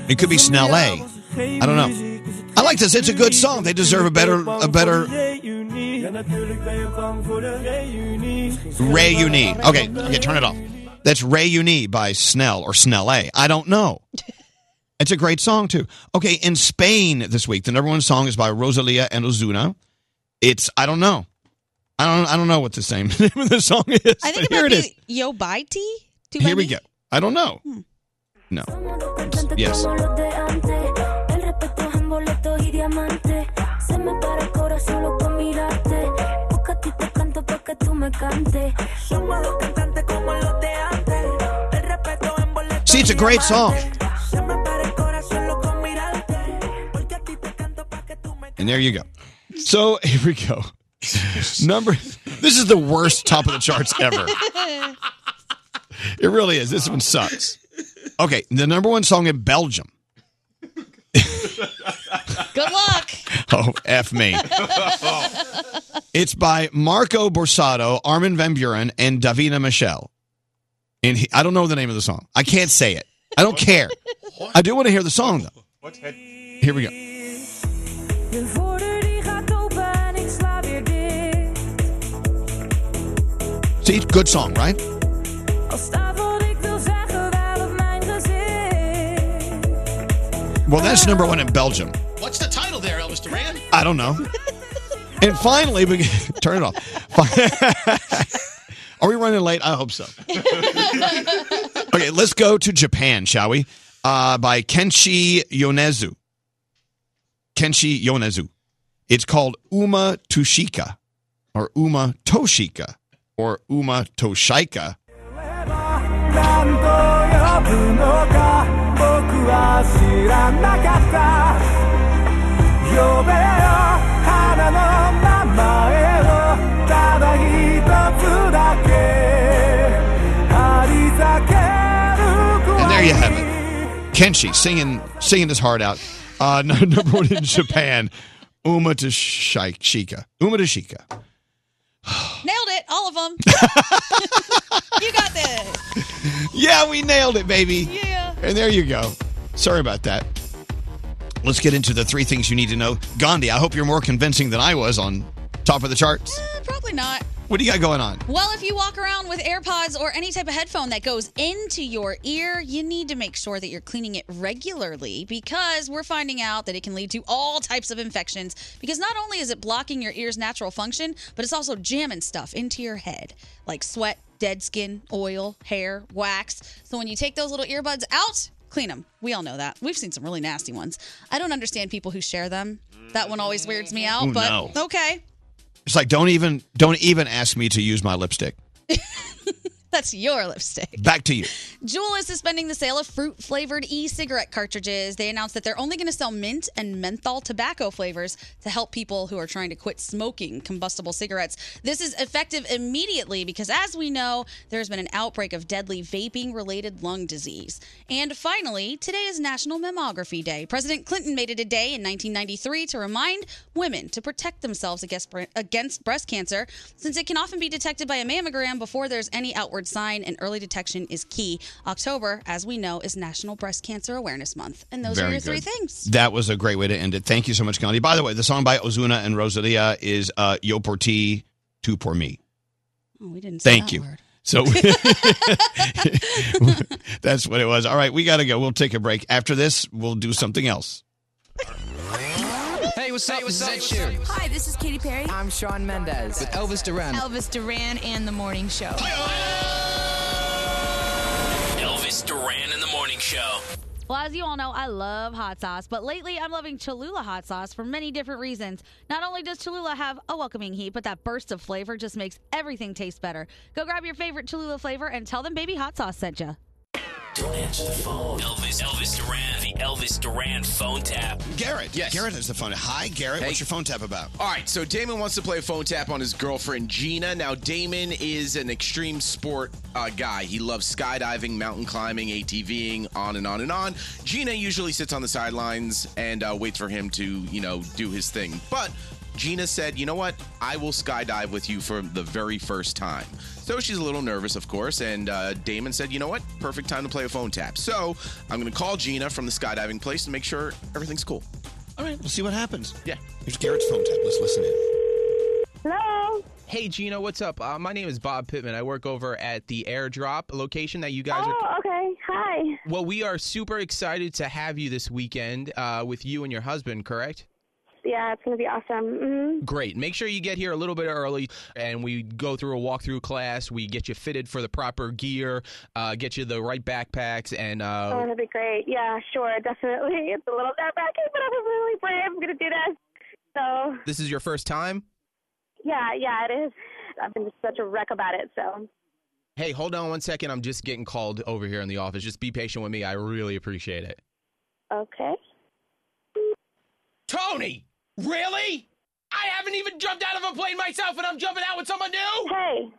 It could be Snell A. I don't know. I like this. It's a good song. They deserve a better, a better Reunie. Ja, natuurlijk ben je bang voor de reunie. Ray Uni. Okay, okay, turn it off. That's Ray Uni by Snell or Snell A. I don't know. It's a great song too. Okay, in Spain this week, the number one song is by Rosalia and Ozuna. It's I don't know. I don't I don't know what the same name of the song is. I think but here it it is. might be Yo Bye Tea. Two by Here we Me. go. I don't know. No. Yes. See, it's a great song. And there you go. So here we go. Number. This is the worst top of the charts ever. It really is. This one sucks. Okay, the number one song in Belgium. Good luck. Oh, f me. It's by Marco Borsato, Armin van Buren, and Davina Michelle. And he, I don't know the name of the song. I can't say it. I don't care. I do want to hear the song though. What head? Here we go. De voordeur die gaat open en ik sla weer dicht. See, good song, right? Al staat wat ik wil zeggen wel op mijn gezicht. Well, that's number one in Belgium. What's the title there, Elvis Duran? I don't know. And finally, we turn it off. Fi- Are we running late? I hope so. Okay, let's go to Japan, shall we? Uh, by Kenshi Yonezu. Kenshi Yonezu. It's called Uma Tushika, or Uma Toshika, or Uma Toshika. And there you have it. Kenshi singing singing his heart out. Uh, no- number one in Japan, Uma Toshika. Uma Toshika. Nailed it. All of them. you got this. Yeah, we nailed it, baby. Yeah. And there you go. Sorry about that. Let's get into the three things you need to know. Gandhi, I hope you're more convincing than I was on top of the charts. Probably not. What do you got going on? Well, if you walk around with AirPods or any type of headphone that goes into your ear, you need to make sure that you're cleaning it regularly because we're finding out that it can lead to all types of infections. Because not only is it blocking your ear's natural function, but it's also jamming stuff into your head, like sweat, dead skin, oil, hair, wax. So when you take those little earbuds out, clean them. We all know that. We've seen some really nasty ones. I don't understand people who share them. That one always weirds me out, Oh, but no. okay. It's like don't even don't even ask me to use my lipstick. That's your lipstick. Back to you. Juul is suspending the sale of fruit flavored e cigarette cartridges. They announced that they're only going to sell mint and menthol tobacco flavors to help people who are trying to quit smoking combustible cigarettes. This is effective immediately because, as we know, there's been an outbreak of deadly vaping related lung disease. And finally, today is National Mammography Day. President Clinton made it a day in 1993 to remind women to protect themselves against, bre- against breast cancer since it can often be detected by a mammogram before there's any outward sign, and early detection is key. October, as we know, is National Breast Cancer Awareness Month. And those are Very your three good. things. That was a great way to end it. Thank you so much, Gandhi. By the way, the song by Ozuna and Rosalia is uh, Yo por ti, tu por mi. Oh, we didn't say Thank that you. word. So that's what it was. All right, we got to go. We'll take a break. After this, we'll do something else. Hey, what's up? This is Ed Sheeran. Hi, this is Katy Perry. I'm Sean Mendez With Elvis Duran. Elvis Duran and the Morning Show. Elvis Duran in the morning show. Well, as you all know, I love hot sauce, but lately I'm loving Cholula hot sauce for many different reasons. Not only does Cholula have a welcoming heat, but that burst of flavor just makes everything taste better. Go grab your favorite Cholula flavor and tell them Baby Hot Sauce sent you. Don't answer the phone. Elvis, Elvis Duran, the Elvis Duran phone tap. Garrett. Yes. Garrett has the phone. Hi, Garrett. What's your phone tap about? All right, so Damon wants to play phone tap on his girlfriend Gina. Now, Damon is an extreme sport uh, guy. He loves skydiving, mountain climbing, ATVing, on and on and on. Gina usually sits on the sidelines and uh, waits for him to, you know, do his thing. But Gina said, "You know what? I will skydive with you for the very first time." So she's a little nervous, of course, and uh, Damon said, "You know what? Perfect time to play a phone tap." So I'm going to call Gina from the skydiving place and make sure everything's cool. All right, we'll see what happens. Yeah. Here's Garrett's phone tap. Let's listen in. Hello. Hey, Gina, what's up? Uh, my name is Bob Pittman. I work over at the airdrop location that you guys are. Oh, okay. Hi. Well, we are super excited to have you this weekend uh, with you and your husband, correct? Yeah, it's gonna be awesome. hmm Great. Make sure you get here a little bit early, and we go through a walkthrough class. We get you fitted for the proper gear, uh, get you the right backpacks, and Oh, uh, that'd be great. Yeah, sure, definitely. It's a little nerve-wracking, but I'm really brave. I'm gonna do this. So, this is your first time. yeah, yeah, it is. I've been such a wreck about it. So, Hey, hold on one second. I'm just getting called over here in the office. Just be patient with me. I really appreciate it. okay. Tony, really? I haven't even jumped out of a plane myself, and I'm jumping out with someone new. Hey.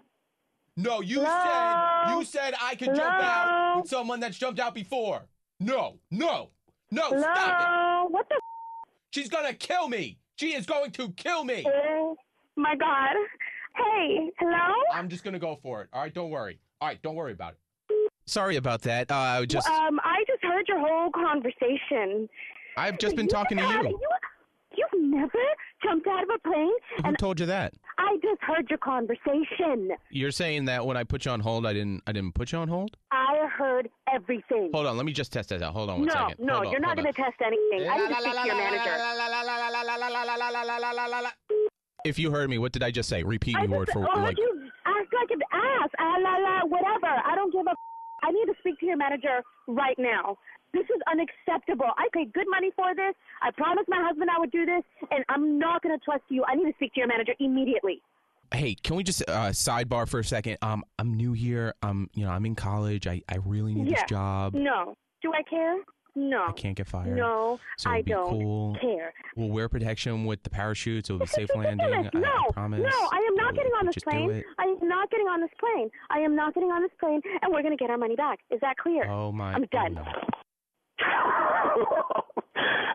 No, you said you said I could jump out with someone that's jumped out before. No, no, no, stop it. What the She's gonna kill me. She is going to kill me. Oh my God. Hey, hello. I'm just gonna go for it. All right, don't worry. All right, don't worry about it. Sorry about that. Uh, I just Um, I just heard your whole conversation. I've just been You talking to have- you. You've never jumped out of a plane, Who and told you that? I just heard your conversation. You're saying that when I put you on hold, I didn't I didn't put you on hold? I heard everything. Hold on, let me just test that out. Hold on one no, second. no, Hold on, you're not hold on. going to test anything. I need to speak to your manager. If you heard me, what did I just say? Repeat I word just, for oh, like you act like an ass. Ah, la, la, whatever. I don't give a. f- I need to speak to your manager right now. This is unacceptable. I paid good money for this. I promised my husband I would do this, and I'm not going to trust you. I need to speak to your manager immediately. Hey, can we just uh, sidebar for a second? Um, I'm new here. I'm, you know, I'm in college. I, I really need yeah. this job. No. Do I care? No. I can't get fired. No, So I it'd be don't cool. care. We'll wear protection with the parachutes. It'll be safe landing. Ridiculous. I, No, I promise. no, I am not getting on this just do plane. it. I am not getting on this plane. I am not getting on this plane, and we're going to get our money back. Is that clear? Oh my. I'm done.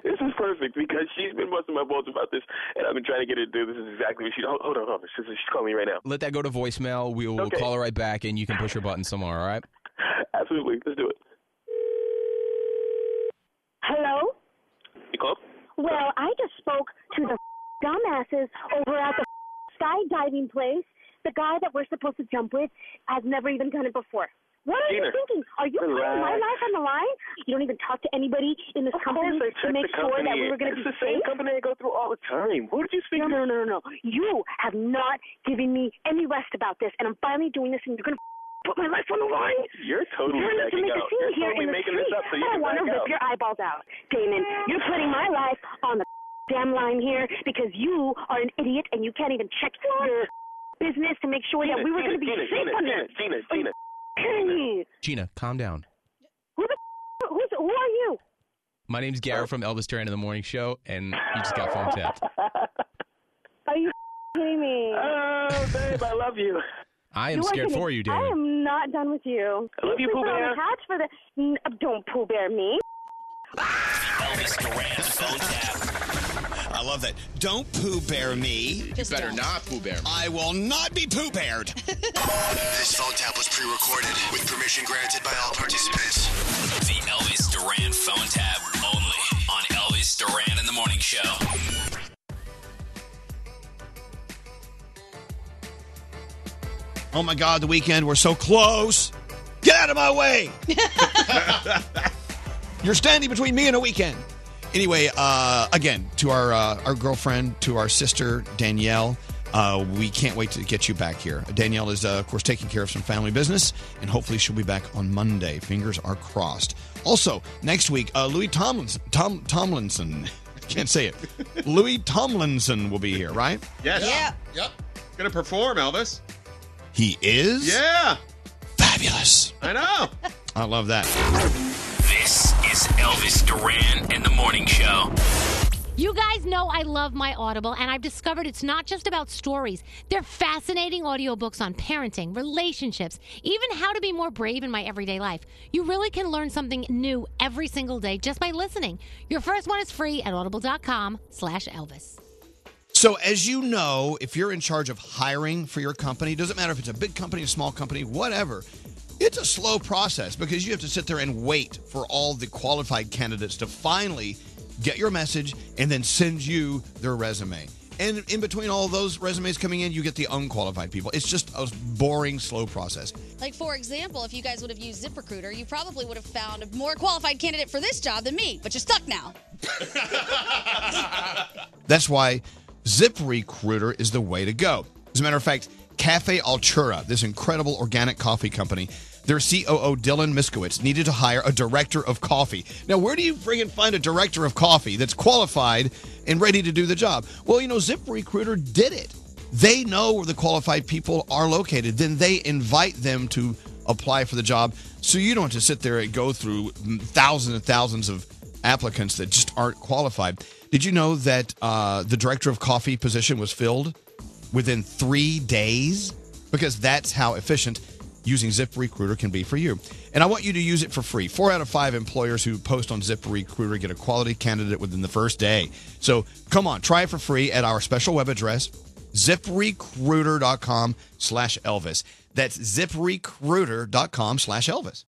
This is perfect because she's been busting my balls about this, and I've been trying to get her to do this. Is exactly what she. Hold, hold on, hold on. She's, she's calling me right now. Let that go to voicemail. We will Okay. call her right back, and you can push her button somewhere. All right. Absolutely, let's do it. Hello? You call? Well, I just spoke to the dumbasses over at the skydiving place. The guy that we're supposed to jump with has never even done it before. What are Gina, you thinking? Are you putting my relax. life on the line? You don't even talk to anybody in this Of company course I to checked make the sure that company. we were going to It's be the same safe? company I go through all the time. What did you speak no, to? No, no, no, no. You have not given me any rest about this, and I'm finally doing this, and you're going to put my life on the line? You're totally You're not to backing make a out. scene You're here totally in the making street. this up so you I can want to back rip out. your eyeballs out, Damon. You're putting my life on the damn line here because you are an idiot and you can't even check your business to make sure that Gina, we were Gina, going to be Gina, safe Gina, on Gina, this. Gina, Are you Gina. kidding me? Gina, calm down. Who the who's, who are you? My name's Garrett from Elvis Duran in the Morning Show, and you just got phone tapped. Are you kidding me? Oh, babe, I love you. I am You are scared gonna- for you, I Damon. am not done with you. I love you, Pooh sleeping on Bear. the couch for the. N- don't Pooh Bear me. I love that. Don't poo bear me. You better not poo bear me. I will not be poo beared. This phone tap was pre-recorded with permission granted by all participants. The Elvis Duran phone tap only on Elvis Duran in the Morning Show. Oh my God, the weekend, we're so close. Get out of my way. You're standing between me and a weekend. Anyway, uh, again, to our uh, our girlfriend, to our sister Danielle, uh, we can't wait to get you back here. Danielle is, uh, of course, taking care of some family business, and hopefully she'll be back on Monday. Fingers are crossed. Also, next week, uh, Louis Tomlinson, Tom, Tomlinson, I can't say it. Louis Tomlinson will be here, right? Yes. Yeah. Yep. Gonna perform, Elvis. He is. Yeah. Fabulous. I know. I love that. This is Elvis Duran in the Morning Show. You guys know I love my Audible, and I've discovered it's not just about stories. They're fascinating audiobooks on parenting, relationships, even how to be more brave in my everyday life. You really can learn something new every single day just by listening. Your first one is free at audible.com slash Elvis. So, as you know, if you're in charge of hiring for your company, doesn't matter if it's a big company, a small company, whatever, it's a slow process because you have to sit there and wait for all the qualified candidates to finally get your message and then send you their resume. And in between all those resumes coming in, you get the unqualified people. It's just a boring, slow process. Like, for example, if you guys would have used ZipRecruiter, you probably would have found a more qualified candidate for this job than me, but you're stuck now. That's why ZipRecruiter is the way to go. As a matter of fact, Cafe Altura, this incredible organic coffee company, their COO Dylan Miskowitz needed to hire a director of coffee. Now, where do you bring and find a director of coffee that's qualified and ready to do the job? Well, you know, ZipRecruiter did it. They know where the qualified people are located. Then they invite them to apply for the job, so you don't have to sit there and go through thousands and thousands of applicants that just aren't qualified. Did you know that uh, the director of coffee position was filled within three days? Because that's how efficient using ZipRecruiter can be for you. And I want you to use it for free. Four out of five employers who post on ZipRecruiter get a quality candidate within the first day. So come on, try it for free at our special web address, ziprecruiter.com slash Elvis. That's ziprecruiter.com slash Elvis.